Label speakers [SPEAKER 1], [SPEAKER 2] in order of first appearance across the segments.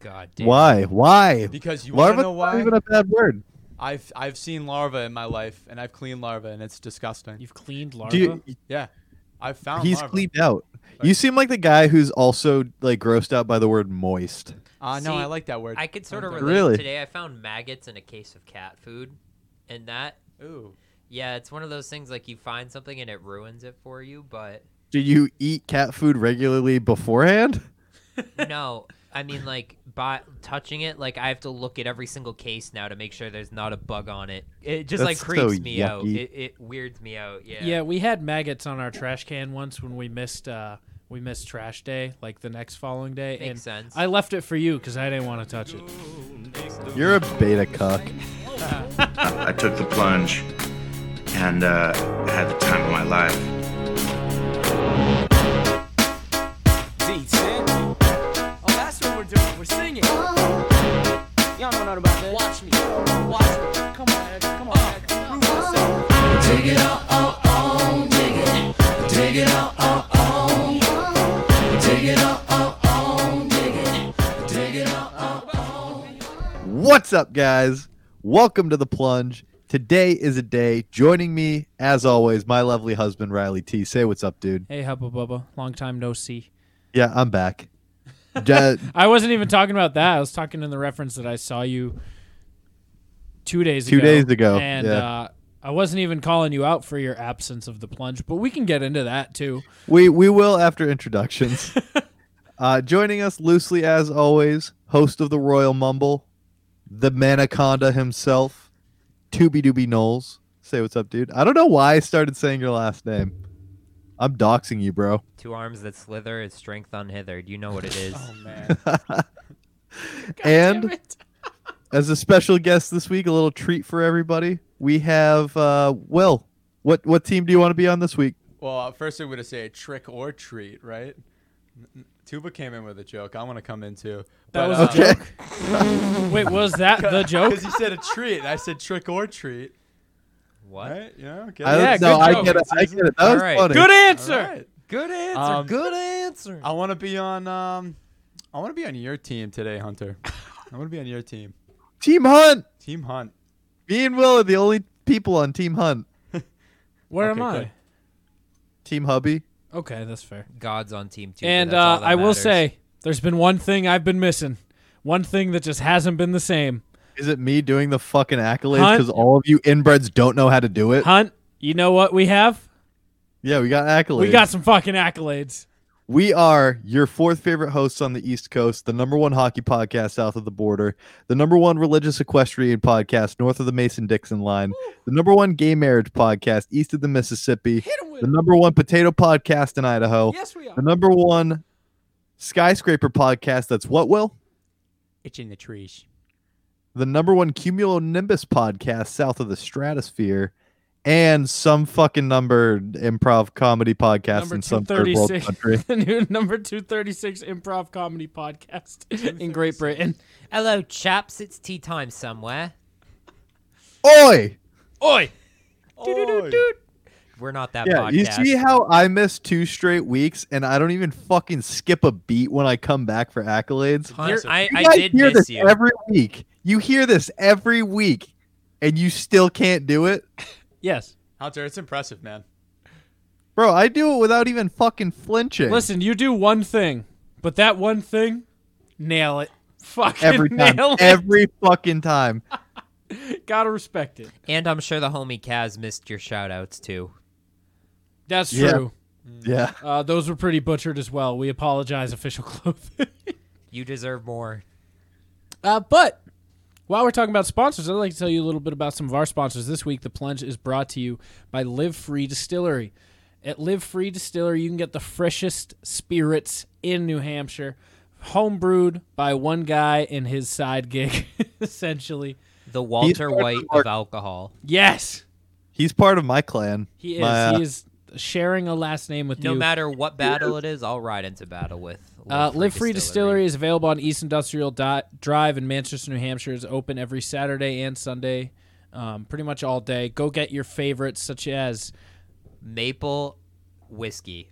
[SPEAKER 1] God damn.
[SPEAKER 2] Why? Why?
[SPEAKER 1] Because you want
[SPEAKER 2] Larva's
[SPEAKER 1] to know
[SPEAKER 2] not
[SPEAKER 1] why?
[SPEAKER 2] even a bad word.
[SPEAKER 1] I've I've seen larvae in my life, and I've cleaned larvae, and it's disgusting.
[SPEAKER 3] You've cleaned larva.
[SPEAKER 2] Do you,
[SPEAKER 1] Yeah, I've found
[SPEAKER 2] he's
[SPEAKER 1] larvae.
[SPEAKER 2] cleaned out. You seem like the guy who's also like grossed out by the word moist.
[SPEAKER 1] Uh, no,
[SPEAKER 4] See,
[SPEAKER 1] I like that word.
[SPEAKER 4] I could sort of
[SPEAKER 1] Okay.
[SPEAKER 4] relate.
[SPEAKER 2] Really?
[SPEAKER 4] Today I found maggots in a case of cat food, and that
[SPEAKER 1] Ooh,
[SPEAKER 4] yeah, it's one of those things like you find something and it ruins it for you. But
[SPEAKER 2] Do you eat cat food regularly beforehand?
[SPEAKER 4] no, I mean like by touching it, like I have to look at every single case now to make sure there's not a bug on it. It just like
[SPEAKER 2] That's
[SPEAKER 4] creeps
[SPEAKER 2] so
[SPEAKER 4] me out.
[SPEAKER 2] yucky.
[SPEAKER 4] It, it weirds me out. Yeah.
[SPEAKER 3] yeah. we had maggots on our trash can once when we missed uh we missed trash day, like the next following day.
[SPEAKER 4] Makes
[SPEAKER 3] and
[SPEAKER 4] sense.
[SPEAKER 3] I left it for you because I didn't want to touch it.
[SPEAKER 2] You're a beta cuck.
[SPEAKER 5] I took the plunge and uh, had the time of my life.
[SPEAKER 6] Oh, that's what we're doing. We're singing. Y'all know nothing about that. Watch me. Watch me. Come on, Ed. Come on, Ed. Prove yourself.
[SPEAKER 2] What's up, guys? Welcome to the plunge. Today is a day. Joining me, as always, my lovely husband Riley T. Say what's up, dude.
[SPEAKER 3] Hey, Hubba Bubba, long time no see.
[SPEAKER 2] Yeah, I'm back. Da-
[SPEAKER 3] I wasn't even talking about that. I was talking in the reference that I saw you two days
[SPEAKER 2] Two
[SPEAKER 3] ago.
[SPEAKER 2] days ago,
[SPEAKER 3] and
[SPEAKER 2] yeah.
[SPEAKER 3] uh, I wasn't even calling you out for your absence of the plunge, but we can get into that too.
[SPEAKER 2] we we will after introductions. uh, joining us loosely, as always, host of the Royal Mumble, the Manaconda himself, Tooby Dooby Knowles. Say what's up, dude. I don't know why I started saying your last name. I'm doxing you, bro.
[SPEAKER 4] Two arms that slither, it's strength unhithered. You know what it is.
[SPEAKER 1] oh,
[SPEAKER 2] and as a special guest this week, a little treat for everybody. We have uh, Will. What what team do you want to be on this week?
[SPEAKER 1] Well, uh, first I'm gonna say trick or treat, right? N- n- Tuba came in with a joke. I want to come in too.
[SPEAKER 3] That
[SPEAKER 1] But,
[SPEAKER 3] was
[SPEAKER 1] uh,
[SPEAKER 3] a joke. Wait, was that the joke?
[SPEAKER 1] Because he said a treat, and I said trick or treat.
[SPEAKER 4] what?
[SPEAKER 1] Right? Yeah. Okay.
[SPEAKER 2] I,
[SPEAKER 3] Yeah,
[SPEAKER 2] no,
[SPEAKER 3] good
[SPEAKER 2] I
[SPEAKER 3] joke.
[SPEAKER 2] get it. I get it. That was
[SPEAKER 4] Alright.
[SPEAKER 2] funny.
[SPEAKER 3] Good
[SPEAKER 1] All
[SPEAKER 3] answer.
[SPEAKER 1] right.
[SPEAKER 4] Good answer.
[SPEAKER 1] Um,
[SPEAKER 4] good answer.
[SPEAKER 1] I want to be on. Um, I want to be on your team today, Hunter. I want to be on your team.
[SPEAKER 2] Team Hunt.
[SPEAKER 1] Team Hunt.
[SPEAKER 2] Me and Will are the only people on Team Hunt.
[SPEAKER 3] Where
[SPEAKER 1] Okay,
[SPEAKER 3] am I?
[SPEAKER 1] good.
[SPEAKER 2] Team Hubby.
[SPEAKER 3] Okay, that's fair.
[SPEAKER 4] God's on team two.
[SPEAKER 3] and
[SPEAKER 4] that's all
[SPEAKER 3] uh,
[SPEAKER 4] that
[SPEAKER 3] I will
[SPEAKER 4] matters.
[SPEAKER 3] say, there's been one thing I've been missing, one thing that just hasn't been the same.
[SPEAKER 2] Is it me doing the fucking accolades
[SPEAKER 3] Hunt.
[SPEAKER 2] because all of you inbreds don't know how to do it?
[SPEAKER 3] Hunt, you know what we have?
[SPEAKER 2] Yeah, we got accolades.
[SPEAKER 3] We got some fucking accolades.
[SPEAKER 2] We are your fourth favorite hosts on the East Coast, the number one hockey podcast south of the border, the number one religious equestrian podcast north of the Mason Dixon line, the number one gay marriage podcast east of the Mississippi, the number one potato podcast in Idaho,
[SPEAKER 3] Yes, we are.
[SPEAKER 2] the number one skyscraper podcast that's what will?
[SPEAKER 1] It's in the trees.
[SPEAKER 2] The number one cumulonimbus podcast south of the stratosphere. And some fucking number improv comedy podcast
[SPEAKER 3] Number
[SPEAKER 2] in some third world
[SPEAKER 3] 236
[SPEAKER 2] country.
[SPEAKER 3] the new number 236 improv comedy podcast in Great Britain.
[SPEAKER 4] hello, chaps. It's tea time somewhere.
[SPEAKER 2] Oi!
[SPEAKER 3] Oi!
[SPEAKER 4] We're not that
[SPEAKER 2] Yeah,
[SPEAKER 4] podcast.
[SPEAKER 2] you see how I missed two straight weeks and I don't even fucking skip a beat when I come back for accolades.
[SPEAKER 4] Hunter,
[SPEAKER 1] You're-
[SPEAKER 4] I,
[SPEAKER 2] You
[SPEAKER 4] I
[SPEAKER 2] guys
[SPEAKER 4] did
[SPEAKER 2] hear
[SPEAKER 4] miss
[SPEAKER 2] this
[SPEAKER 4] you.
[SPEAKER 2] every week. You hear this every week and you still can't do it?
[SPEAKER 3] Yes.
[SPEAKER 1] Hunter, it's impressive, man.
[SPEAKER 2] Bro, I do it without even fucking flinching.
[SPEAKER 3] Listen, you do one thing, but that one thing, nail it. Fucking
[SPEAKER 2] every time.
[SPEAKER 3] nail it.
[SPEAKER 2] Every fucking time.
[SPEAKER 3] Gotta respect it.
[SPEAKER 4] And I'm sure the homie Kaz missed your shout outs too.
[SPEAKER 3] That's
[SPEAKER 2] Yeah.
[SPEAKER 3] true.
[SPEAKER 2] Yeah.
[SPEAKER 3] Uh, those were pretty butchered as well. We apologize, official clothing.
[SPEAKER 4] You deserve more.
[SPEAKER 3] Uh, but while we're talking about sponsors, I'd like to tell you a little bit about some of our sponsors. This week, The Plunge is brought to you by Live Free Distillery. At Live Free Distillery, you can get the freshest spirits in New Hampshire, homebrewed by one guy in his side gig, essentially.
[SPEAKER 4] The Walter
[SPEAKER 2] part of
[SPEAKER 4] White
[SPEAKER 2] our-
[SPEAKER 4] of alcohol.
[SPEAKER 3] Yes,
[SPEAKER 2] He's part of my clan.
[SPEAKER 3] he is.
[SPEAKER 2] My, uh,
[SPEAKER 3] he is sharing a last name with
[SPEAKER 4] No
[SPEAKER 3] you.
[SPEAKER 4] matter what battle it is, I'll ride into battle with.
[SPEAKER 3] Uh, Live Free Distillery is available on East Industrial Di- Drive in Manchester, New Hampshire. It's open every Saturday and Sunday, um, pretty much all day. Go get your favorites, such as
[SPEAKER 4] Maple whiskey.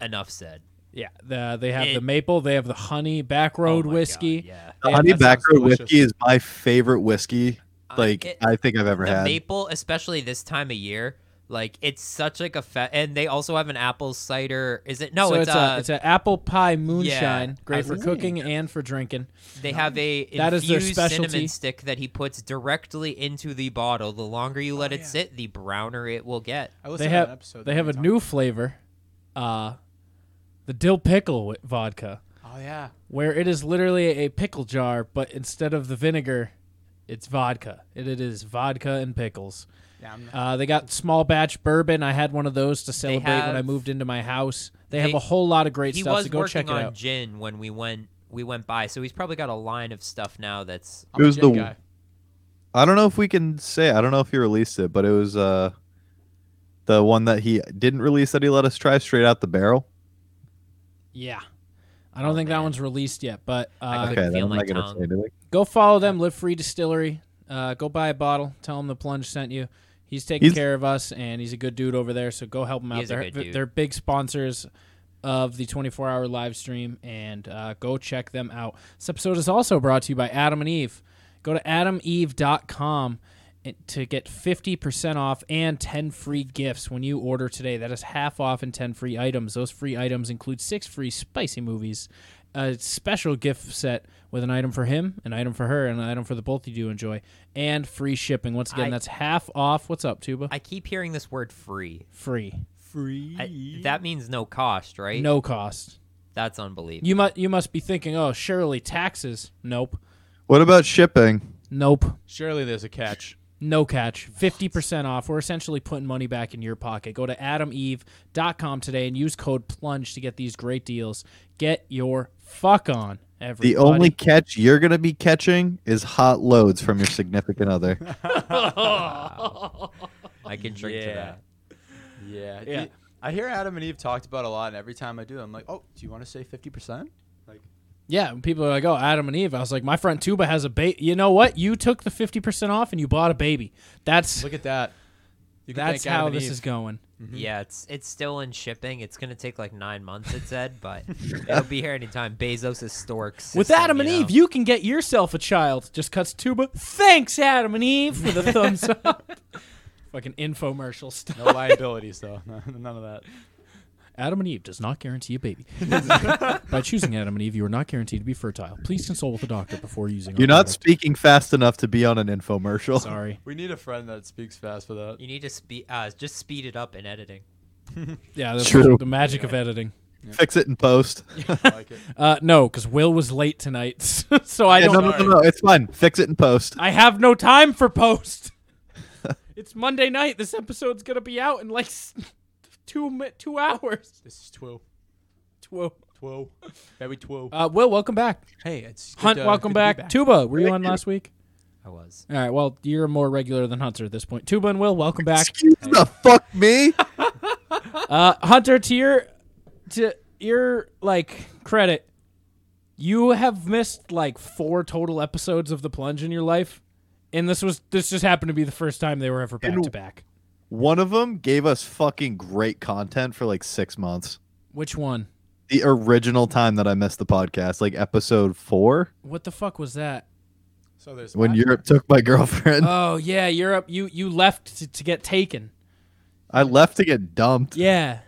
[SPEAKER 4] Enough said.
[SPEAKER 3] Yeah, the, they have the
[SPEAKER 4] It-
[SPEAKER 3] maple, they have the honey back
[SPEAKER 4] Oh
[SPEAKER 3] road
[SPEAKER 4] my God,
[SPEAKER 3] whiskey.
[SPEAKER 4] yeah.
[SPEAKER 2] The
[SPEAKER 3] Yeah,
[SPEAKER 2] honey
[SPEAKER 1] that sounds
[SPEAKER 2] back road
[SPEAKER 1] delicious.
[SPEAKER 2] whiskey is my favorite whiskey.
[SPEAKER 4] Uh,
[SPEAKER 2] Like
[SPEAKER 4] it-
[SPEAKER 2] I think I've ever
[SPEAKER 4] the
[SPEAKER 2] had.
[SPEAKER 4] maple, especially this time of year, like it's such like a fa- and they also have an apple cider. Is it no?
[SPEAKER 3] so
[SPEAKER 4] it's, a,
[SPEAKER 3] it's an apple pie moonshine,
[SPEAKER 4] Yeah.
[SPEAKER 3] great for
[SPEAKER 4] Ooh.
[SPEAKER 3] cooking and for drinking.
[SPEAKER 4] they have a
[SPEAKER 3] That is their
[SPEAKER 4] infused
[SPEAKER 3] specialty.
[SPEAKER 4] cinnamon stick that he puts directly into the bottle. The longer you let it
[SPEAKER 1] Oh, yeah.
[SPEAKER 4] sit, the browner it will get.
[SPEAKER 1] I listened
[SPEAKER 3] They
[SPEAKER 1] to an
[SPEAKER 3] have
[SPEAKER 1] episode.
[SPEAKER 3] they
[SPEAKER 1] that
[SPEAKER 3] have
[SPEAKER 1] we
[SPEAKER 3] a
[SPEAKER 1] talked-
[SPEAKER 3] new flavor, uh, the dill pickle wi- vodka,
[SPEAKER 1] Oh yeah.
[SPEAKER 3] where it is literally a pickle jar, but instead of the vinegar, it's vodka. It, it is vodka and pickles.
[SPEAKER 1] Yeah. I'm-
[SPEAKER 3] Uh, they got small batch bourbon. I had one of those to celebrate when I
[SPEAKER 4] have-
[SPEAKER 3] moved into my house. They, have
[SPEAKER 4] they-
[SPEAKER 3] a whole lot of great
[SPEAKER 4] He
[SPEAKER 3] stuff.
[SPEAKER 4] was
[SPEAKER 3] So go
[SPEAKER 4] working
[SPEAKER 3] check it
[SPEAKER 4] on
[SPEAKER 3] out.
[SPEAKER 4] gin when we went we went by, so he's probably got a line of stuff now that's
[SPEAKER 1] I'm a
[SPEAKER 2] Who's
[SPEAKER 1] gin
[SPEAKER 2] the-
[SPEAKER 1] guy.
[SPEAKER 2] I don't know if we can say. I don't know if he released it, but it was uh the one that he didn't release that he let us try straight out the barrel.
[SPEAKER 3] Yeah, I don't think that one's released yet, but uh,
[SPEAKER 4] Oh, I
[SPEAKER 2] Okay,
[SPEAKER 4] can
[SPEAKER 2] then
[SPEAKER 4] feel
[SPEAKER 2] I'm
[SPEAKER 4] my
[SPEAKER 2] not gonna
[SPEAKER 4] tongue.
[SPEAKER 2] say anything.
[SPEAKER 3] go follow them. Live Free Distillery. Uh, go buy a bottle. Tell him the plunge sent you. He's taking
[SPEAKER 2] He's-
[SPEAKER 3] care of us, and he's a good dude over there. So go help him out.
[SPEAKER 4] is a
[SPEAKER 3] They're,
[SPEAKER 4] good dude.
[SPEAKER 3] they're big sponsors of the 24-hour live stream, and uh, go check them out. This episode is also brought to you by Adam and Eve. Go to adameve.com and- eh, to get 50% off and 10 free gifts when you order today. That is half off and 10 free items. Those free items include six free spicy movies, a special gift set with an item for him, an item for her, and an item for the both of you to enjoy, and free shipping. Once again,
[SPEAKER 4] I-
[SPEAKER 3] that's half off. What's up, Tuba?
[SPEAKER 4] I keep hearing this word free.
[SPEAKER 3] free.
[SPEAKER 1] Free.
[SPEAKER 4] I, that means no cost, right?
[SPEAKER 3] No cost.
[SPEAKER 4] That's unbelievable.
[SPEAKER 3] You must you must be thinking, "Oh, surely taxes." Nope.
[SPEAKER 2] What about shipping?
[SPEAKER 3] Nope.
[SPEAKER 1] Surely there's a catch.
[SPEAKER 3] No catch. 50% off. We're essentially putting money back in your pocket. Go to adameve.com today and use code PLUNGE to get these great deals. Get your fuck on, everybody.
[SPEAKER 2] The only catch you're gonna be catching is hot loads from your significant other.
[SPEAKER 4] I can drink to
[SPEAKER 1] Yeah.
[SPEAKER 4] that.
[SPEAKER 1] Yeah.
[SPEAKER 3] Yeah.
[SPEAKER 1] y- I hear Adam and Eve talked about a lot, and every time I do, I'm like, oh, do you want to say 50%? Like,
[SPEAKER 3] Yeah, when people are like, oh, Adam and Eve. I was like, my friend Tuba has a baby. You know what? You took the 50% off and you bought a baby. That's
[SPEAKER 1] look at that. You can
[SPEAKER 3] that's
[SPEAKER 1] thank Adam
[SPEAKER 3] how
[SPEAKER 1] and
[SPEAKER 3] this
[SPEAKER 1] Eve.
[SPEAKER 3] is going.
[SPEAKER 1] Mm-hmm.
[SPEAKER 4] Yeah, it's it's still in shipping. It's gonna take like nine months. It said, but it'll be here anytime. Bezos' historic system,
[SPEAKER 3] With Adam
[SPEAKER 4] you
[SPEAKER 3] and
[SPEAKER 4] know?
[SPEAKER 3] Eve, you can get yourself a child. Just cuts Tuba. Thanks, Adam and Eve, for the thumbs up. Fucking infomercial stuff.
[SPEAKER 1] No liabilities, though. None of that.
[SPEAKER 3] Adam and Eve does not guarantee a baby. By choosing Adam and Eve, you are not guaranteed to be fertile. Please consult with a doctor before using. our
[SPEAKER 2] You're not
[SPEAKER 3] product.
[SPEAKER 2] speaking fast enough to be on an infomercial.
[SPEAKER 3] Sorry.
[SPEAKER 1] We need a friend that speaks fast for that.
[SPEAKER 4] you need to speed uh, just speed it up in editing.
[SPEAKER 3] Yeah, that's
[SPEAKER 2] True.
[SPEAKER 3] the magic of editing.
[SPEAKER 2] Fix it in post.
[SPEAKER 1] I like it.
[SPEAKER 3] Uh, no, because Will was late tonight, so I
[SPEAKER 2] Yeah,
[SPEAKER 3] don't.
[SPEAKER 2] no, no, no, no, it's fine. Fix it in post.
[SPEAKER 3] I have no time for post. it's Monday night. This episode's gonna be out in like s- two mi- two hours.
[SPEAKER 1] This is 12.
[SPEAKER 3] Two-
[SPEAKER 1] 12. Very 12.
[SPEAKER 3] Uh, Will, welcome back.
[SPEAKER 1] hey, it's good
[SPEAKER 3] Hunt,
[SPEAKER 1] to-
[SPEAKER 3] welcome
[SPEAKER 1] good to be
[SPEAKER 3] back. Tuba, were you on last week?
[SPEAKER 4] I was.
[SPEAKER 3] All right. Well, you're more regular than Hunter at this point. Tuba and Will, welcome back.
[SPEAKER 2] Excuse the fuck me.
[SPEAKER 3] Uh, Hunter, to your to your like credit, you have missed like four total episodes of the plunge in your life, and this was this just happened to be the first time they were ever back to back.
[SPEAKER 2] One of them gave us fucking great content for like six months.
[SPEAKER 3] Which one?
[SPEAKER 2] The original time that I missed the podcast, like episode four,
[SPEAKER 3] What the fuck was that?
[SPEAKER 1] So there's
[SPEAKER 2] when
[SPEAKER 1] that.
[SPEAKER 2] Europe took my girlfriend,
[SPEAKER 4] Uh,
[SPEAKER 3] Oh yeah, Europe. You you left to, to get taken.
[SPEAKER 2] I left to get dumped.
[SPEAKER 3] Yeah,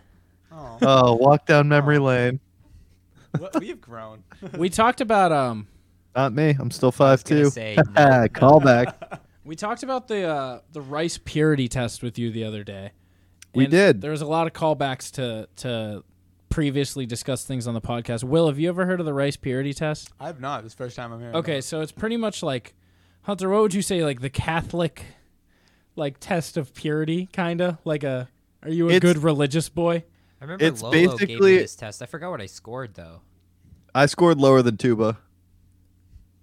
[SPEAKER 1] Oh,
[SPEAKER 2] Oh, walk down memory lane.
[SPEAKER 1] what- we've grown.
[SPEAKER 3] we talked about um
[SPEAKER 2] Not me. I'm still five
[SPEAKER 4] gonna
[SPEAKER 2] two.
[SPEAKER 4] say, no.
[SPEAKER 2] Callback.
[SPEAKER 3] we talked about the uh the rice purity test with you the other day.
[SPEAKER 2] We
[SPEAKER 3] And
[SPEAKER 2] did.
[SPEAKER 3] There was a lot of callbacks to to previously discussed things on the podcast. Will, have you ever heard of the rice purity test?
[SPEAKER 1] I've not. This is the first time I'm here.
[SPEAKER 3] Okay, so it's pretty much like Hunter, what would you say like the Catholic like test of purity kinda? Like a are you a
[SPEAKER 2] It's-
[SPEAKER 3] good religious boy?
[SPEAKER 4] I remember
[SPEAKER 2] It's
[SPEAKER 4] Lolo gave me
[SPEAKER 2] basically-
[SPEAKER 4] this test. I forgot what I scored though.
[SPEAKER 2] I scored lower than Tuba.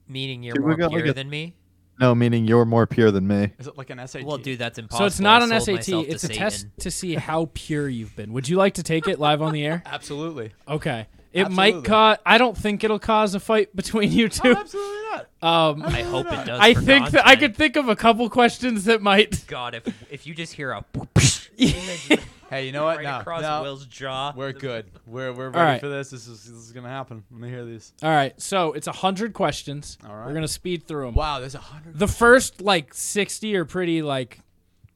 [SPEAKER 4] Meaning you're
[SPEAKER 2] Dude, we
[SPEAKER 4] more
[SPEAKER 2] got, like,
[SPEAKER 4] pure
[SPEAKER 2] a-
[SPEAKER 4] than me.
[SPEAKER 2] No, meaning you're more pure than me.
[SPEAKER 1] Is it like an SAT?
[SPEAKER 4] Well, dude, that's impossible.
[SPEAKER 3] So it's not
[SPEAKER 4] I
[SPEAKER 3] an
[SPEAKER 4] sold
[SPEAKER 3] SAT,
[SPEAKER 4] myself to
[SPEAKER 3] it's a
[SPEAKER 4] Satan.
[SPEAKER 3] test to see how pure you've been. Would you like to take it live on the air?
[SPEAKER 1] Absolutely.
[SPEAKER 3] Okay. It might
[SPEAKER 1] Absolutely.
[SPEAKER 3] cause I don't think it'll cause a fight between you two.
[SPEAKER 1] Oh, absolutely not.
[SPEAKER 3] Um
[SPEAKER 4] I hope it does.
[SPEAKER 3] I
[SPEAKER 4] for
[SPEAKER 3] think that I
[SPEAKER 4] content.
[SPEAKER 3] could think of a couple questions that might
[SPEAKER 4] God, if if you just hear a,
[SPEAKER 1] Hey, you know what?
[SPEAKER 4] right
[SPEAKER 1] no,
[SPEAKER 4] across
[SPEAKER 1] no,
[SPEAKER 4] Will's jaw.
[SPEAKER 1] we're good. We're we're ready
[SPEAKER 3] right.
[SPEAKER 1] for this. This is this is gonna happen. Let me hear these.
[SPEAKER 3] All right, so it's a hundred questions.
[SPEAKER 1] All right.
[SPEAKER 3] we're gonna speed through them.
[SPEAKER 1] Wow, there's a hundred.
[SPEAKER 3] The first like sixty are pretty like.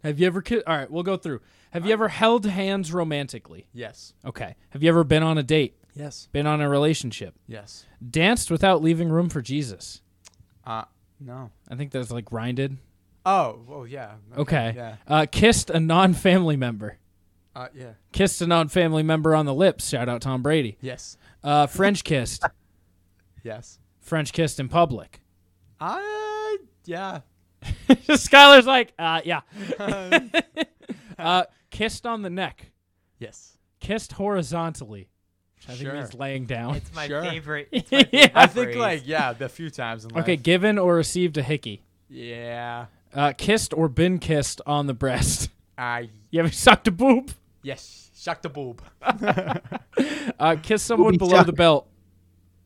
[SPEAKER 3] Have you ever kissed? All right, we'll go through. Have you ever held hands romantically?
[SPEAKER 1] Yes.
[SPEAKER 3] Okay. Have you ever been on a date?
[SPEAKER 1] Yes.
[SPEAKER 3] Been on a relationship?
[SPEAKER 1] Yes.
[SPEAKER 3] Danced without leaving room for Jesus?
[SPEAKER 1] Uh, no.
[SPEAKER 3] I think that's like grinded.
[SPEAKER 1] Oh. Oh yeah.
[SPEAKER 3] Okay.
[SPEAKER 1] Yeah.
[SPEAKER 3] Uh, kissed a non-family member.
[SPEAKER 1] Uh, yeah.
[SPEAKER 3] Kissed a non-family member on the lips. Shout out Tom Brady.
[SPEAKER 1] Yes.
[SPEAKER 3] Uh, French kissed.
[SPEAKER 1] Yes.
[SPEAKER 3] French kissed in public.
[SPEAKER 1] I. Yeah.
[SPEAKER 3] Skylar's like, uh, yeah. uh, kissed on the neck.
[SPEAKER 1] Yes.
[SPEAKER 3] Kissed horizontally. Which I think
[SPEAKER 1] Sure.
[SPEAKER 3] means laying down.
[SPEAKER 4] It's my
[SPEAKER 1] Sure.
[SPEAKER 4] favorite. It's my favorite
[SPEAKER 1] I think
[SPEAKER 4] phrase.
[SPEAKER 1] like yeah, the few times in life.
[SPEAKER 3] Okay, given or received a hickey.
[SPEAKER 1] Yeah.
[SPEAKER 3] Uh, kissed or been kissed on the breast.
[SPEAKER 1] I.
[SPEAKER 3] You ever sucked a boob?
[SPEAKER 1] Yes. Suck the boob.
[SPEAKER 3] Uh, kissed someone
[SPEAKER 2] Booby
[SPEAKER 3] below
[SPEAKER 2] suck.
[SPEAKER 3] the belt.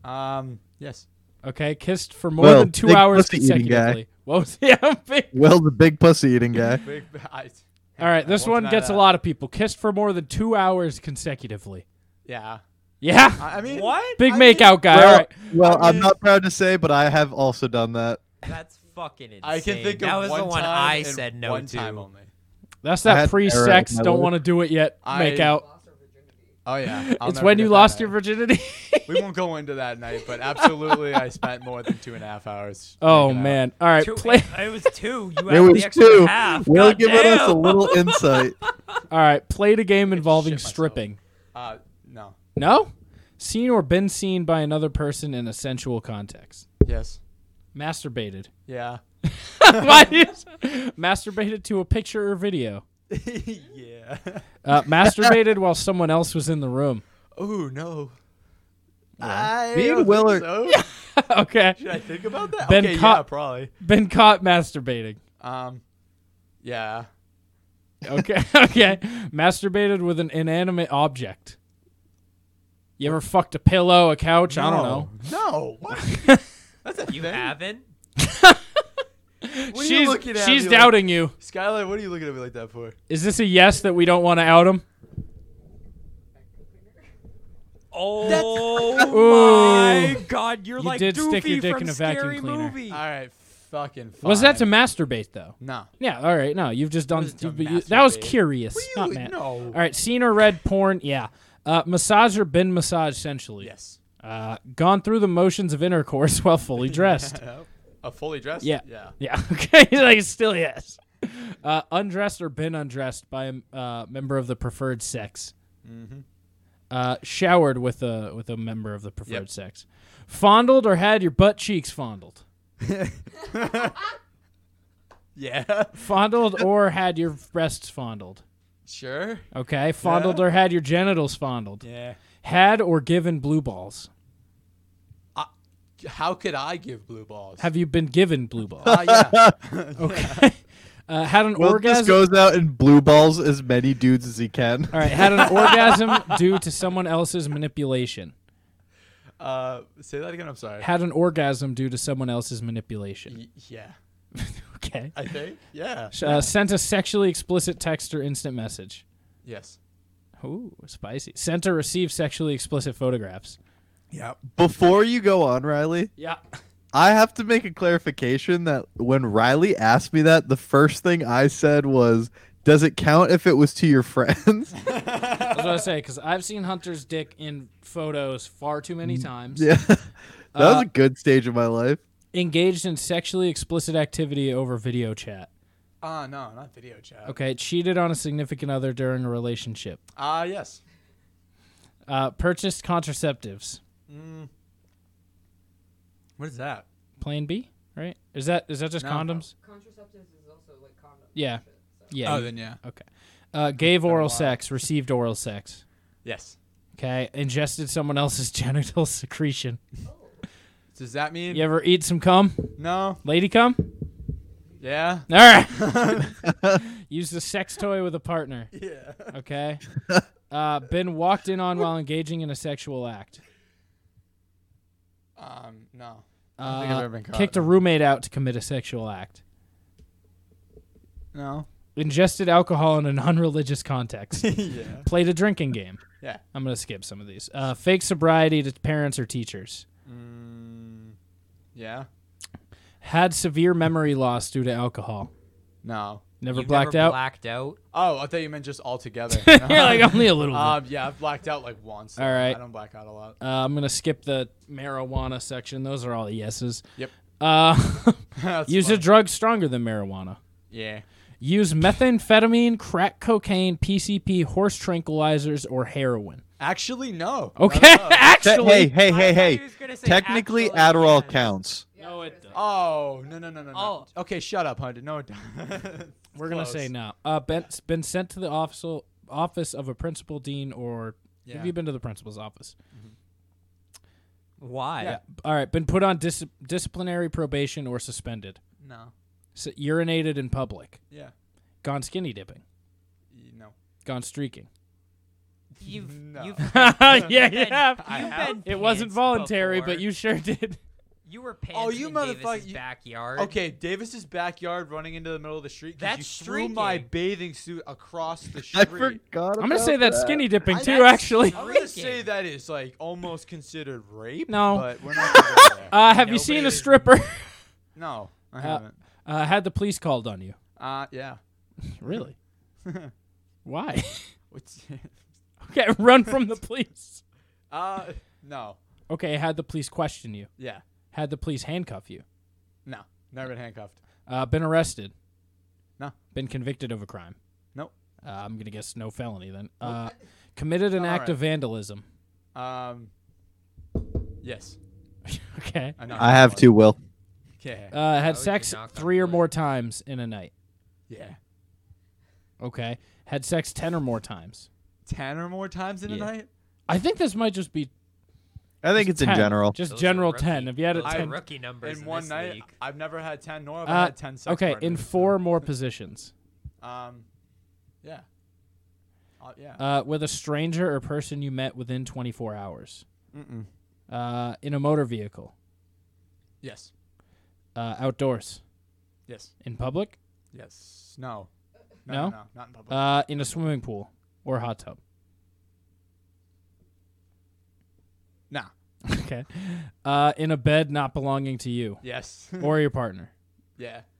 [SPEAKER 1] um. Yes.
[SPEAKER 3] Okay, kissed for more
[SPEAKER 2] Well,
[SPEAKER 3] than two
[SPEAKER 2] big
[SPEAKER 3] hours
[SPEAKER 2] pussy eating guy.
[SPEAKER 3] consecutively. What was yeah, big-
[SPEAKER 2] Well, the big pussy eating guy.
[SPEAKER 1] Big. I,
[SPEAKER 3] All right,
[SPEAKER 1] I
[SPEAKER 3] this
[SPEAKER 1] won't
[SPEAKER 3] one
[SPEAKER 1] deny
[SPEAKER 3] gets
[SPEAKER 1] that.
[SPEAKER 3] a lot of people. Kissed for more than two hours consecutively.
[SPEAKER 1] Yeah.
[SPEAKER 3] Yeah,
[SPEAKER 1] I, I mean.
[SPEAKER 4] what?
[SPEAKER 3] big
[SPEAKER 1] I
[SPEAKER 3] makeout guy.
[SPEAKER 2] Well,
[SPEAKER 3] All right,
[SPEAKER 2] well
[SPEAKER 1] I
[SPEAKER 2] I'm
[SPEAKER 1] mean-
[SPEAKER 2] not proud to say, but I have also done that.
[SPEAKER 4] That's fucking insane.
[SPEAKER 1] I can think of
[SPEAKER 4] that was
[SPEAKER 1] one
[SPEAKER 4] the one
[SPEAKER 1] time
[SPEAKER 4] I
[SPEAKER 1] and
[SPEAKER 4] said no
[SPEAKER 1] one
[SPEAKER 4] to.
[SPEAKER 1] time only.
[SPEAKER 3] that's
[SPEAKER 2] I
[SPEAKER 3] that
[SPEAKER 2] had
[SPEAKER 3] pre-sex.
[SPEAKER 2] Sarah at my
[SPEAKER 3] Don't
[SPEAKER 2] work.
[SPEAKER 3] want to do it yet.
[SPEAKER 1] I-
[SPEAKER 3] makeout.
[SPEAKER 1] Oh yeah. I'll
[SPEAKER 3] It's
[SPEAKER 1] never
[SPEAKER 3] when you
[SPEAKER 1] forget that
[SPEAKER 3] lost
[SPEAKER 1] night.
[SPEAKER 3] your virginity.
[SPEAKER 1] We won't go into that night, but absolutely, I spent more than two and a half hours.
[SPEAKER 3] oh
[SPEAKER 1] making out.
[SPEAKER 3] man! All right,
[SPEAKER 4] Two,
[SPEAKER 3] play.
[SPEAKER 4] It was two. You
[SPEAKER 2] There
[SPEAKER 4] added
[SPEAKER 2] was
[SPEAKER 4] the extra
[SPEAKER 2] two.
[SPEAKER 4] half.
[SPEAKER 2] Will
[SPEAKER 4] God
[SPEAKER 2] giving us a
[SPEAKER 4] damn.
[SPEAKER 2] little insight.
[SPEAKER 3] All right, played a game involving
[SPEAKER 1] shit myself.
[SPEAKER 3] stripping.
[SPEAKER 1] Uh, no.
[SPEAKER 3] No, seen or been seen by another person in a sensual context.
[SPEAKER 1] Yes.
[SPEAKER 3] Masturbated.
[SPEAKER 1] Yeah.
[SPEAKER 3] Why do you- masturbated to a picture or video.
[SPEAKER 1] yeah.
[SPEAKER 3] Uh, masturbated while someone else was in the room.
[SPEAKER 1] Oh no. I
[SPEAKER 2] Me and
[SPEAKER 1] don't
[SPEAKER 2] Will
[SPEAKER 1] think so.
[SPEAKER 3] okay.
[SPEAKER 1] Should I think about that?
[SPEAKER 3] Ben
[SPEAKER 1] okay, yeah,
[SPEAKER 3] Cop-
[SPEAKER 1] probably.
[SPEAKER 3] Been caught masturbating.
[SPEAKER 1] Um, yeah.
[SPEAKER 3] Okay. okay. Masturbated with an inanimate object. You ever fucked a pillow, a couch? I don't know.
[SPEAKER 1] No. What?
[SPEAKER 4] You haven't?
[SPEAKER 1] what are
[SPEAKER 3] she's
[SPEAKER 1] you looking at?
[SPEAKER 3] she's
[SPEAKER 1] me
[SPEAKER 3] doubting you.
[SPEAKER 1] Like, Skylar, what are you looking at me like that for?
[SPEAKER 3] Is this a yes that we don't want to out him?
[SPEAKER 4] Oh
[SPEAKER 3] Ooh.
[SPEAKER 4] my god, you're
[SPEAKER 3] You
[SPEAKER 4] like
[SPEAKER 3] did stick
[SPEAKER 4] Doofy
[SPEAKER 3] your dick
[SPEAKER 4] from
[SPEAKER 3] in a vacuum
[SPEAKER 4] Scary
[SPEAKER 3] cleaner.
[SPEAKER 4] Movie.
[SPEAKER 1] All right. Fucking. Fine.
[SPEAKER 3] Was that to masturbate though?
[SPEAKER 1] No.
[SPEAKER 3] Yeah. All right. No, you've just done.
[SPEAKER 1] Wasn't to
[SPEAKER 3] You've, you, that was
[SPEAKER 1] masturbate.
[SPEAKER 3] curious.
[SPEAKER 1] What do
[SPEAKER 3] Not
[SPEAKER 1] you-
[SPEAKER 3] mad.
[SPEAKER 1] no.
[SPEAKER 3] All right. Seen or read porn? Yeah. Uh, massage or been massaged sensually?
[SPEAKER 1] Yes.
[SPEAKER 3] Uh, gone through the motions of intercourse while fully dressed.
[SPEAKER 1] A fully dressed.
[SPEAKER 3] Yeah.
[SPEAKER 1] Yeah.
[SPEAKER 3] Yeah. Okay. like still yes. Uh, undressed or been undressed by a uh, member of the preferred sex. Uh, showered with a with a member of the preferred
[SPEAKER 1] Mm-hmm. Yep.
[SPEAKER 3] sex. Fondled or had your butt cheeks fondled.
[SPEAKER 1] Yeah.
[SPEAKER 3] Fondled or had your breasts fondled.
[SPEAKER 1] Sure.
[SPEAKER 3] Okay. Fondled or had your genitals fondled.
[SPEAKER 1] Yeah.
[SPEAKER 3] Had or given blue balls.
[SPEAKER 1] How could I give blue balls?
[SPEAKER 3] Have you been given blue balls?
[SPEAKER 1] uh, yeah.
[SPEAKER 3] Uh, had an
[SPEAKER 2] Will
[SPEAKER 3] orgasm.
[SPEAKER 2] just goes out and blue balls as many dudes as he can.
[SPEAKER 3] All right. Had an orgasm due to someone else's manipulation.
[SPEAKER 1] Uh, say that again. I'm sorry.
[SPEAKER 3] had an orgasm due to someone else's manipulation.
[SPEAKER 1] Y- yeah.
[SPEAKER 3] Okay.
[SPEAKER 1] I think. Yeah.
[SPEAKER 3] Uh, sent a sexually explicit text or instant message.
[SPEAKER 1] Yes.
[SPEAKER 3] Ooh, spicy. Sent or received sexually explicit photographs.
[SPEAKER 1] Yeah.
[SPEAKER 2] Before you go on, Riley,
[SPEAKER 3] Yeah.
[SPEAKER 2] I have to make a clarification that when Riley asked me that, the first thing I said was, "Does it count if it was to your friends?"
[SPEAKER 3] That's what I say, because I've seen Hunter's dick in photos far too many times.
[SPEAKER 2] yeah, that was a good stage of my life.
[SPEAKER 3] Engaged in sexually explicit activity over video chat.
[SPEAKER 1] Ah, no, not video chat.
[SPEAKER 3] Okay. Cheated on a significant other during a relationship.
[SPEAKER 1] Ah, yes.
[SPEAKER 3] Uh, purchased contraceptives.
[SPEAKER 1] What is that?
[SPEAKER 3] Plan B, right? Is that is that just
[SPEAKER 1] No.
[SPEAKER 3] condoms?
[SPEAKER 7] Contraceptives is also like condoms.
[SPEAKER 3] Yeah. Yeah.
[SPEAKER 1] Oh,
[SPEAKER 3] you-
[SPEAKER 1] then yeah.
[SPEAKER 3] Okay. Uh, gave oral
[SPEAKER 1] lot.
[SPEAKER 3] sex, received oral sex.
[SPEAKER 1] Yes.
[SPEAKER 3] Okay. Ingested someone else's genital secretion.
[SPEAKER 1] Does that mean?
[SPEAKER 3] You ever eat some cum?
[SPEAKER 1] No.
[SPEAKER 3] Lady cum?
[SPEAKER 1] Yeah.
[SPEAKER 3] All right. Used a sex toy with a partner.
[SPEAKER 1] Yeah.
[SPEAKER 3] Okay. Uh, been walked in on while engaging in a sexual act.
[SPEAKER 1] Um, no. I don't think I've
[SPEAKER 3] Uh,
[SPEAKER 1] ever been caught.
[SPEAKER 3] kicked a roommate out to commit a sexual act.
[SPEAKER 1] No.
[SPEAKER 3] ingested alcohol in a non-religious context,
[SPEAKER 1] yeah.
[SPEAKER 3] played a drinking game.
[SPEAKER 1] Yeah.
[SPEAKER 3] I'm gonna skip some of these. Uh, fake sobriety to parents or teachers.
[SPEAKER 1] Mm, yeah.
[SPEAKER 3] Had severe memory loss due to alcohol.
[SPEAKER 1] No.
[SPEAKER 3] Never
[SPEAKER 4] You've
[SPEAKER 3] blacked
[SPEAKER 4] never
[SPEAKER 3] out.
[SPEAKER 4] Blacked out.
[SPEAKER 1] Oh, I thought you meant just altogether.
[SPEAKER 3] You're like only a little. bit.
[SPEAKER 1] um, yeah, I've blacked out like once.
[SPEAKER 3] All right.
[SPEAKER 1] I don't black out a lot.
[SPEAKER 3] Uh, I'm gonna skip the marijuana section. Those are all the yeses.
[SPEAKER 1] Yep.
[SPEAKER 3] Uh,
[SPEAKER 1] That's
[SPEAKER 3] use a
[SPEAKER 1] funny.
[SPEAKER 3] drug stronger than marijuana.
[SPEAKER 1] Yeah.
[SPEAKER 3] Use methamphetamine, crack cocaine, PCP, horse tranquilizers, or heroin.
[SPEAKER 1] Actually, no.
[SPEAKER 3] Okay,
[SPEAKER 1] Not at all.
[SPEAKER 2] Te-
[SPEAKER 3] actually,
[SPEAKER 2] hey,
[SPEAKER 4] I thought
[SPEAKER 2] hey, hey, hey.
[SPEAKER 4] he was gonna say
[SPEAKER 2] Technically,
[SPEAKER 4] actually,
[SPEAKER 2] Adderall
[SPEAKER 4] yeah.
[SPEAKER 2] counts.
[SPEAKER 3] no, it doesn't.
[SPEAKER 1] Oh no no no no. no.
[SPEAKER 4] Oh.
[SPEAKER 1] Okay, shut up, Hunter. No, it don't.
[SPEAKER 3] we're gonna
[SPEAKER 1] Close.
[SPEAKER 3] say no. Uh, been been sent to the office office of a principal, dean, or
[SPEAKER 1] Yeah.
[SPEAKER 3] have you been to the principal's office?
[SPEAKER 4] Why?
[SPEAKER 1] Yeah.
[SPEAKER 3] All right, been put on dis- disciplinary probation or suspended.
[SPEAKER 1] No.
[SPEAKER 3] S- urinated in public.
[SPEAKER 1] Yeah.
[SPEAKER 3] Gone skinny dipping.
[SPEAKER 1] Y- No.
[SPEAKER 3] Gone streaking.
[SPEAKER 4] You've
[SPEAKER 1] No.
[SPEAKER 4] you've
[SPEAKER 3] yeah,
[SPEAKER 4] You've been-
[SPEAKER 3] yeah.
[SPEAKER 4] you've been
[SPEAKER 3] It wasn't
[SPEAKER 4] pants
[SPEAKER 3] voluntary,
[SPEAKER 4] before.
[SPEAKER 3] but you sure did.
[SPEAKER 4] you were pants
[SPEAKER 1] Oh, you
[SPEAKER 4] in
[SPEAKER 1] motherfuck-
[SPEAKER 4] Davis's
[SPEAKER 1] you-
[SPEAKER 4] backyard.
[SPEAKER 1] Okay, Davis's backyard, running into the middle of the street. 'cause
[SPEAKER 4] That's
[SPEAKER 1] you threw my
[SPEAKER 4] streaking.
[SPEAKER 1] bathing suit across the
[SPEAKER 2] I
[SPEAKER 1] street.
[SPEAKER 2] forgot.
[SPEAKER 3] I'm gonna say that's skinny dipping
[SPEAKER 4] I-
[SPEAKER 3] too,
[SPEAKER 4] that's-
[SPEAKER 3] actually.
[SPEAKER 1] I'm gonna say
[SPEAKER 4] Streaking.
[SPEAKER 1] that is like almost considered rape.
[SPEAKER 3] No.
[SPEAKER 1] but we're not gonna go there.
[SPEAKER 3] Uh, have you
[SPEAKER 4] Nobody
[SPEAKER 3] seen a
[SPEAKER 4] is-
[SPEAKER 3] stripper?
[SPEAKER 1] no, I haven't.
[SPEAKER 3] Uh, had the police called on you?
[SPEAKER 1] Uh, yeah.
[SPEAKER 3] Really? Why?
[SPEAKER 1] What's
[SPEAKER 3] okay, run from the police.
[SPEAKER 1] uh, no,
[SPEAKER 3] Okay, had the police question you?
[SPEAKER 1] yeah,
[SPEAKER 3] Had the police handcuff you?
[SPEAKER 1] no, never been handcuffed.
[SPEAKER 3] Uh, been arrested?
[SPEAKER 1] No.
[SPEAKER 3] Been convicted of a crime?
[SPEAKER 1] Nope.
[SPEAKER 3] Uh, I'm gonna guess no felony then. Uh, committed an
[SPEAKER 1] All
[SPEAKER 3] act
[SPEAKER 1] right.
[SPEAKER 3] of vandalism.
[SPEAKER 1] Um, yes,
[SPEAKER 3] okay.
[SPEAKER 1] I know.
[SPEAKER 2] I have two. Will
[SPEAKER 1] Yeah,
[SPEAKER 3] Uh, had
[SPEAKER 4] would you
[SPEAKER 3] sex
[SPEAKER 4] knock on
[SPEAKER 3] three or
[SPEAKER 4] wood?
[SPEAKER 3] more times in a night.
[SPEAKER 1] yeah,
[SPEAKER 3] Okay. Had sex ten or more times.
[SPEAKER 1] ten or more times in a
[SPEAKER 3] Yeah.
[SPEAKER 1] night.
[SPEAKER 3] I think this might just be.
[SPEAKER 2] I think it's in
[SPEAKER 3] 10.
[SPEAKER 2] general.
[SPEAKER 3] Just
[SPEAKER 4] Those are
[SPEAKER 3] general
[SPEAKER 4] rookie-
[SPEAKER 3] ten. If you had a
[SPEAKER 4] those are
[SPEAKER 3] ten,
[SPEAKER 4] rookie numbers
[SPEAKER 1] In one
[SPEAKER 4] this
[SPEAKER 1] night,
[SPEAKER 4] league.
[SPEAKER 1] I've never had ten, nor have I
[SPEAKER 3] Uh,
[SPEAKER 1] had ten sex
[SPEAKER 3] okay, in
[SPEAKER 1] partners, so,
[SPEAKER 3] four more positions,
[SPEAKER 1] Um, yeah, uh, yeah.
[SPEAKER 3] uh, with a stranger or person you met within 24 hours,
[SPEAKER 1] Mm-mm.
[SPEAKER 3] uh, in a motor vehicle,
[SPEAKER 1] Yes,
[SPEAKER 3] uh, outdoors,
[SPEAKER 1] yes,
[SPEAKER 3] in public,
[SPEAKER 1] yes. No, no,
[SPEAKER 3] No?
[SPEAKER 1] no, no, not in public.
[SPEAKER 3] uh, in a swimming pool or hot tub.
[SPEAKER 1] nah.
[SPEAKER 3] Okay, uh, in a bed not belonging to you
[SPEAKER 1] Yes.
[SPEAKER 3] or your partner.
[SPEAKER 1] yeah.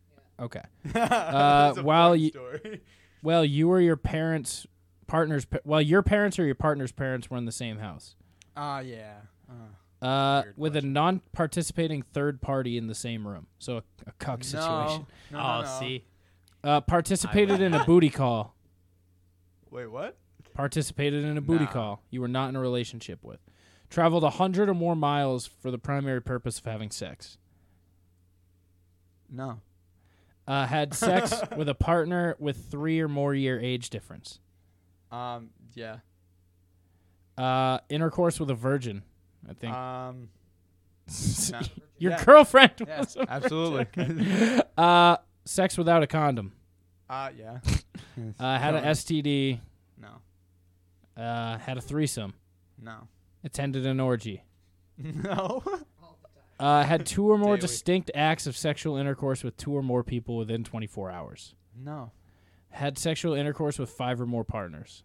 [SPEAKER 3] Okay,
[SPEAKER 1] That's a
[SPEAKER 3] Uh, while
[SPEAKER 1] porn
[SPEAKER 3] you-
[SPEAKER 1] story.
[SPEAKER 3] well, you or your parents' partners. pa- Well, your parents or your partner's parents were in the same house.
[SPEAKER 1] Ah, yeah. Uh,
[SPEAKER 3] Uh,
[SPEAKER 1] Weird
[SPEAKER 3] with a
[SPEAKER 1] question.
[SPEAKER 3] non-participating third party in the same room, so a, a cuck situation.
[SPEAKER 1] No, no,
[SPEAKER 4] oh,
[SPEAKER 1] no, no.
[SPEAKER 4] see,
[SPEAKER 3] Uh, participated in a booty call.
[SPEAKER 1] Wait, what?
[SPEAKER 3] Participated in a booty
[SPEAKER 1] Nah.
[SPEAKER 3] call you were not in a relationship with. Traveled a hundred or more miles for the primary purpose of having sex.
[SPEAKER 1] No.
[SPEAKER 3] Uh, had sex with a partner with three or more year age difference.
[SPEAKER 1] Um. Yeah.
[SPEAKER 3] Uh, intercourse with a virgin. I think
[SPEAKER 1] Um. no.
[SPEAKER 3] your
[SPEAKER 1] yeah.
[SPEAKER 3] girlfriend.
[SPEAKER 1] Yeah.
[SPEAKER 3] Was a-
[SPEAKER 1] Absolutely.
[SPEAKER 3] uh, sex without a condom.
[SPEAKER 1] uh. Yeah.
[SPEAKER 3] Uh, had an STD.
[SPEAKER 1] No.
[SPEAKER 3] Uh, had a threesome.
[SPEAKER 1] No.
[SPEAKER 3] Attended an orgy.
[SPEAKER 1] No.
[SPEAKER 3] Uh, had two or more
[SPEAKER 1] Daily.
[SPEAKER 3] distinct acts of sexual intercourse with two or more people within 24 hours.
[SPEAKER 1] no.
[SPEAKER 3] Had sexual intercourse with five or more partners.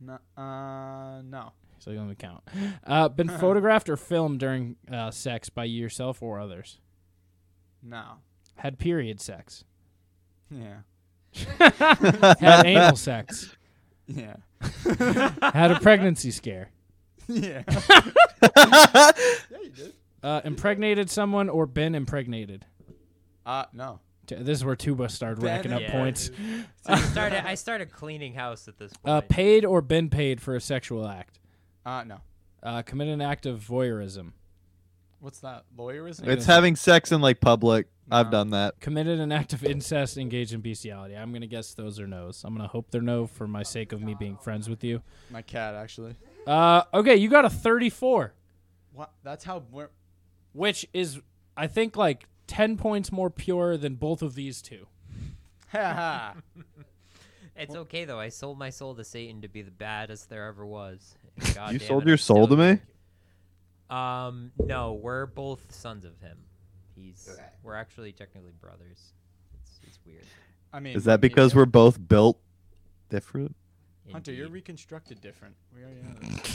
[SPEAKER 1] No. Uh. No.
[SPEAKER 3] So you only count. Uh, been photographed or filmed during uh, sex by yourself or others.
[SPEAKER 1] No.
[SPEAKER 3] Had period sex.
[SPEAKER 1] Yeah.
[SPEAKER 3] Had anal sex.
[SPEAKER 1] Yeah.
[SPEAKER 3] Had a pregnancy scare.
[SPEAKER 1] Yeah. yeah, you did.
[SPEAKER 3] Uh, impregnated someone or been impregnated.
[SPEAKER 1] Uh. No.
[SPEAKER 3] T- This is where Tuba started
[SPEAKER 1] Been
[SPEAKER 3] racking up
[SPEAKER 4] impregnated.
[SPEAKER 3] points.
[SPEAKER 4] I started. I started cleaning house at this point.
[SPEAKER 3] Uh, paid or been paid for a sexual act.
[SPEAKER 1] Uh. No.
[SPEAKER 3] Uh, committed an act of voyeurism.
[SPEAKER 1] What's that? Lawyerism.
[SPEAKER 2] It's having sex in like public. I've
[SPEAKER 1] No.
[SPEAKER 2] done that.
[SPEAKER 3] committed an act of incest, engaged in bestiality. I'm gonna guess those are no's. I'm gonna hope they're no for my sake of me being friends with you.
[SPEAKER 1] My cat actually.
[SPEAKER 3] Uh, okay, you got a 34,
[SPEAKER 1] What? That's how we're.
[SPEAKER 3] which is I think like 10 points more pure than both of these two.
[SPEAKER 1] Ha ha.
[SPEAKER 4] it's okay though. I sold my soul to Satan to be the baddest there ever was. And God
[SPEAKER 2] You
[SPEAKER 4] damn
[SPEAKER 2] sold
[SPEAKER 4] it,
[SPEAKER 2] your
[SPEAKER 4] I'm still
[SPEAKER 2] soul to me.
[SPEAKER 4] Um, no, we're both sons of him. He's we're actually technically brothers. It's, it's weird.
[SPEAKER 1] I mean,
[SPEAKER 2] Is that because we're both built different?
[SPEAKER 1] Hunter? You're
[SPEAKER 4] Indeed.
[SPEAKER 1] reconstructed different. We already know that.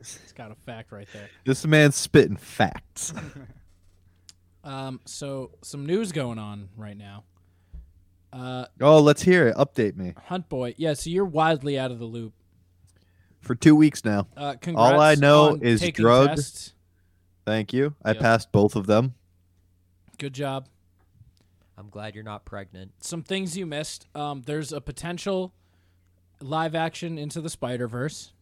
[SPEAKER 3] It's got a fact right there.
[SPEAKER 2] This man's spitting facts.
[SPEAKER 3] Um, so some news going on right now. Uh,
[SPEAKER 2] Oh, let's hear it. Update me.
[SPEAKER 3] Hunt Boy, yeah. So you're wildly out of the loop.
[SPEAKER 2] For two weeks now.
[SPEAKER 3] Uh, congrats
[SPEAKER 2] All I know
[SPEAKER 3] on
[SPEAKER 2] is
[SPEAKER 3] taking
[SPEAKER 2] drugged.
[SPEAKER 3] tests.
[SPEAKER 2] Thank you. I
[SPEAKER 3] Yep.
[SPEAKER 2] passed both of them.
[SPEAKER 3] Good job.
[SPEAKER 4] I'm glad you're not pregnant.
[SPEAKER 3] Some things you missed. Um, there's a potential live action into the Spider Verse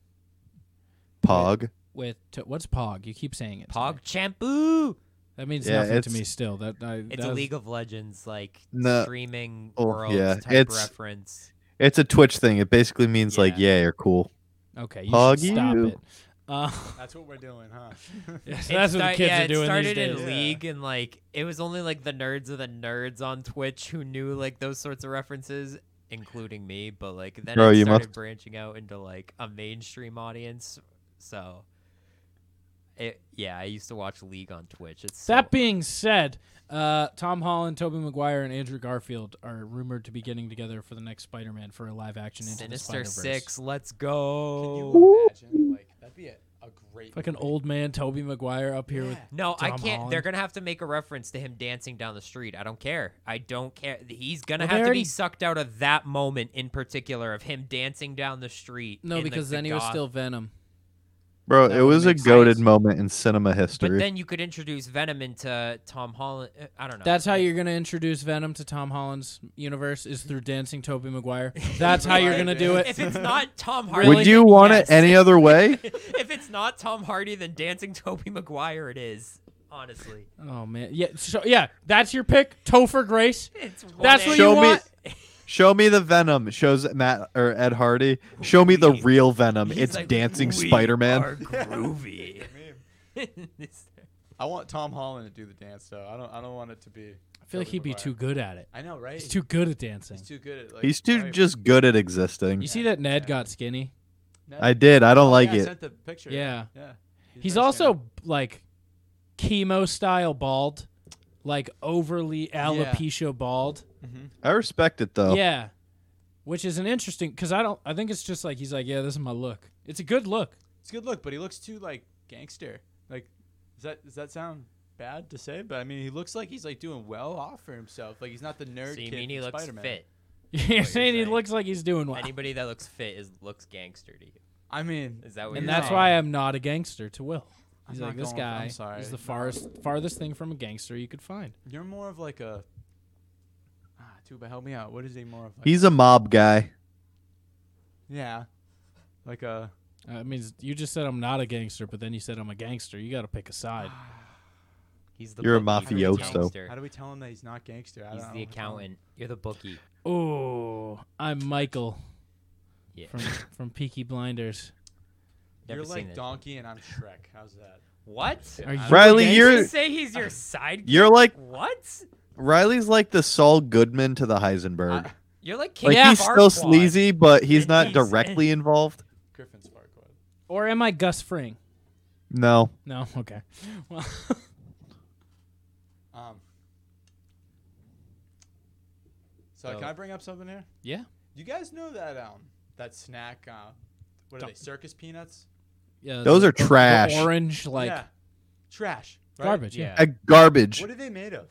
[SPEAKER 2] Pog.
[SPEAKER 3] with t- what's Pog? You keep saying it. to
[SPEAKER 4] Pog
[SPEAKER 3] me.
[SPEAKER 4] Champu.
[SPEAKER 3] That means
[SPEAKER 2] Yeah,
[SPEAKER 3] nothing to
[SPEAKER 2] it's-
[SPEAKER 3] me still. That I,
[SPEAKER 4] It's
[SPEAKER 3] that
[SPEAKER 4] a
[SPEAKER 3] was-
[SPEAKER 4] League of Legends like
[SPEAKER 2] No.
[SPEAKER 4] streaming
[SPEAKER 2] Oh,
[SPEAKER 4] worlds
[SPEAKER 2] yeah,
[SPEAKER 4] type
[SPEAKER 2] it's-
[SPEAKER 4] reference.
[SPEAKER 2] It's a Twitch thing. It basically means like,
[SPEAKER 3] Yeah.
[SPEAKER 2] yeah, you're cool.
[SPEAKER 3] Okay, you
[SPEAKER 2] Pog
[SPEAKER 3] should stop
[SPEAKER 2] you.
[SPEAKER 3] it. Uh,
[SPEAKER 1] That's what we're doing, huh?
[SPEAKER 3] yes,
[SPEAKER 4] It
[SPEAKER 3] that's what the
[SPEAKER 4] start-
[SPEAKER 3] kids
[SPEAKER 4] yeah,
[SPEAKER 3] are doing
[SPEAKER 4] It started
[SPEAKER 3] these days.
[SPEAKER 4] in League and like it was only like the nerds of the nerds on Twitch who knew like those sorts of references, including me. But like then
[SPEAKER 2] Bro,
[SPEAKER 4] it
[SPEAKER 2] you
[SPEAKER 4] started
[SPEAKER 2] must-
[SPEAKER 4] branching out into like a mainstream audience. So, it yeah, I used to watch League on Twitch. It's so-
[SPEAKER 3] That being said, uh, Tom Holland, Toby Maguire, and Andrew Garfield are rumored to be getting together for the next Spider-Man for a live action into
[SPEAKER 4] Sinister
[SPEAKER 3] the Spider-Verse.
[SPEAKER 4] Six. Let's go.
[SPEAKER 1] Imagine, like, that'd be a, a great.
[SPEAKER 3] Fucking
[SPEAKER 1] movie.
[SPEAKER 3] Oh. old man Toby Maguire up here with
[SPEAKER 4] No, I
[SPEAKER 3] Tom
[SPEAKER 4] can't. They're
[SPEAKER 3] Holland.
[SPEAKER 4] gonna have to make a reference to him dancing down the street. I don't care. I don't care. He's gonna
[SPEAKER 3] Well, they
[SPEAKER 4] have to
[SPEAKER 3] already-
[SPEAKER 4] be sucked out of that moment in particular of him dancing down the street.
[SPEAKER 3] No,
[SPEAKER 4] in, like,
[SPEAKER 3] because
[SPEAKER 4] the
[SPEAKER 3] then he was
[SPEAKER 4] goth-
[SPEAKER 3] still Venom.
[SPEAKER 2] Bro,
[SPEAKER 4] That
[SPEAKER 2] it
[SPEAKER 4] would
[SPEAKER 2] was a
[SPEAKER 4] make
[SPEAKER 2] goaded
[SPEAKER 4] sense.
[SPEAKER 2] moment in cinema
[SPEAKER 4] But
[SPEAKER 2] history.
[SPEAKER 4] then you could introduce Venom into Tom Holland. uh, I don't know.
[SPEAKER 3] That's how you're gonna introduce Venom to Tom Holland's universe is through dancing Toby Maguire. That's how you're gonna do
[SPEAKER 4] If
[SPEAKER 3] it.
[SPEAKER 4] it's not Tom Hardy,
[SPEAKER 2] Would you
[SPEAKER 4] then
[SPEAKER 2] want
[SPEAKER 4] yes.
[SPEAKER 2] it any other way?
[SPEAKER 4] if it's not Tom Hardy, then dancing Toby Maguire. It is honestly.
[SPEAKER 3] Oh man, yeah. So yeah, that's your pick, Topher Grace.
[SPEAKER 4] It's one
[SPEAKER 3] That's
[SPEAKER 4] A.
[SPEAKER 3] what
[SPEAKER 2] Show
[SPEAKER 3] you
[SPEAKER 2] me-
[SPEAKER 3] want.
[SPEAKER 2] Show me the Venom. It shows Matt or Ed Hardy. Show me the
[SPEAKER 4] Please.
[SPEAKER 2] real Venom.
[SPEAKER 4] He's
[SPEAKER 2] it's
[SPEAKER 4] like,
[SPEAKER 2] dancing
[SPEAKER 4] "We
[SPEAKER 2] Spider
[SPEAKER 4] are
[SPEAKER 2] Man.
[SPEAKER 4] groovy.
[SPEAKER 1] I want Tom Holland to do the dance, though. I don't. I don't want it to be.
[SPEAKER 3] I feel like he'd be too good at it.
[SPEAKER 1] I know, right?
[SPEAKER 3] He's too good at dancing.
[SPEAKER 1] He's too good at. Like,
[SPEAKER 2] He's too
[SPEAKER 1] right.
[SPEAKER 2] just good at existing.
[SPEAKER 3] You see that Ned got skinny.
[SPEAKER 1] No,
[SPEAKER 2] I did. I don't
[SPEAKER 1] yeah,
[SPEAKER 2] like
[SPEAKER 1] I
[SPEAKER 2] it.
[SPEAKER 1] sent the picture.
[SPEAKER 3] Yeah.
[SPEAKER 1] Yeah.
[SPEAKER 3] He's
[SPEAKER 1] very
[SPEAKER 3] also
[SPEAKER 1] skinny.
[SPEAKER 3] like chemo style bald, like overly alopecia bald.
[SPEAKER 2] I respect it though.
[SPEAKER 3] Yeah, which is an interesting because I don't. I think it's just like he's like, yeah, this is my look. It's a good look.
[SPEAKER 1] It's a good look, but he looks too like gangster. Like, does that does that sound bad to say? But I mean, he looks like he's like doing well off for himself. Like he's not the nerd
[SPEAKER 4] So you
[SPEAKER 1] kid
[SPEAKER 4] mean he
[SPEAKER 1] from
[SPEAKER 4] looks
[SPEAKER 1] Spider-Man.
[SPEAKER 4] fit?
[SPEAKER 3] You're saying he
[SPEAKER 4] saying.
[SPEAKER 3] looks like he's doing well,
[SPEAKER 4] Anybody that looks fit is looks gangster to you.
[SPEAKER 1] I mean,
[SPEAKER 4] Is that what
[SPEAKER 3] and
[SPEAKER 4] you're
[SPEAKER 3] that's
[SPEAKER 4] saying?
[SPEAKER 3] why I'm not a gangster to Will. He's
[SPEAKER 1] I'm
[SPEAKER 3] like,
[SPEAKER 1] not
[SPEAKER 3] this
[SPEAKER 1] going for- I'm
[SPEAKER 3] guy
[SPEAKER 1] sorry.
[SPEAKER 3] is the farthest farthest thing from a gangster you could find.
[SPEAKER 1] you're more of like a. Ah, Tuba, help me out. What is he more of? Like,
[SPEAKER 2] He's a mob guy.
[SPEAKER 1] yeah, like a.
[SPEAKER 3] Uh, I mean, you just said I'm not a gangster, but then you said I'm a gangster. You got to pick a side.
[SPEAKER 4] He's the
[SPEAKER 2] You're a
[SPEAKER 4] bookie,
[SPEAKER 2] mafioso.
[SPEAKER 4] He's, the gangster.
[SPEAKER 1] How do we tell him that he's not gangster? I
[SPEAKER 4] He's
[SPEAKER 1] don't
[SPEAKER 4] the
[SPEAKER 1] know.
[SPEAKER 4] accountant. You're the bookie.
[SPEAKER 3] Oh, I'm Michael
[SPEAKER 4] Yeah.
[SPEAKER 3] from from Peaky Blinders.
[SPEAKER 4] Never
[SPEAKER 1] You're
[SPEAKER 4] seen
[SPEAKER 1] like
[SPEAKER 4] it.
[SPEAKER 1] Donkey and I'm Shrek. How's that?
[SPEAKER 4] What?
[SPEAKER 3] Are you
[SPEAKER 2] Riley,
[SPEAKER 3] a
[SPEAKER 4] Did
[SPEAKER 2] you're-
[SPEAKER 4] you say he's your sidekick?
[SPEAKER 2] You're like
[SPEAKER 4] what?
[SPEAKER 2] Riley's like the Saul Goodman to the Heisenberg.
[SPEAKER 1] I-
[SPEAKER 4] You're like King
[SPEAKER 2] like
[SPEAKER 3] Yeah,
[SPEAKER 2] he's still
[SPEAKER 4] Farquaad.
[SPEAKER 2] sleazy, but he's not
[SPEAKER 4] He's-
[SPEAKER 2] directly involved.
[SPEAKER 1] Griffin's Farquaad.
[SPEAKER 3] Or am I Gus Fring?
[SPEAKER 2] No.
[SPEAKER 3] No, okay. Well,
[SPEAKER 1] Um. So
[SPEAKER 4] So-
[SPEAKER 1] can I bring up something here?
[SPEAKER 3] yeah,
[SPEAKER 1] You guys know that um that snack uh, what are
[SPEAKER 3] Don't-
[SPEAKER 1] they circus peanuts?
[SPEAKER 3] yeah.
[SPEAKER 2] Those
[SPEAKER 3] the-
[SPEAKER 2] are
[SPEAKER 3] the- the
[SPEAKER 2] trash.
[SPEAKER 3] orange, like
[SPEAKER 1] yeah, trash right?
[SPEAKER 3] garbage. Yeah.
[SPEAKER 2] A garbage.
[SPEAKER 1] What are they made of?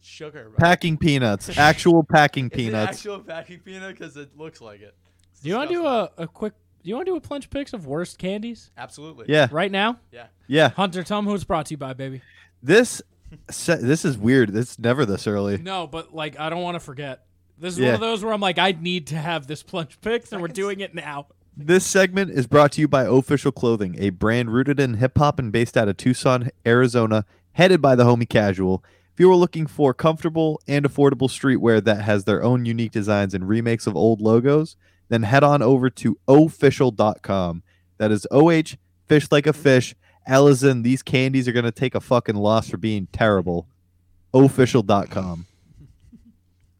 [SPEAKER 1] Sugar. Right?
[SPEAKER 2] Packing peanuts. Actual packing
[SPEAKER 1] Is it
[SPEAKER 2] peanuts.
[SPEAKER 1] actual packing peanut because it looks like it. It's
[SPEAKER 3] Do you want to do
[SPEAKER 1] disgusting.
[SPEAKER 3] a, a quick? Do you want to do a plunge picks of worst candies
[SPEAKER 1] Absolutely.
[SPEAKER 2] yeah.
[SPEAKER 3] right now?
[SPEAKER 1] Yeah.
[SPEAKER 2] Yeah.
[SPEAKER 3] Hunter, tell them who it's brought to you by, baby.
[SPEAKER 2] This se- this is weird. It's never this early.
[SPEAKER 3] No, but like I don't want to forget. This is
[SPEAKER 2] Yeah.
[SPEAKER 3] one of those where I'm like, I need to have this plunge picks, and we're
[SPEAKER 1] Second-
[SPEAKER 3] doing it now.
[SPEAKER 2] This segment is brought to you by Official Clothing, a brand rooted in hip hop and based out of Tucson, Arizona, headed by the homie Casual. If you are looking for comfortable and affordable streetwear that has their own unique designs and remakes of old logos, then head on over to official.com. That is OH, fish like a fish. Allison, these candies are going to take a fucking loss for being terrible. Official.com.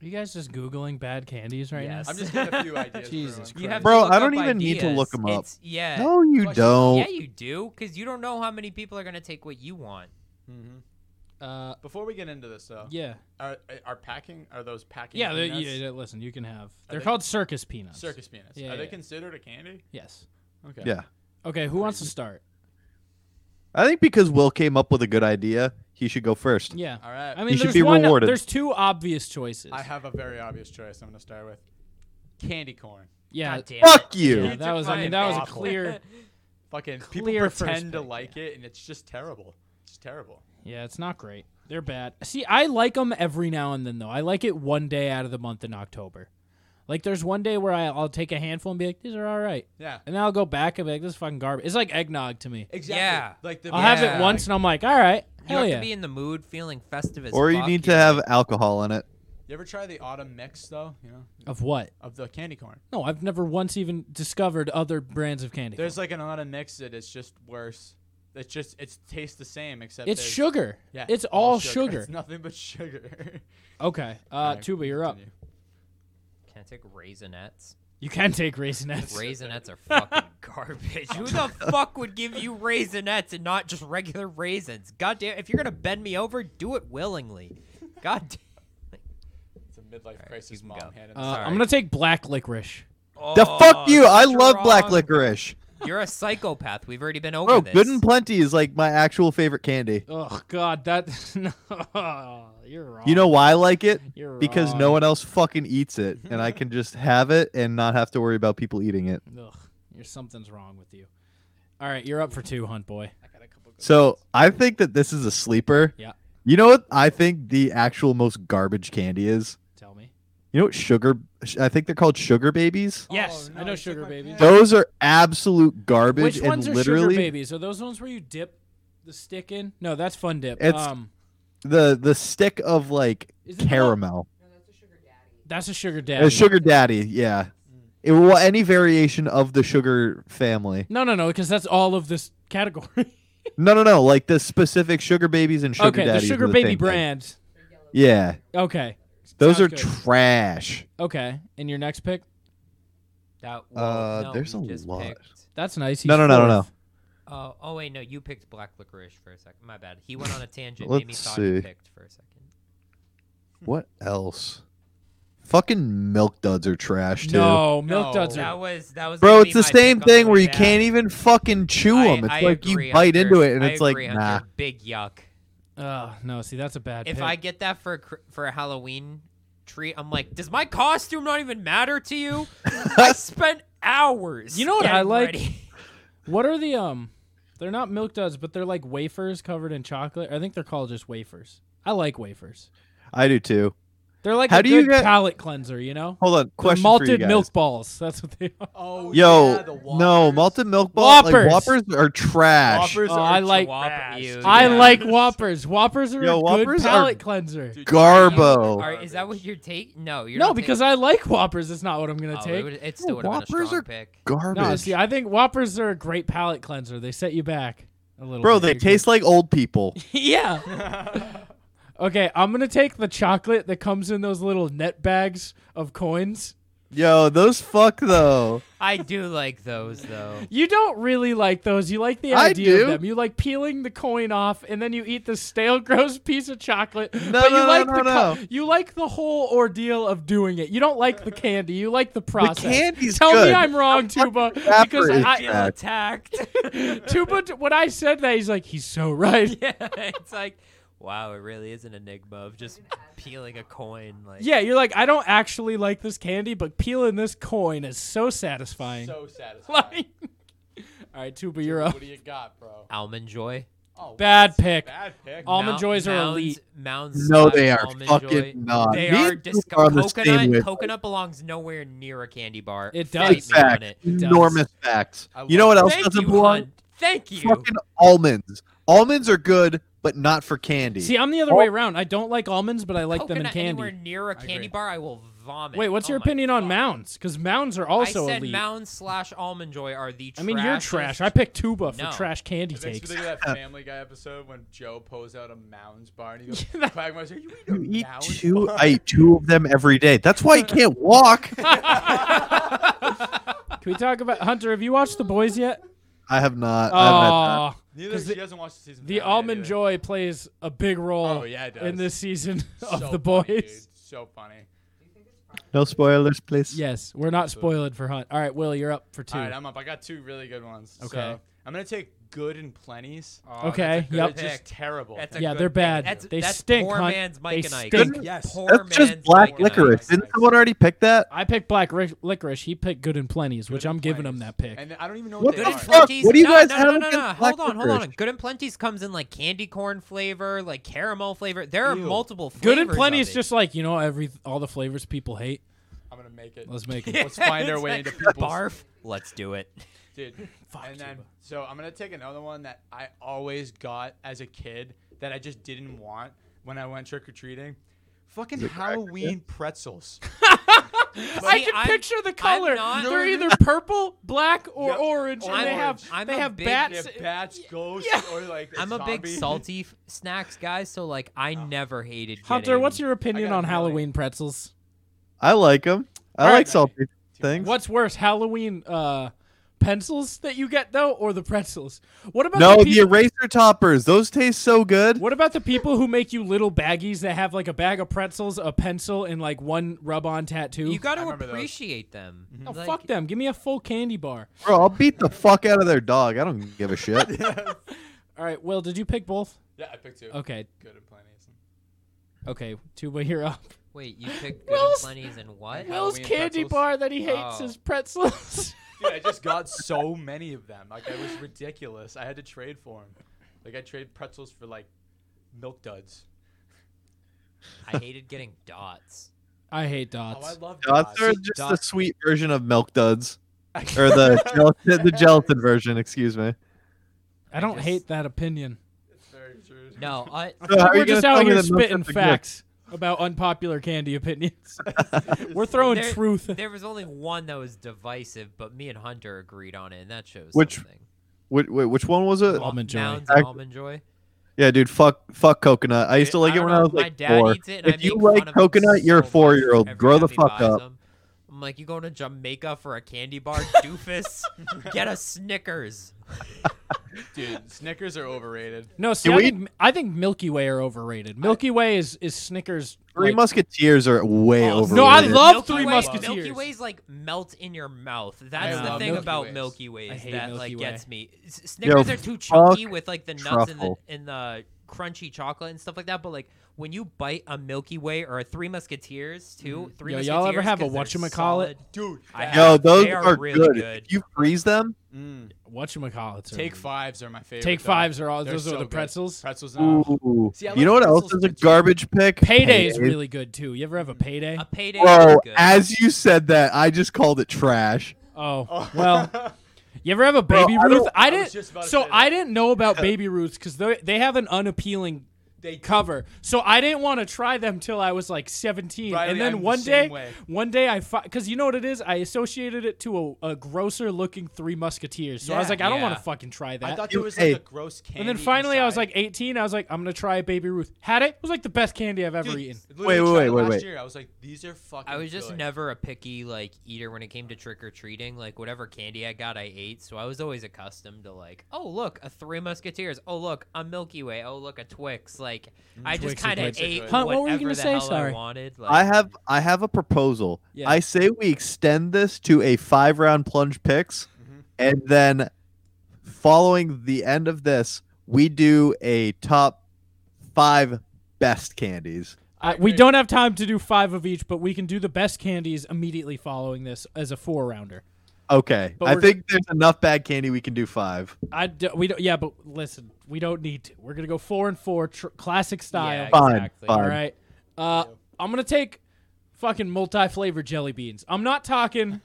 [SPEAKER 3] Are you guys just googling bad candies right
[SPEAKER 4] Yes.
[SPEAKER 3] now?
[SPEAKER 1] I'm just getting a few ideas. for
[SPEAKER 3] Jesus
[SPEAKER 1] him.
[SPEAKER 4] You have to
[SPEAKER 2] Bro,
[SPEAKER 4] look
[SPEAKER 2] I don't
[SPEAKER 4] up
[SPEAKER 2] even need to
[SPEAKER 4] ideas.
[SPEAKER 2] look 'em up.
[SPEAKER 4] It's- yeah.
[SPEAKER 2] No, you
[SPEAKER 1] Question.
[SPEAKER 2] don't.
[SPEAKER 4] Yeah, you do, because you don't know how many people are gonna take what you want.
[SPEAKER 3] Uh,
[SPEAKER 1] Mm-hmm. Before we get into this, though,
[SPEAKER 3] yeah.
[SPEAKER 1] are, are packing are those packing?
[SPEAKER 3] Yeah, they,
[SPEAKER 1] peanuts?
[SPEAKER 3] yeah, yeah, listen, you can have. They're
[SPEAKER 1] they-
[SPEAKER 3] called circus peanuts.
[SPEAKER 1] circus peanuts.
[SPEAKER 3] Yeah,
[SPEAKER 1] are they
[SPEAKER 3] yeah.
[SPEAKER 1] considered a candy?
[SPEAKER 3] Yes.
[SPEAKER 1] Okay.
[SPEAKER 2] Yeah.
[SPEAKER 3] Okay, who wants to start?
[SPEAKER 2] I think because Will came up with a good idea, he should go first.
[SPEAKER 3] Yeah.
[SPEAKER 1] All right.
[SPEAKER 3] I mean,
[SPEAKER 2] You should
[SPEAKER 3] there's
[SPEAKER 2] be
[SPEAKER 3] one,
[SPEAKER 2] rewarded.
[SPEAKER 3] There's two obvious choices.
[SPEAKER 1] I have a very obvious choice. I'm going to start with candy corn.
[SPEAKER 3] yeah.
[SPEAKER 4] God damn
[SPEAKER 2] Fuck
[SPEAKER 4] it.
[SPEAKER 2] you.
[SPEAKER 3] yeah, that was. I mean,
[SPEAKER 4] fucking
[SPEAKER 3] that was a
[SPEAKER 1] awful.
[SPEAKER 3] clear.
[SPEAKER 1] Fucking
[SPEAKER 3] Clear
[SPEAKER 1] people
[SPEAKER 3] first
[SPEAKER 1] pretend to
[SPEAKER 3] pick,
[SPEAKER 1] like it, and it's just terrible. It's terrible.
[SPEAKER 3] Yeah, it's not great. They're bad. See, I like them every now and then though. I like it one day out of the month in October. Like there's one day where I, I'll take a handful and be like, these are all right,
[SPEAKER 1] Yeah.
[SPEAKER 3] and then I'll go back and be like, this is fucking garbage. It's like eggnog to me.
[SPEAKER 1] Exactly.
[SPEAKER 4] Yeah.
[SPEAKER 1] Like the
[SPEAKER 3] I'll have
[SPEAKER 4] Yeah.
[SPEAKER 3] it once and I'm like, all right,
[SPEAKER 4] You
[SPEAKER 3] hell
[SPEAKER 4] have
[SPEAKER 3] yeah.
[SPEAKER 4] to be in the mood, feeling festive as
[SPEAKER 2] Or you
[SPEAKER 4] fuck
[SPEAKER 2] need to
[SPEAKER 4] here.
[SPEAKER 2] have alcohol in it.
[SPEAKER 1] You ever try the autumn mix though? You know,
[SPEAKER 3] of what?
[SPEAKER 1] of the candy corn.
[SPEAKER 3] No, I've never once even discovered other brands of candy.
[SPEAKER 1] There's like an autumn mix that is just worse. It's just it tastes the same except
[SPEAKER 3] it's
[SPEAKER 1] there's-
[SPEAKER 3] sugar.
[SPEAKER 1] Yeah,
[SPEAKER 3] it's all sugar.
[SPEAKER 1] It's nothing but sugar.
[SPEAKER 3] okay, uh,
[SPEAKER 1] Alright,
[SPEAKER 3] Tuba, you're up.
[SPEAKER 1] continue.
[SPEAKER 4] Can I take raisinettes?
[SPEAKER 3] You can take raisinets.
[SPEAKER 4] Raisinets are fucking garbage. Who the fuck would give you raisinets and not just regular raisins? God damn! If you're gonna bend me over, do it willingly. God damn.
[SPEAKER 1] It's a midlife
[SPEAKER 4] you
[SPEAKER 1] crisis
[SPEAKER 4] can
[SPEAKER 1] mom
[SPEAKER 4] go.
[SPEAKER 1] hand.
[SPEAKER 3] Uh,
[SPEAKER 1] Uh,
[SPEAKER 3] I'm gonna take black licorice.
[SPEAKER 2] the
[SPEAKER 3] Oh,
[SPEAKER 2] fuck you! I
[SPEAKER 4] you're
[SPEAKER 2] love black
[SPEAKER 4] wrong.
[SPEAKER 2] licorice.
[SPEAKER 4] Oh, You're a psychopath. We've already been over
[SPEAKER 2] Bro,
[SPEAKER 4] this.
[SPEAKER 2] Good and Plenty is like my actual favorite candy.
[SPEAKER 3] Oh God, that no, you're wrong.
[SPEAKER 2] You know why I like it?
[SPEAKER 3] Oh, You're
[SPEAKER 2] because no
[SPEAKER 3] wrong.
[SPEAKER 2] one else fucking eats it, and I can just have it and not have to worry about people eating it.
[SPEAKER 3] Ugh, you're, something's wrong with you. All right, you're up for two, Hunt Boy.
[SPEAKER 2] So I think that this is a sleeper.
[SPEAKER 3] Yeah.
[SPEAKER 2] You know what? I think the actual most garbage candy is.
[SPEAKER 3] Tell me.
[SPEAKER 2] You know what? Sugar. I think they're called sugar babies.
[SPEAKER 3] yes,
[SPEAKER 1] Oh, no,
[SPEAKER 3] I know
[SPEAKER 1] you took
[SPEAKER 3] sugar
[SPEAKER 1] my
[SPEAKER 3] babies.
[SPEAKER 2] Those are absolute garbage.
[SPEAKER 3] Which ones
[SPEAKER 2] and
[SPEAKER 3] are
[SPEAKER 2] literally
[SPEAKER 3] sugar babies? Are those ones where you dip the stick in? No, that's fun dip.
[SPEAKER 2] It's-
[SPEAKER 3] um,
[SPEAKER 2] the the stick of like
[SPEAKER 3] Is it the-
[SPEAKER 2] caramel.
[SPEAKER 7] No, that's a sugar daddy.
[SPEAKER 3] that's a sugar
[SPEAKER 2] A
[SPEAKER 3] daddy.
[SPEAKER 2] sugar daddy. Yeah. It, well, any variation of the sugar family.
[SPEAKER 3] No, no, no, because that's all of this category.
[SPEAKER 2] No, no, no. Like the specific sugar babies and sugar
[SPEAKER 3] okay, the
[SPEAKER 2] daddies. are
[SPEAKER 3] sugar
[SPEAKER 2] the
[SPEAKER 3] baby
[SPEAKER 2] same thing.
[SPEAKER 3] brand.
[SPEAKER 2] Yeah.
[SPEAKER 3] Okay,
[SPEAKER 2] Those
[SPEAKER 3] Sounds
[SPEAKER 2] are
[SPEAKER 3] good.
[SPEAKER 2] trash.
[SPEAKER 3] okay. And your next pick?
[SPEAKER 4] That,
[SPEAKER 2] Uh,
[SPEAKER 4] no,
[SPEAKER 2] there's
[SPEAKER 4] you
[SPEAKER 2] a
[SPEAKER 4] just
[SPEAKER 2] lot.
[SPEAKER 4] picked-
[SPEAKER 3] That's nice.
[SPEAKER 2] No,
[SPEAKER 3] he's
[SPEAKER 2] no, no, no,
[SPEAKER 3] fourth.
[SPEAKER 4] Oh, oh wait, no, you picked black licorice for a second. My bad. He went on a tangent. Amy
[SPEAKER 2] Let's
[SPEAKER 4] thought he
[SPEAKER 2] see.
[SPEAKER 4] picked for a second.
[SPEAKER 3] Hmm.
[SPEAKER 2] What else? Fucking milk duds are trash too.
[SPEAKER 3] No, milk
[SPEAKER 1] No.
[SPEAKER 3] duds
[SPEAKER 4] That
[SPEAKER 3] are.
[SPEAKER 4] was that was.
[SPEAKER 2] Bro,
[SPEAKER 4] gonna
[SPEAKER 2] it's
[SPEAKER 4] be
[SPEAKER 2] the
[SPEAKER 4] my
[SPEAKER 2] same
[SPEAKER 4] pick on the
[SPEAKER 2] thing where
[SPEAKER 4] way
[SPEAKER 2] you
[SPEAKER 4] back.
[SPEAKER 2] can't even fucking chew
[SPEAKER 4] I-
[SPEAKER 2] them. It's
[SPEAKER 4] I
[SPEAKER 2] like
[SPEAKER 4] agree,
[SPEAKER 2] you bite
[SPEAKER 4] Hunter.
[SPEAKER 2] into it and
[SPEAKER 4] I
[SPEAKER 2] it's like,
[SPEAKER 4] agree, Hunter.
[SPEAKER 2] nah.
[SPEAKER 4] Big yuck.
[SPEAKER 3] Oh no, see that's a bad.
[SPEAKER 4] if
[SPEAKER 3] pick.
[SPEAKER 4] I get that for a, cr- for a Halloween treat, I'm like, does my costume not even matter to you? I spent hours.
[SPEAKER 3] You know what I
[SPEAKER 4] getting
[SPEAKER 3] like?
[SPEAKER 4] ready.
[SPEAKER 3] What are the um? They're not milk duds, but they're like wafers covered in chocolate. I think they're called just wafers. I like wafers.
[SPEAKER 2] I do too.
[SPEAKER 3] They're like
[SPEAKER 2] How
[SPEAKER 3] a
[SPEAKER 2] do
[SPEAKER 3] good
[SPEAKER 2] you get-
[SPEAKER 3] palate cleanser, you know.
[SPEAKER 2] Hold on,
[SPEAKER 3] They're
[SPEAKER 2] question
[SPEAKER 3] malted
[SPEAKER 2] for you guys.
[SPEAKER 3] milk balls. That's what they are.
[SPEAKER 1] oh,
[SPEAKER 2] Yo,
[SPEAKER 1] yeah, the
[SPEAKER 2] no,
[SPEAKER 1] Whoppers.
[SPEAKER 2] malted milk balls.
[SPEAKER 3] Whoppers.
[SPEAKER 2] Like, whoppers are trash.
[SPEAKER 1] Whoppers
[SPEAKER 3] Oh,
[SPEAKER 1] are
[SPEAKER 3] I like-
[SPEAKER 1] trash.
[SPEAKER 4] Whopper, ew.
[SPEAKER 3] I
[SPEAKER 4] Yeah.
[SPEAKER 3] like Whoppers. Whoppers are
[SPEAKER 2] Yo,
[SPEAKER 3] a
[SPEAKER 2] Whoppers
[SPEAKER 3] good
[SPEAKER 2] are-
[SPEAKER 3] palate cleanser.
[SPEAKER 1] Dude,
[SPEAKER 2] Garbo.
[SPEAKER 4] Are- is that what you're taking? No, you're
[SPEAKER 3] no,
[SPEAKER 4] not
[SPEAKER 3] because
[SPEAKER 4] taking-
[SPEAKER 3] I like Whoppers. It's not what I'm gonna
[SPEAKER 4] Oh, it
[SPEAKER 3] take.
[SPEAKER 4] would- it still would have been a
[SPEAKER 2] Whoppers
[SPEAKER 4] strong
[SPEAKER 2] are-
[SPEAKER 4] pick.
[SPEAKER 2] Garbage.
[SPEAKER 3] No, see, I think Whoppers are a great palate cleanser. They set you back a little.
[SPEAKER 2] Bro,
[SPEAKER 3] bit.
[SPEAKER 2] they
[SPEAKER 3] You're
[SPEAKER 2] taste like old people.
[SPEAKER 3] good. yeah. okay, I'm gonna take the chocolate that comes in those little net bags of coins.
[SPEAKER 2] Yo, those fuck though.
[SPEAKER 4] I do like those though.
[SPEAKER 3] You don't really like those. You like the
[SPEAKER 2] I
[SPEAKER 3] idea of
[SPEAKER 2] do.
[SPEAKER 3] them. You like peeling the coin off, and then you eat the stale, gross piece of chocolate.
[SPEAKER 2] No,
[SPEAKER 3] but you
[SPEAKER 2] no, no,
[SPEAKER 3] like
[SPEAKER 2] no,
[SPEAKER 3] the co-
[SPEAKER 2] no.
[SPEAKER 3] you like the whole ordeal of doing it. You don't like the candy. You like the process.
[SPEAKER 2] candy's
[SPEAKER 3] Tell me
[SPEAKER 2] good.
[SPEAKER 3] I'm wrong, Tuba,
[SPEAKER 2] wrapper
[SPEAKER 3] because
[SPEAKER 2] is
[SPEAKER 3] I
[SPEAKER 2] bad.
[SPEAKER 4] Attacked.
[SPEAKER 3] Tuba. d- When I said that, he's like, he's so right.
[SPEAKER 4] yeah, it's like, wow, it really is an enigma of just peeling a coin. Like,
[SPEAKER 3] Yeah, you're like, I don't actually like this candy, but peeling this coin is so satisfying.
[SPEAKER 1] So satisfying.
[SPEAKER 3] Like- all right, Tuba, you're up.
[SPEAKER 1] what do you got, bro?
[SPEAKER 4] almond joy.
[SPEAKER 1] Oh,
[SPEAKER 3] Bad pick.
[SPEAKER 1] Bad pick.
[SPEAKER 3] All- Almond
[SPEAKER 4] Mount-
[SPEAKER 3] Joys are
[SPEAKER 4] Mounds-
[SPEAKER 3] elite.
[SPEAKER 4] Mounds
[SPEAKER 2] No,
[SPEAKER 4] slash
[SPEAKER 2] they are
[SPEAKER 4] Almond
[SPEAKER 2] fucking
[SPEAKER 4] Joy.
[SPEAKER 2] not.
[SPEAKER 4] They
[SPEAKER 2] Me
[SPEAKER 4] are
[SPEAKER 2] and you
[SPEAKER 4] disg-
[SPEAKER 2] are on the same
[SPEAKER 4] coconut.
[SPEAKER 2] wave.
[SPEAKER 4] Coconut belongs nowhere near a candy bar.
[SPEAKER 3] It
[SPEAKER 4] Fight
[SPEAKER 3] does.
[SPEAKER 4] me on
[SPEAKER 2] Facts.
[SPEAKER 4] it.
[SPEAKER 3] does.
[SPEAKER 2] Enormous facts.
[SPEAKER 1] I
[SPEAKER 2] You know
[SPEAKER 1] love
[SPEAKER 2] what else
[SPEAKER 4] Thank
[SPEAKER 2] doesn't
[SPEAKER 4] you,
[SPEAKER 2] belong?
[SPEAKER 4] hon. Thank you.
[SPEAKER 2] Fucking almonds. Almonds are good, but not for candy.
[SPEAKER 3] See, I'm the
[SPEAKER 1] Oh.
[SPEAKER 3] other way around. I don't like almonds, but I like
[SPEAKER 4] coconut
[SPEAKER 3] them in candy.
[SPEAKER 4] anywhere near a candy
[SPEAKER 1] agree.
[SPEAKER 4] bar, I will vomit.
[SPEAKER 3] Wait, what's
[SPEAKER 4] Oh
[SPEAKER 3] your
[SPEAKER 4] my
[SPEAKER 3] opinion on
[SPEAKER 4] God.
[SPEAKER 3] mounds? Because mounds are also
[SPEAKER 4] I said
[SPEAKER 3] elite.
[SPEAKER 4] Mounds slash Almond Joy are the. Oh,
[SPEAKER 3] I mean, you're
[SPEAKER 4] trashest-
[SPEAKER 3] trash. I picked Tuba for
[SPEAKER 4] No.
[SPEAKER 3] trash candy
[SPEAKER 1] It makes me
[SPEAKER 3] takes.
[SPEAKER 1] think of that Family Guy episode when Joe pulls out a Mounds bar and he goes, Quagmire's like, you eat, a
[SPEAKER 2] you eat
[SPEAKER 1] Mounds
[SPEAKER 2] two.
[SPEAKER 1] bar?"
[SPEAKER 2] I eat two of them every day. That's why you can't walk.
[SPEAKER 3] Can we talk about Hunter? Have you watched The Boys yet?
[SPEAKER 2] I have not. I haven't had time.
[SPEAKER 3] Oh,
[SPEAKER 1] Neither
[SPEAKER 3] 'Cause
[SPEAKER 1] she
[SPEAKER 3] the-
[SPEAKER 1] doesn't watch the season.
[SPEAKER 3] the
[SPEAKER 1] finale
[SPEAKER 3] almond
[SPEAKER 1] either.
[SPEAKER 3] joy plays a big role
[SPEAKER 1] Oh, yeah, it does.
[SPEAKER 3] in this season of
[SPEAKER 1] So funny,
[SPEAKER 3] the boys.
[SPEAKER 1] dude. So funny.
[SPEAKER 2] No spoilers, please.
[SPEAKER 3] Yes, we're not spoiled for Hunt. All right, Will, you're up for two.
[SPEAKER 1] All right, I'm up. I got two really good ones.
[SPEAKER 3] Okay.
[SPEAKER 1] So I'm gonna take good and plenties.
[SPEAKER 3] okay,
[SPEAKER 4] good
[SPEAKER 3] yep.
[SPEAKER 1] It's just terrible.
[SPEAKER 4] That's a
[SPEAKER 3] yeah,
[SPEAKER 4] good
[SPEAKER 3] they're
[SPEAKER 4] pick.
[SPEAKER 3] bad.
[SPEAKER 4] That's,
[SPEAKER 3] They
[SPEAKER 4] that's
[SPEAKER 3] stink,
[SPEAKER 4] Poor
[SPEAKER 3] Hunt.
[SPEAKER 4] man's
[SPEAKER 3] They
[SPEAKER 4] Mike and Ike.
[SPEAKER 3] stink.
[SPEAKER 1] Yes.
[SPEAKER 4] Poor
[SPEAKER 2] That's just
[SPEAKER 4] man's
[SPEAKER 2] black
[SPEAKER 4] Mike and
[SPEAKER 2] licorice.
[SPEAKER 1] Nice,
[SPEAKER 2] Didn't
[SPEAKER 1] nice.
[SPEAKER 2] someone already pick that?
[SPEAKER 3] I picked black ric- licorice. He picked good and plenties, which
[SPEAKER 1] Good
[SPEAKER 3] I'm
[SPEAKER 1] and
[SPEAKER 3] giving him
[SPEAKER 1] plenties.
[SPEAKER 3] that pick.
[SPEAKER 1] And I don't even know
[SPEAKER 2] What
[SPEAKER 1] what,
[SPEAKER 2] the
[SPEAKER 1] they
[SPEAKER 4] Good and
[SPEAKER 1] are.
[SPEAKER 2] fuck?
[SPEAKER 4] Plenty's-
[SPEAKER 2] What do you
[SPEAKER 4] no,
[SPEAKER 2] guys
[SPEAKER 4] no,
[SPEAKER 2] have
[SPEAKER 4] no, no,
[SPEAKER 2] against
[SPEAKER 4] no.
[SPEAKER 2] black
[SPEAKER 4] Hold on, hold on.
[SPEAKER 2] licorice?
[SPEAKER 4] Good and Plenty's comes in like candy corn flavor, like caramel flavor. There are
[SPEAKER 1] Ew.
[SPEAKER 4] multiple flavors.
[SPEAKER 3] Good and plenty
[SPEAKER 4] of
[SPEAKER 3] is
[SPEAKER 4] it.
[SPEAKER 3] just like you know every all the flavors people hate.
[SPEAKER 1] I'm gonna make it.
[SPEAKER 3] Let's make it.
[SPEAKER 1] Let's find our
[SPEAKER 4] It's
[SPEAKER 1] way
[SPEAKER 4] like
[SPEAKER 1] into people's
[SPEAKER 4] barf. Let's do it.
[SPEAKER 1] dude.
[SPEAKER 3] Fuck
[SPEAKER 1] and then
[SPEAKER 3] you.
[SPEAKER 1] so I'm gonna take another one that I always got as a kid that I just didn't want when I went trick or treating. Fucking Halloween pretzels.
[SPEAKER 3] I
[SPEAKER 4] See,
[SPEAKER 3] can
[SPEAKER 4] I'm-
[SPEAKER 3] picture the color.
[SPEAKER 4] not-
[SPEAKER 3] They're either purple, black, or
[SPEAKER 1] Yep.
[SPEAKER 3] orange, and they
[SPEAKER 1] Orange.
[SPEAKER 3] have
[SPEAKER 4] I'm
[SPEAKER 3] they
[SPEAKER 4] a
[SPEAKER 3] have
[SPEAKER 4] big-
[SPEAKER 1] Yeah,
[SPEAKER 3] bats.
[SPEAKER 1] bats, ghosts,
[SPEAKER 3] Yeah.
[SPEAKER 1] or like
[SPEAKER 4] I'm a big
[SPEAKER 1] zombie. Oh.
[SPEAKER 4] salty f- snacks guy, so like I never hated.
[SPEAKER 3] Hunter,
[SPEAKER 4] getting-
[SPEAKER 3] what's your opinion
[SPEAKER 1] I got
[SPEAKER 3] on
[SPEAKER 1] a million.
[SPEAKER 3] Halloween pretzels?
[SPEAKER 2] I like them. I
[SPEAKER 3] All
[SPEAKER 2] like
[SPEAKER 3] right.
[SPEAKER 2] salty things.
[SPEAKER 3] What's worse, Halloween uh, pencils that you get though, or the pretzels? What about
[SPEAKER 2] No,
[SPEAKER 3] the
[SPEAKER 2] the
[SPEAKER 3] people,
[SPEAKER 2] eraser toppers. Those taste so good.
[SPEAKER 3] What about the people who make you little baggies that have like a bag of pretzels, a pencil, and like one rub-on tattoo?
[SPEAKER 4] You got to
[SPEAKER 1] remember those. Mm-hmm.
[SPEAKER 4] appreciate them.
[SPEAKER 3] no,
[SPEAKER 4] Like,
[SPEAKER 3] Oh, fuck them. Give me a full candy bar.
[SPEAKER 2] Bro, I'll beat the fuck out of their dog. I don't give a shit.
[SPEAKER 3] All right, Will, did you pick both?
[SPEAKER 1] Yeah, I picked two.
[SPEAKER 3] Okay,
[SPEAKER 1] Good and plenties.
[SPEAKER 3] okay, Tuba, you're up.
[SPEAKER 4] Wait, you picked good and
[SPEAKER 3] Will's-
[SPEAKER 4] plenties and what?
[SPEAKER 1] Will-
[SPEAKER 3] Will's
[SPEAKER 1] Halloween
[SPEAKER 3] candy
[SPEAKER 1] pretzels?
[SPEAKER 3] bar that he hates
[SPEAKER 4] Oh.
[SPEAKER 3] is pretzels.
[SPEAKER 1] Dude, I just got so many of them. Like it was ridiculous. I had to trade for them. Like I traded pretzels for like milk duds.
[SPEAKER 4] I hated getting dots.
[SPEAKER 3] I hate
[SPEAKER 1] Oh, I
[SPEAKER 3] dots.
[SPEAKER 1] love
[SPEAKER 2] Dots are
[SPEAKER 1] dots.
[SPEAKER 2] just the
[SPEAKER 1] Dots-
[SPEAKER 2] sweet version of milk duds, or the gelatin, the gelatin version. Excuse me.
[SPEAKER 3] I, don't
[SPEAKER 4] just-
[SPEAKER 3] hate that opinion.
[SPEAKER 1] It's very true.
[SPEAKER 4] No, I,
[SPEAKER 2] So how are
[SPEAKER 3] We're
[SPEAKER 2] you
[SPEAKER 3] just
[SPEAKER 2] gonna
[SPEAKER 3] out
[SPEAKER 2] tell me
[SPEAKER 3] here
[SPEAKER 2] that milk
[SPEAKER 3] spitting
[SPEAKER 2] duds are good?
[SPEAKER 3] facts about unpopular candy opinions. We're throwing
[SPEAKER 4] There-
[SPEAKER 3] truth.
[SPEAKER 4] there was only one that was divisive, but me and Hunter agreed on it, and that shows
[SPEAKER 2] Which-
[SPEAKER 4] something.
[SPEAKER 2] Which, wait, which one was it?
[SPEAKER 3] Almond Joy.
[SPEAKER 4] Mounds
[SPEAKER 2] Ac-
[SPEAKER 4] almond joy.
[SPEAKER 2] Yeah, dude, fuck, fuck coconut. I used to like
[SPEAKER 4] I
[SPEAKER 2] it
[SPEAKER 4] don't
[SPEAKER 2] when
[SPEAKER 4] know,
[SPEAKER 2] I was
[SPEAKER 4] my
[SPEAKER 2] like
[SPEAKER 4] dad
[SPEAKER 2] four.
[SPEAKER 4] eats it and I
[SPEAKER 2] If you
[SPEAKER 4] make
[SPEAKER 2] like
[SPEAKER 4] fun of him
[SPEAKER 2] coconut, you're a
[SPEAKER 4] so much
[SPEAKER 2] four-year-old.
[SPEAKER 4] every
[SPEAKER 2] Grow the
[SPEAKER 4] time he
[SPEAKER 2] fuck
[SPEAKER 4] buys
[SPEAKER 2] up.
[SPEAKER 4] them. I'm like, you going to Jamaica for a candy bar, doofus? Get a Snickers.
[SPEAKER 1] Dude, Snickers are overrated.
[SPEAKER 3] No, see,
[SPEAKER 2] Do
[SPEAKER 3] I
[SPEAKER 2] we-
[SPEAKER 3] think, I think Milky Way are overrated. Milky Way is is Snickers.
[SPEAKER 2] Three
[SPEAKER 3] like-
[SPEAKER 2] Musketeers are way
[SPEAKER 1] Oh,
[SPEAKER 2] over.
[SPEAKER 3] no, I love
[SPEAKER 4] Milky
[SPEAKER 3] Three
[SPEAKER 4] Way-
[SPEAKER 3] Musketeers.
[SPEAKER 4] Milky Way's like melt in your mouth. That's
[SPEAKER 1] I
[SPEAKER 4] the
[SPEAKER 1] love
[SPEAKER 4] thing
[SPEAKER 3] Milky
[SPEAKER 4] about
[SPEAKER 1] Ways.
[SPEAKER 4] Milky Ways
[SPEAKER 3] I hate
[SPEAKER 4] that
[SPEAKER 3] Milky
[SPEAKER 4] like
[SPEAKER 3] Way.
[SPEAKER 4] gets me. S- Snickers are too chunky
[SPEAKER 2] fuck
[SPEAKER 4] with like the nuts
[SPEAKER 2] truffle.
[SPEAKER 4] and the and the crunchy chocolate and stuff like that. But like when you bite a Milky Way or a Three Musketeers too, Three
[SPEAKER 3] Yo,
[SPEAKER 4] Musketeers.
[SPEAKER 3] y'all ever have a
[SPEAKER 4] 'cause they're
[SPEAKER 3] whatchamacallit?
[SPEAKER 4] solid.
[SPEAKER 1] Dude,
[SPEAKER 4] I
[SPEAKER 1] that-
[SPEAKER 2] Mm-hmm. Yo,
[SPEAKER 4] have-
[SPEAKER 2] those
[SPEAKER 4] they
[SPEAKER 2] are,
[SPEAKER 4] are really
[SPEAKER 2] good.
[SPEAKER 4] good.
[SPEAKER 2] If you freeze them,
[SPEAKER 1] Mm.
[SPEAKER 3] Whatchamacallits. are-
[SPEAKER 1] Take fives are my favorite.
[SPEAKER 3] Take
[SPEAKER 1] though.
[SPEAKER 3] fives are all.
[SPEAKER 1] They're
[SPEAKER 3] Oh, Those
[SPEAKER 1] so
[SPEAKER 3] are the
[SPEAKER 1] good.
[SPEAKER 3] pretzels.
[SPEAKER 1] Pretzels and olive.
[SPEAKER 2] ooh.
[SPEAKER 1] See, I
[SPEAKER 2] you know
[SPEAKER 1] like
[SPEAKER 2] what else is
[SPEAKER 1] pretzels,
[SPEAKER 2] a
[SPEAKER 1] but you-
[SPEAKER 2] garbage pick?
[SPEAKER 3] Payday is
[SPEAKER 2] Paydays.
[SPEAKER 3] really good too. You ever have a payday?
[SPEAKER 4] A payday.
[SPEAKER 2] Bro,
[SPEAKER 4] is good.
[SPEAKER 2] as you said that, I just called it trash.
[SPEAKER 3] Oh well. You ever have a
[SPEAKER 2] Bro,
[SPEAKER 3] baby
[SPEAKER 2] I
[SPEAKER 3] Ruth?
[SPEAKER 2] don't-
[SPEAKER 3] I,
[SPEAKER 1] I was
[SPEAKER 3] didn't.
[SPEAKER 1] just about to
[SPEAKER 3] So
[SPEAKER 1] say that.
[SPEAKER 3] I didn't know about baby Ruths because they they have an unappealing
[SPEAKER 1] they
[SPEAKER 3] cover. So I didn't want to try them till I was like 17.
[SPEAKER 1] Riley,
[SPEAKER 3] and then
[SPEAKER 1] I'm the
[SPEAKER 3] one
[SPEAKER 1] same
[SPEAKER 3] day,
[SPEAKER 1] way.
[SPEAKER 3] one day I because you know what it is, I associated it to a, a grosser looking Three Musketeers. So I was
[SPEAKER 1] Yeah.
[SPEAKER 3] like, I don't want
[SPEAKER 4] Yeah.
[SPEAKER 3] to fucking try that.
[SPEAKER 1] I thought there was
[SPEAKER 2] Hey.
[SPEAKER 1] like a gross candy.
[SPEAKER 3] and then finally, I was
[SPEAKER 1] inside.
[SPEAKER 3] like 18. I was like, I'm gonna try Baby Ruth. Had it. It was like the best candy I've ever
[SPEAKER 1] Dude,
[SPEAKER 3] eaten.
[SPEAKER 1] literally
[SPEAKER 2] Wait, wait,
[SPEAKER 1] tried it
[SPEAKER 2] wait, wait,
[SPEAKER 1] last
[SPEAKER 2] wait.
[SPEAKER 1] year, I was like, these are fucking.
[SPEAKER 4] I was just
[SPEAKER 1] good.
[SPEAKER 4] never a picky like eater when it came to trick or treating. Like whatever candy I got, I ate. So I was always accustomed to like, oh look, a Three Musketeers. Oh look, a Milky Way. Oh look, a Twix. Like I just
[SPEAKER 3] Mm, Twix are
[SPEAKER 4] kind of
[SPEAKER 3] good.
[SPEAKER 4] ate
[SPEAKER 1] Huh,
[SPEAKER 4] whatever
[SPEAKER 3] what were you gonna
[SPEAKER 4] the
[SPEAKER 3] say?
[SPEAKER 4] hell
[SPEAKER 3] Sorry.
[SPEAKER 4] I wanted. Like,
[SPEAKER 2] I have I have a proposal.
[SPEAKER 3] Yeah.
[SPEAKER 2] I say we extend this to a five round plunge picks, and then following the end of this, we do a top five best candies.
[SPEAKER 3] I, Uh, we don't have time to do five of each, but we can do the best candies immediately following this as a four rounder.
[SPEAKER 2] Okay,
[SPEAKER 3] But
[SPEAKER 2] I
[SPEAKER 3] we're-
[SPEAKER 2] think there's enough bad candy we can do five.
[SPEAKER 3] I do, we don't. Yeah, but listen, we don't need to. We're gonna go four and four, tr- classic style.
[SPEAKER 4] Yeah,
[SPEAKER 2] Fine,
[SPEAKER 4] exactly.
[SPEAKER 2] fine.
[SPEAKER 3] All right. Uh, I'm gonna take fucking multi-flavored jelly beans. I'm not talking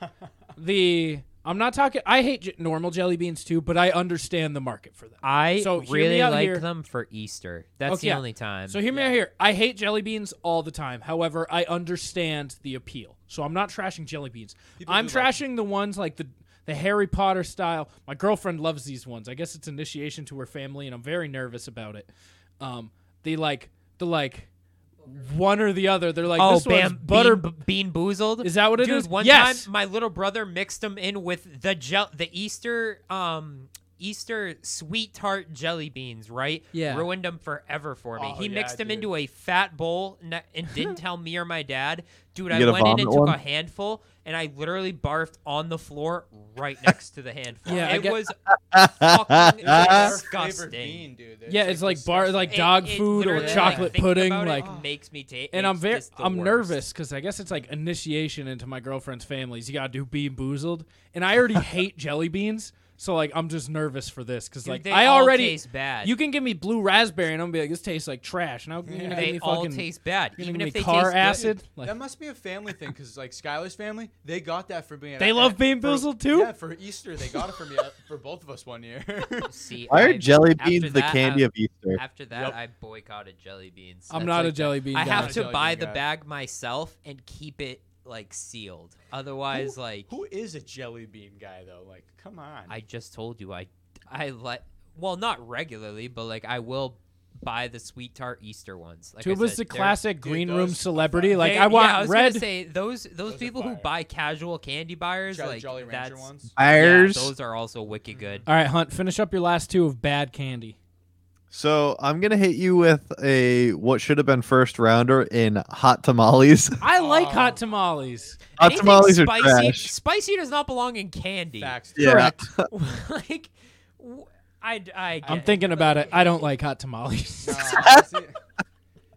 [SPEAKER 3] the. I'm not talking. I hate j- normal jelly beans too, but I understand the market for them.
[SPEAKER 4] I
[SPEAKER 3] So hear me
[SPEAKER 4] really
[SPEAKER 3] out
[SPEAKER 4] like
[SPEAKER 3] here.
[SPEAKER 4] them for Easter. That's
[SPEAKER 3] Okay.
[SPEAKER 4] the only time.
[SPEAKER 3] So hear me out here. I hate jelly beans all the time. However, I understand the appeal. So I'm not trashing jelly beans. I'm
[SPEAKER 1] do like
[SPEAKER 3] trashing the ones like the the Harry Potter style. My girlfriend loves these ones. I guess it's initiation to her family, and I'm very nervous about it. Um, the like the like one or the other. They're like
[SPEAKER 4] oh,
[SPEAKER 3] this one's
[SPEAKER 4] bam,
[SPEAKER 3] butter.
[SPEAKER 4] bean, bean boozled.
[SPEAKER 3] Is that what it
[SPEAKER 4] Dude,
[SPEAKER 3] is?
[SPEAKER 4] One
[SPEAKER 3] Yes.
[SPEAKER 4] time, my little brother mixed them in with the gel, the Easter, um, Easter sweet tart jelly beans, right?
[SPEAKER 3] Yeah.
[SPEAKER 4] Ruined them forever for me.
[SPEAKER 1] Oh,
[SPEAKER 4] he
[SPEAKER 1] yeah,
[SPEAKER 4] mixed them
[SPEAKER 1] dude.
[SPEAKER 4] into a fat bowl and, and didn't tell me or my dad. Dude,
[SPEAKER 2] You
[SPEAKER 4] I
[SPEAKER 2] get a
[SPEAKER 4] went in and
[SPEAKER 2] vomit
[SPEAKER 4] took a
[SPEAKER 2] one?
[SPEAKER 4] handful and I literally barfed on the floor right next to the handful.
[SPEAKER 3] Yeah, I
[SPEAKER 4] it
[SPEAKER 3] get-
[SPEAKER 4] was
[SPEAKER 1] It's like
[SPEAKER 4] Ah.
[SPEAKER 1] our flavored
[SPEAKER 4] Disgusting.
[SPEAKER 1] bean, dude.
[SPEAKER 3] Yeah, it's like bar-
[SPEAKER 1] disgusting.
[SPEAKER 3] like
[SPEAKER 4] it-
[SPEAKER 3] dog
[SPEAKER 4] it
[SPEAKER 3] food or
[SPEAKER 4] literally, like,
[SPEAKER 3] chocolate
[SPEAKER 4] think
[SPEAKER 3] pudding,
[SPEAKER 4] about it
[SPEAKER 3] like.
[SPEAKER 4] makes me taste.
[SPEAKER 3] and I'm very, I'm nervous because I guess it's like initiation into my girlfriend's families. You gotta do bean boozled, and I already hate jelly beans, so like I'm just nervous for this because like
[SPEAKER 4] they
[SPEAKER 3] I
[SPEAKER 4] all
[SPEAKER 3] already
[SPEAKER 4] taste bad.
[SPEAKER 3] You can give me blue raspberry, and I'm gonna be like, this tastes like trash. Now you're gonna give
[SPEAKER 4] They
[SPEAKER 3] me
[SPEAKER 4] all
[SPEAKER 3] fucking
[SPEAKER 4] taste bad,
[SPEAKER 3] you're
[SPEAKER 4] even
[SPEAKER 3] gonna give
[SPEAKER 4] if
[SPEAKER 3] me
[SPEAKER 4] they
[SPEAKER 3] car
[SPEAKER 4] taste good.
[SPEAKER 3] acid. Like,
[SPEAKER 1] that must be a family thing because like Skylar's family, they got that for me. and
[SPEAKER 3] They
[SPEAKER 1] I-
[SPEAKER 3] love Bean
[SPEAKER 1] for-
[SPEAKER 3] Boozled, too?
[SPEAKER 1] Yeah, for Easter they got it for me uh, for both of us one year.
[SPEAKER 4] See,
[SPEAKER 2] Why are
[SPEAKER 4] I-
[SPEAKER 2] jelly
[SPEAKER 4] after
[SPEAKER 2] beans the
[SPEAKER 4] that,
[SPEAKER 2] candy
[SPEAKER 4] I-
[SPEAKER 2] of Easter?
[SPEAKER 4] After that,
[SPEAKER 1] Yep.
[SPEAKER 4] I boycotted jelly beans.
[SPEAKER 3] I'm
[SPEAKER 4] That's
[SPEAKER 3] not
[SPEAKER 4] like
[SPEAKER 3] a jelly
[SPEAKER 4] the-
[SPEAKER 3] bean
[SPEAKER 4] I
[SPEAKER 3] guy.
[SPEAKER 4] have
[SPEAKER 1] Not a
[SPEAKER 4] to
[SPEAKER 1] jelly
[SPEAKER 4] buy
[SPEAKER 1] bean
[SPEAKER 4] the
[SPEAKER 1] guy.
[SPEAKER 4] bag myself and keep it like sealed. Otherwise, like
[SPEAKER 1] Who is a jelly bean guy though? Like, come on.
[SPEAKER 4] I just told you, I I like well, not regularly, but like I will buy the sweet tart Easter ones. Like I
[SPEAKER 3] Tuba's the
[SPEAKER 4] said, they're-
[SPEAKER 3] classic
[SPEAKER 1] dude,
[SPEAKER 3] green
[SPEAKER 1] those
[SPEAKER 3] room
[SPEAKER 1] are
[SPEAKER 3] celebrity.
[SPEAKER 1] fire.
[SPEAKER 3] Like
[SPEAKER 4] they-
[SPEAKER 3] I want
[SPEAKER 4] yeah, I was gonna
[SPEAKER 3] red.
[SPEAKER 4] say those those
[SPEAKER 1] are
[SPEAKER 4] people who
[SPEAKER 1] fire.
[SPEAKER 4] buy casual candy buyers
[SPEAKER 1] Jolly,
[SPEAKER 4] like
[SPEAKER 1] Jolly Rancher
[SPEAKER 4] that's,
[SPEAKER 1] ones.
[SPEAKER 4] Yeah,
[SPEAKER 2] Ayers.
[SPEAKER 4] those are also wicked good.
[SPEAKER 3] all right, Hunt, finish up your last two of bad candy.
[SPEAKER 2] So I'm gonna hit you with a what should have been first rounder in hot tamales.
[SPEAKER 3] I like
[SPEAKER 1] Oh.
[SPEAKER 3] hot tamales.
[SPEAKER 2] hot
[SPEAKER 4] Anything
[SPEAKER 2] tamales are
[SPEAKER 4] spicy,
[SPEAKER 2] trash.
[SPEAKER 4] Spicy does not belong in candy.
[SPEAKER 1] Facts.
[SPEAKER 2] Yeah.
[SPEAKER 3] Correct.
[SPEAKER 4] like, w- I, I get
[SPEAKER 3] I'm
[SPEAKER 4] it.
[SPEAKER 3] thinking about it. I don't like hot tamales.
[SPEAKER 1] No, honestly-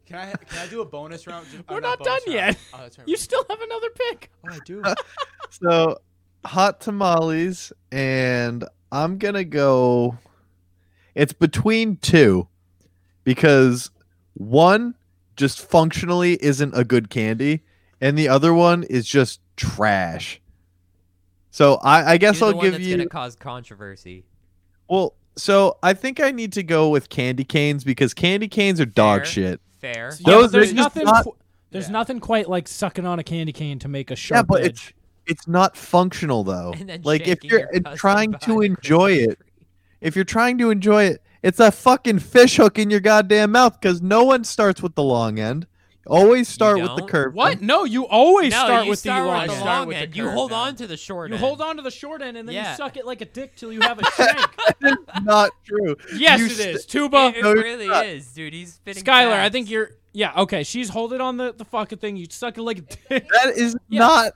[SPEAKER 1] can I can I do a bonus round? Just- oh,
[SPEAKER 3] We're not
[SPEAKER 1] bonus
[SPEAKER 3] done
[SPEAKER 1] round.
[SPEAKER 3] yet.
[SPEAKER 1] Oh, that's right.
[SPEAKER 3] you still have another pick.
[SPEAKER 1] Oh, I do.
[SPEAKER 2] So hot tamales, and I'm gonna go. It's between two, because one just functionally isn't a good candy, and the other one is just trash. So I, I guess
[SPEAKER 4] You're the
[SPEAKER 2] I'll
[SPEAKER 4] one
[SPEAKER 2] give
[SPEAKER 4] that's
[SPEAKER 2] you.
[SPEAKER 4] gonna cause controversy.
[SPEAKER 2] Well, so I think I need to go with candy canes because candy canes are dog
[SPEAKER 4] Fair.
[SPEAKER 2] shit.
[SPEAKER 4] Fair.
[SPEAKER 3] Yeah,
[SPEAKER 2] Those
[SPEAKER 3] but there's
[SPEAKER 2] are just
[SPEAKER 3] nothing.
[SPEAKER 2] not-
[SPEAKER 3] qu- there's
[SPEAKER 1] Yeah.
[SPEAKER 3] nothing quite like sucking on a candy cane to make a sharp
[SPEAKER 2] yeah, but
[SPEAKER 3] edge.
[SPEAKER 2] it's it's not functional though.
[SPEAKER 4] And then
[SPEAKER 2] Like if
[SPEAKER 4] shaking
[SPEAKER 2] you're
[SPEAKER 4] your
[SPEAKER 2] uh,
[SPEAKER 4] cousin
[SPEAKER 2] trying to
[SPEAKER 4] behind the
[SPEAKER 2] enjoy
[SPEAKER 4] Christmas
[SPEAKER 2] it,
[SPEAKER 4] tree.
[SPEAKER 2] if you're trying to enjoy it, it's a fucking fish hook in your goddamn mouth because no one starts with the long end. Always start with the
[SPEAKER 4] don't?
[SPEAKER 2] curve.
[SPEAKER 3] what? No, you always
[SPEAKER 4] no,
[SPEAKER 3] start
[SPEAKER 4] you
[SPEAKER 3] with
[SPEAKER 4] start with
[SPEAKER 1] end.
[SPEAKER 3] the long
[SPEAKER 4] the
[SPEAKER 1] I start
[SPEAKER 4] long
[SPEAKER 1] with the
[SPEAKER 4] end. You
[SPEAKER 1] curve
[SPEAKER 4] hold
[SPEAKER 1] now.
[SPEAKER 4] on to the short
[SPEAKER 3] You
[SPEAKER 4] end.
[SPEAKER 3] hold on to the short end and then you
[SPEAKER 4] Yeah.
[SPEAKER 3] suck it like a dick till you have a shank.
[SPEAKER 2] Not true.
[SPEAKER 3] yes,
[SPEAKER 2] You
[SPEAKER 3] it
[SPEAKER 2] st-
[SPEAKER 3] is.
[SPEAKER 4] It,
[SPEAKER 3] Tuba,
[SPEAKER 4] it
[SPEAKER 2] No, you're
[SPEAKER 4] really
[SPEAKER 2] not.
[SPEAKER 4] is, dude. He's spitting.
[SPEAKER 3] Skylar, I
[SPEAKER 4] facts.
[SPEAKER 3] think you're. Yeah, okay. She's holding on the, the fucking thing. You suck it like a dick.
[SPEAKER 2] That is
[SPEAKER 3] Yeah.
[SPEAKER 2] not.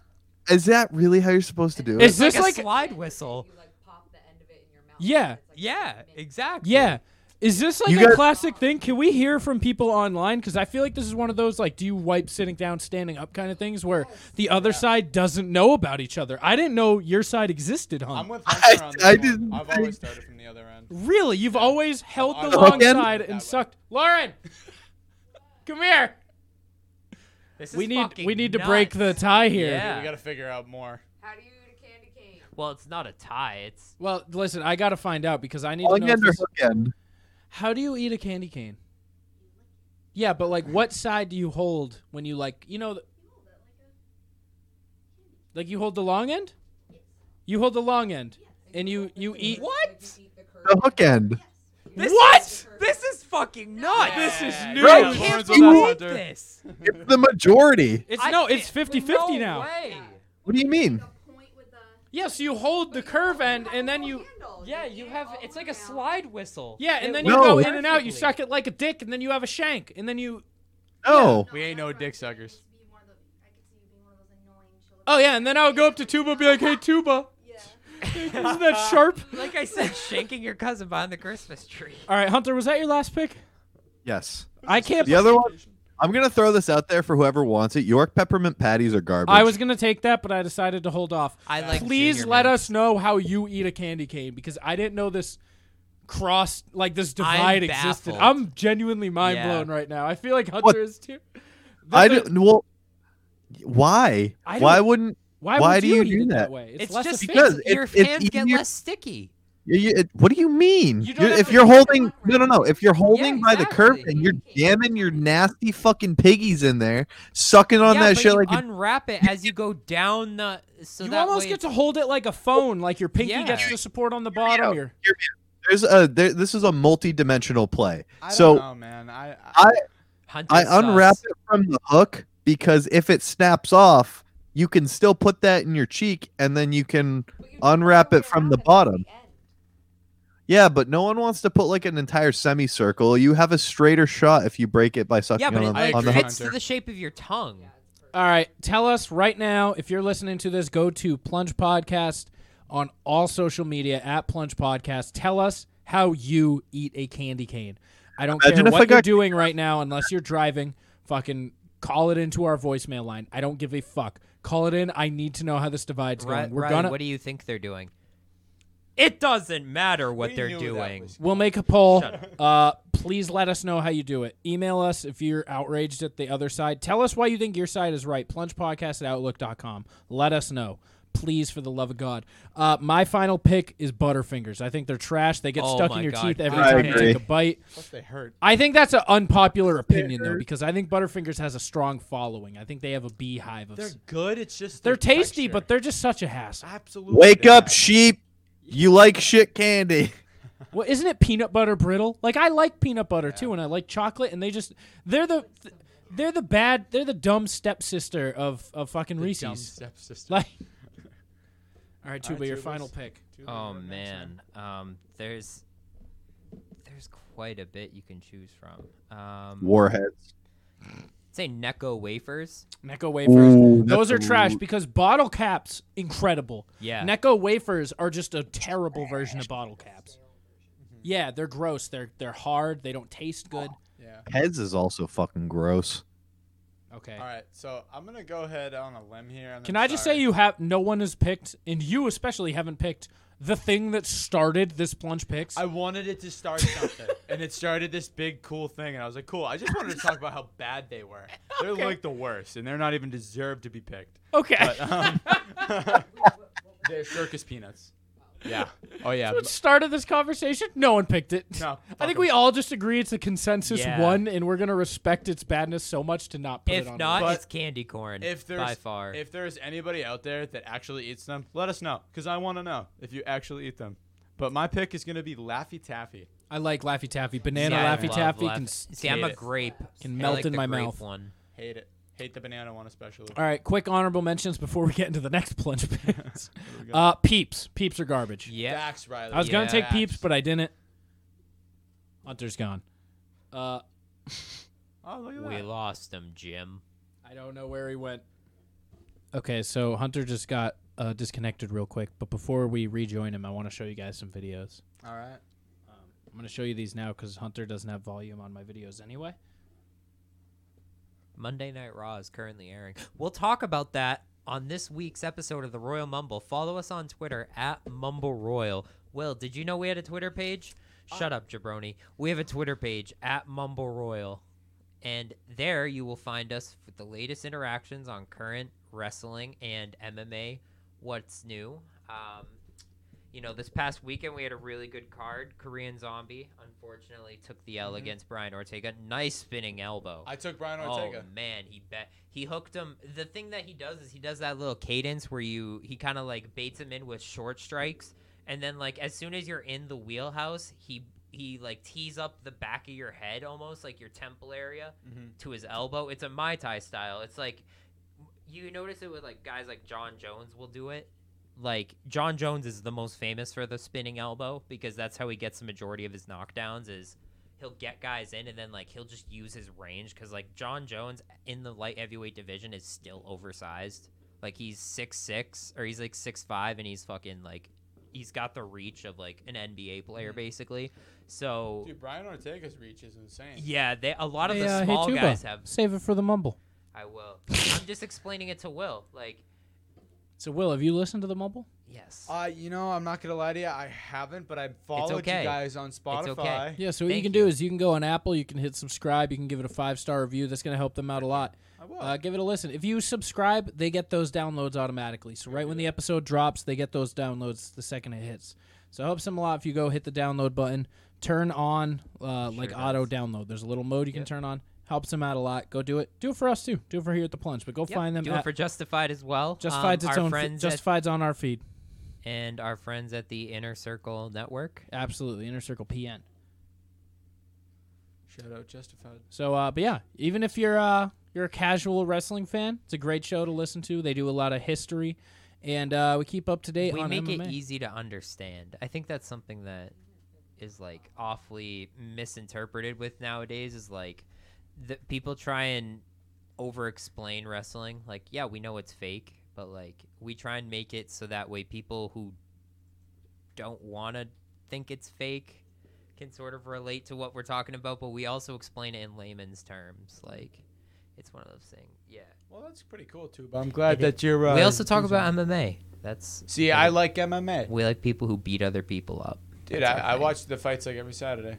[SPEAKER 2] Is that really how you're supposed to do it?
[SPEAKER 4] It's
[SPEAKER 3] Is this
[SPEAKER 4] like,
[SPEAKER 3] like?
[SPEAKER 4] a slide whistle.
[SPEAKER 7] You like pop the end of it in your mouth.
[SPEAKER 3] Yeah.
[SPEAKER 7] and it's, like,
[SPEAKER 4] Yeah,
[SPEAKER 7] mint.
[SPEAKER 4] exactly.
[SPEAKER 3] yeah. Is this like
[SPEAKER 2] You
[SPEAKER 3] a
[SPEAKER 2] guys-
[SPEAKER 3] classic thing? Can we hear from people online? Because I feel like this is one of those like, do you wipe sitting down, standing up kind of things where the other side doesn't know about each other. I didn't know your side existed, hon.
[SPEAKER 1] I'm with Hunter on this
[SPEAKER 2] I
[SPEAKER 1] one.
[SPEAKER 2] didn't
[SPEAKER 1] I've
[SPEAKER 2] think-
[SPEAKER 1] always started from the other end.
[SPEAKER 3] Really? You've always held
[SPEAKER 1] I-
[SPEAKER 3] the
[SPEAKER 1] I-
[SPEAKER 3] long
[SPEAKER 2] Again?
[SPEAKER 3] side and
[SPEAKER 1] That way.
[SPEAKER 3] sucked. Lauren, come here.
[SPEAKER 4] This is
[SPEAKER 3] We need
[SPEAKER 4] fucking
[SPEAKER 3] we need to break the
[SPEAKER 4] nuts.
[SPEAKER 3] tie here.
[SPEAKER 4] Yeah.
[SPEAKER 1] We gotta figure out more.
[SPEAKER 7] How do you eat a candy cane?
[SPEAKER 4] Well, it's not a tie. It's
[SPEAKER 3] Well, listen, I gotta find out because I need to
[SPEAKER 2] long
[SPEAKER 3] know. if
[SPEAKER 2] end or
[SPEAKER 3] this-
[SPEAKER 2] hook end?
[SPEAKER 3] How do you eat a candy cane? Yeah, but like, what side do you hold when you like, you know, th- like you hold the long end? You hold the long end, and you you eat.
[SPEAKER 4] what?
[SPEAKER 7] Eat the curd.
[SPEAKER 2] The hook end.
[SPEAKER 4] This
[SPEAKER 3] What?
[SPEAKER 4] is- This is fucking nuts.
[SPEAKER 3] This is
[SPEAKER 1] Yeah.
[SPEAKER 3] new.
[SPEAKER 2] Bro,
[SPEAKER 4] I can't
[SPEAKER 1] Horns up,
[SPEAKER 4] believe
[SPEAKER 1] Hunter.
[SPEAKER 4] this.
[SPEAKER 2] It's the majority.
[SPEAKER 3] It's
[SPEAKER 4] I
[SPEAKER 3] no,
[SPEAKER 4] can't-
[SPEAKER 3] it's 50-50
[SPEAKER 4] no
[SPEAKER 3] now.
[SPEAKER 4] way.
[SPEAKER 2] What do you mean?
[SPEAKER 7] A point with the.
[SPEAKER 3] Yeah, so you hold the curve end, and then you.
[SPEAKER 4] Yeah, you have. It's like a slide whistle.
[SPEAKER 3] Yeah, and then
[SPEAKER 2] It
[SPEAKER 3] you
[SPEAKER 2] works
[SPEAKER 3] go in and out.
[SPEAKER 4] perfectly.
[SPEAKER 3] You suck it like a dick, and then you have a shank, and then you.
[SPEAKER 4] Oh.
[SPEAKER 2] No.
[SPEAKER 1] We ain't no dick suckers.
[SPEAKER 3] Oh yeah, and then I would go up to Tuba, and be like, "Hey Tuba, isn't that sharp?"
[SPEAKER 4] Like I said, shaking your cousin behind the Christmas tree.
[SPEAKER 3] All right, Hunter, was that your last pick?
[SPEAKER 2] Yes.
[SPEAKER 3] I can't.
[SPEAKER 2] The other one. I'm gonna throw this out there for whoever wants it. York peppermint patties are garbage.
[SPEAKER 3] I was gonna take that, but I decided to hold off.
[SPEAKER 4] I like.
[SPEAKER 3] Please let us know how you eat a candy cane because I didn't know this cross like this divide existed.
[SPEAKER 4] baffled.
[SPEAKER 3] I'm genuinely mind
[SPEAKER 4] Yeah.
[SPEAKER 3] blown right now. I feel like Hunter
[SPEAKER 2] What?
[SPEAKER 3] is too.
[SPEAKER 2] I
[SPEAKER 3] The-
[SPEAKER 2] don't. Well, why?
[SPEAKER 3] I
[SPEAKER 2] Why
[SPEAKER 3] don't-
[SPEAKER 2] wouldn't?
[SPEAKER 3] Why,
[SPEAKER 2] why
[SPEAKER 3] would
[SPEAKER 2] do you
[SPEAKER 3] you, eat
[SPEAKER 2] do
[SPEAKER 3] it that,
[SPEAKER 2] that?
[SPEAKER 3] way? It's,
[SPEAKER 4] It's,
[SPEAKER 3] less
[SPEAKER 4] just
[SPEAKER 3] efficient.
[SPEAKER 2] because
[SPEAKER 4] your
[SPEAKER 2] it- it's
[SPEAKER 4] hands get
[SPEAKER 2] easier-
[SPEAKER 4] less sticky.
[SPEAKER 2] You, you- it- what do you mean?
[SPEAKER 3] You
[SPEAKER 2] You
[SPEAKER 3] don't have
[SPEAKER 2] if
[SPEAKER 3] to
[SPEAKER 2] you're
[SPEAKER 3] pick it
[SPEAKER 2] holding,
[SPEAKER 7] up
[SPEAKER 2] no, no,
[SPEAKER 7] right
[SPEAKER 2] no. If you're holding by the curve
[SPEAKER 4] exactly.
[SPEAKER 2] and you're jamming your nasty fucking piggies in there, sucking on
[SPEAKER 4] yeah,
[SPEAKER 2] that
[SPEAKER 4] but
[SPEAKER 2] shit
[SPEAKER 4] you
[SPEAKER 2] like a-
[SPEAKER 4] unwrap it as you go down the. So
[SPEAKER 3] you
[SPEAKER 4] that
[SPEAKER 3] almost
[SPEAKER 4] way
[SPEAKER 3] get to hold it like a phone, like your pinky
[SPEAKER 4] Yeah.
[SPEAKER 3] gets the support on the
[SPEAKER 2] me
[SPEAKER 3] bottom.
[SPEAKER 2] out.
[SPEAKER 3] Your
[SPEAKER 2] there's a there, this is a multi-dimensional play.
[SPEAKER 1] I
[SPEAKER 2] So-
[SPEAKER 1] don't know, man. I,
[SPEAKER 2] I
[SPEAKER 4] Hunter
[SPEAKER 2] I unwrap
[SPEAKER 4] sauce.
[SPEAKER 2] it from the hook because if it snaps off, you can still put that in your cheek and then you can unwrap it from the bottom. Yeah, but no one wants to put like an entire semicircle. You have a straighter shot if you break it by sucking
[SPEAKER 4] Yeah, but
[SPEAKER 2] on,
[SPEAKER 1] I
[SPEAKER 4] it
[SPEAKER 2] on the
[SPEAKER 1] agree.
[SPEAKER 2] hook.
[SPEAKER 4] fits to
[SPEAKER 1] Hunter.
[SPEAKER 4] the shape of your tongue.
[SPEAKER 3] All right, tell us right now if you're listening to this. Go to Plunge Podcast on all social media at Plunge Podcast. Tell us how you eat a candy cane. I don't
[SPEAKER 2] Imagine
[SPEAKER 3] care
[SPEAKER 2] if
[SPEAKER 3] what
[SPEAKER 2] I got-
[SPEAKER 3] you're doing right now, unless you're driving. Fucking call it into our voicemail line. I don't give a fuck. Call it in. I need to know how this divide's
[SPEAKER 4] Ri-
[SPEAKER 3] going. We're
[SPEAKER 4] Ryan,
[SPEAKER 3] gonna.
[SPEAKER 4] what do you think they're doing? It doesn't matter what
[SPEAKER 1] We
[SPEAKER 4] they're
[SPEAKER 1] knew that
[SPEAKER 4] doing.
[SPEAKER 1] was-
[SPEAKER 3] We'll make a poll. Uh, please let us know how you do it. Email us if you're outraged at the other side. Tell us why you think your side is right. Plungepodcast at outlook.com. Let us know. Please, for the love of God. Uh, my final pick is Butterfingers. I think they're trash. They get
[SPEAKER 4] Oh
[SPEAKER 3] stuck
[SPEAKER 4] my
[SPEAKER 3] in your
[SPEAKER 4] God.
[SPEAKER 3] teeth every
[SPEAKER 4] I
[SPEAKER 3] time you
[SPEAKER 2] agree.
[SPEAKER 3] take a bite.
[SPEAKER 1] Plus they hurt.
[SPEAKER 3] I think that's an unpopular opinion, though, because I think Butterfingers has a strong following. I think they have a beehive of.
[SPEAKER 1] They're
[SPEAKER 3] They're,
[SPEAKER 1] good. It's just
[SPEAKER 3] they're
[SPEAKER 1] their
[SPEAKER 3] tasty,
[SPEAKER 1] texture.
[SPEAKER 3] but they're just such a hassle.
[SPEAKER 1] absolutely.
[SPEAKER 2] Wake
[SPEAKER 1] they're
[SPEAKER 2] up,
[SPEAKER 1] bad.
[SPEAKER 2] sheep. You like shit candy.
[SPEAKER 3] Well, isn't it peanut butter brittle? Like I like peanut butter too, and I like chocolate, and they just they're the they're the bad they're the dumb stepsister of of fucking
[SPEAKER 1] The dumb
[SPEAKER 3] Reese's.
[SPEAKER 1] stepsister.
[SPEAKER 3] Like, all right, Tuba,
[SPEAKER 1] All right,
[SPEAKER 3] your
[SPEAKER 1] Tubas.
[SPEAKER 3] final pick.
[SPEAKER 1] Dude,
[SPEAKER 4] Oh
[SPEAKER 1] next one.
[SPEAKER 4] man, um, there's there's quite a bit you can choose from. Um,
[SPEAKER 2] Warheads.
[SPEAKER 4] say Necco wafers.
[SPEAKER 3] Necco wafers.
[SPEAKER 2] Ooh,
[SPEAKER 3] Those are
[SPEAKER 2] that's a-
[SPEAKER 3] trash because bottle caps incredible.
[SPEAKER 4] Yeah.
[SPEAKER 3] Necco wafers are just a terrible version of bottle caps. Yeah, they're gross. They're they're hard. They don't taste good.
[SPEAKER 1] Yeah.
[SPEAKER 2] Heads is also fucking gross.
[SPEAKER 3] Okay.
[SPEAKER 1] All right. So I'm gonna go ahead on a limb here. and
[SPEAKER 3] Can
[SPEAKER 1] I'm
[SPEAKER 3] I just
[SPEAKER 1] sorry.
[SPEAKER 3] say you have no one has picked, and you especially haven't picked the thing that started this plunge picks.
[SPEAKER 1] I wanted it to start something, and it started this big cool thing, and I was like, "Cool." I just wanted to talk about how bad they were. They're like the worst, and they're not even deserved to be picked.
[SPEAKER 3] okay.
[SPEAKER 1] But um, they're circus peanuts. Yeah. Oh yeah.
[SPEAKER 3] what started this conversation? No one picked it.
[SPEAKER 1] No,
[SPEAKER 3] I think
[SPEAKER 1] fuck
[SPEAKER 3] we
[SPEAKER 1] 'em.
[SPEAKER 3] all just agree it's a consensus
[SPEAKER 4] Yeah.
[SPEAKER 3] one, and we're gonna respect its badness so much to not put it
[SPEAKER 4] If
[SPEAKER 3] on.
[SPEAKER 4] not,
[SPEAKER 1] But
[SPEAKER 4] it's candy corn.
[SPEAKER 1] If there's
[SPEAKER 4] by far,
[SPEAKER 1] if there's anybody out there that actually eats them, let us know, cause I want to know if you actually eat them. But my pick is gonna be Laffy Taffy.
[SPEAKER 3] I like Laffy Taffy. Banana
[SPEAKER 4] Yeah, I
[SPEAKER 3] Laffy
[SPEAKER 4] love
[SPEAKER 3] Taffy
[SPEAKER 4] Laffy-
[SPEAKER 3] can. s-
[SPEAKER 4] see. I'm
[SPEAKER 1] hate
[SPEAKER 4] a
[SPEAKER 1] it.
[SPEAKER 4] grape.
[SPEAKER 3] Can
[SPEAKER 4] I
[SPEAKER 3] melt
[SPEAKER 4] like
[SPEAKER 3] in
[SPEAKER 4] the
[SPEAKER 3] my
[SPEAKER 4] grape
[SPEAKER 3] mouth.
[SPEAKER 4] One.
[SPEAKER 1] Hate it. Hate the banana one especially.
[SPEAKER 3] All right, quick honorable mentions before we get into the next plunge picks. uh, peeps, peeps are garbage.
[SPEAKER 4] Yeah.
[SPEAKER 1] Facts, Riley.
[SPEAKER 3] I was gonna take
[SPEAKER 1] Facts.
[SPEAKER 3] peeps, but I didn't. Hunter's gone. Uh,
[SPEAKER 1] Oh, look at
[SPEAKER 4] We
[SPEAKER 1] that.
[SPEAKER 4] lost him, Jim.
[SPEAKER 3] I don't know where he went. Okay, so Hunter just got uh, disconnected real quick, but before we rejoin him, I want to show you guys some videos.
[SPEAKER 1] All right.
[SPEAKER 3] I'm going to show you these now because Hunter doesn't have volume on my videos anyway.
[SPEAKER 4] Monday Night Raw is currently airing. We'll talk about that on this week's episode of the Royal Mumble. Follow us on Twitter at Mumble Royal. Will, did you know we had a Twitter page? Shut up, jabroni. We have a Twitter page at Mumble Royal. And there you will find us with the latest interactions on current wrestling and MMA, what's new. Um, you know, this past weekend we had a really good card. Korean Zombie unfortunately took the L against Brian Ortega. Nice spinning elbow.
[SPEAKER 1] I took Brian Ortega.
[SPEAKER 4] Oh man, he bet he hooked him. The thing that he does is he does that little cadence where you he kind of like baits him in with short strikes, and then like as soon as you're in the wheelhouse, he he like tees up the back of your head almost like your temple area
[SPEAKER 1] Mhm.
[SPEAKER 4] to his elbow. It's a Mai Tai style. It's like you notice it with like guys like John Jones will do it. Like John Jones is the most famous for the spinning elbow because that's how he gets the majority of his knockdowns is he'll get guys in and then like he'll just use his range because like John Jones in the light heavyweight division is still oversized. Like he's six six or he's like six five and he's fucking like he's got the reach of like an NBA player basically. So
[SPEAKER 1] Dude, Brian Ortega's reach is insane.
[SPEAKER 4] yeah, they a lot of the small guys have.
[SPEAKER 3] Save it for the mumble.
[SPEAKER 4] I will. I'm just explaining it to Will. Like
[SPEAKER 3] So, Will, have you listened to the mumble?
[SPEAKER 4] yes.
[SPEAKER 1] Uh, you know, I'm not gonna lie to you. I haven't, but I followed
[SPEAKER 4] okay.
[SPEAKER 1] you guys on Spotify.
[SPEAKER 4] okay.
[SPEAKER 3] Yeah, so what you
[SPEAKER 4] Thank
[SPEAKER 3] can do
[SPEAKER 4] you.
[SPEAKER 3] is you can go on Apple, you can hit subscribe, you can give it a five star review. That's going to help them out a lot.
[SPEAKER 1] I will.
[SPEAKER 3] Uh, give it a listen. If you subscribe, they get those downloads automatically. So right when the episode drops, they get those downloads the second it hits. So it helps them a lot if you go hit the download button, turn on uh, like
[SPEAKER 4] does.
[SPEAKER 3] auto download. There's a little mode you can turn on. Helps them out a lot. Go do it. Do it for us too. Do it for here at the plunge. But go
[SPEAKER 4] Yep,
[SPEAKER 3] find them.
[SPEAKER 4] Do it
[SPEAKER 3] at
[SPEAKER 4] for Justified as well.
[SPEAKER 3] Justified's
[SPEAKER 4] um,
[SPEAKER 3] its
[SPEAKER 4] our
[SPEAKER 3] own. Friends
[SPEAKER 4] friends at-
[SPEAKER 3] Justified's on our feed.
[SPEAKER 4] and our friends at the Inner Circle Network.
[SPEAKER 3] Absolutely. Inner Circle PN.
[SPEAKER 1] Shout out Justified.
[SPEAKER 3] So, uh, but yeah, even if you're uh, you're a casual wrestling fan, it's a great show to listen to. They do a lot of history, and uh, we keep up to date
[SPEAKER 4] We
[SPEAKER 3] on
[SPEAKER 4] make
[SPEAKER 3] MMA.
[SPEAKER 4] it easy to understand. I think that's something that is like awfully misinterpreted with nowadays is like the people try and over explain wrestling. Like, yeah, we know it's fake, but like we try and make it so that way people who don't want to think it's fake can sort of relate to what we're talking about, but we also explain it in layman's terms. Like, it's one of those things. Yeah.
[SPEAKER 1] Well, that's pretty cool too. But I'm glad that you're. Uh,
[SPEAKER 4] we also talk about MMA. That's
[SPEAKER 1] See, I like MMA.
[SPEAKER 4] we like people who beat other people up.
[SPEAKER 1] Dude,
[SPEAKER 4] That's our
[SPEAKER 1] I, I
[SPEAKER 4] thing.
[SPEAKER 1] watch the fights like every Saturday.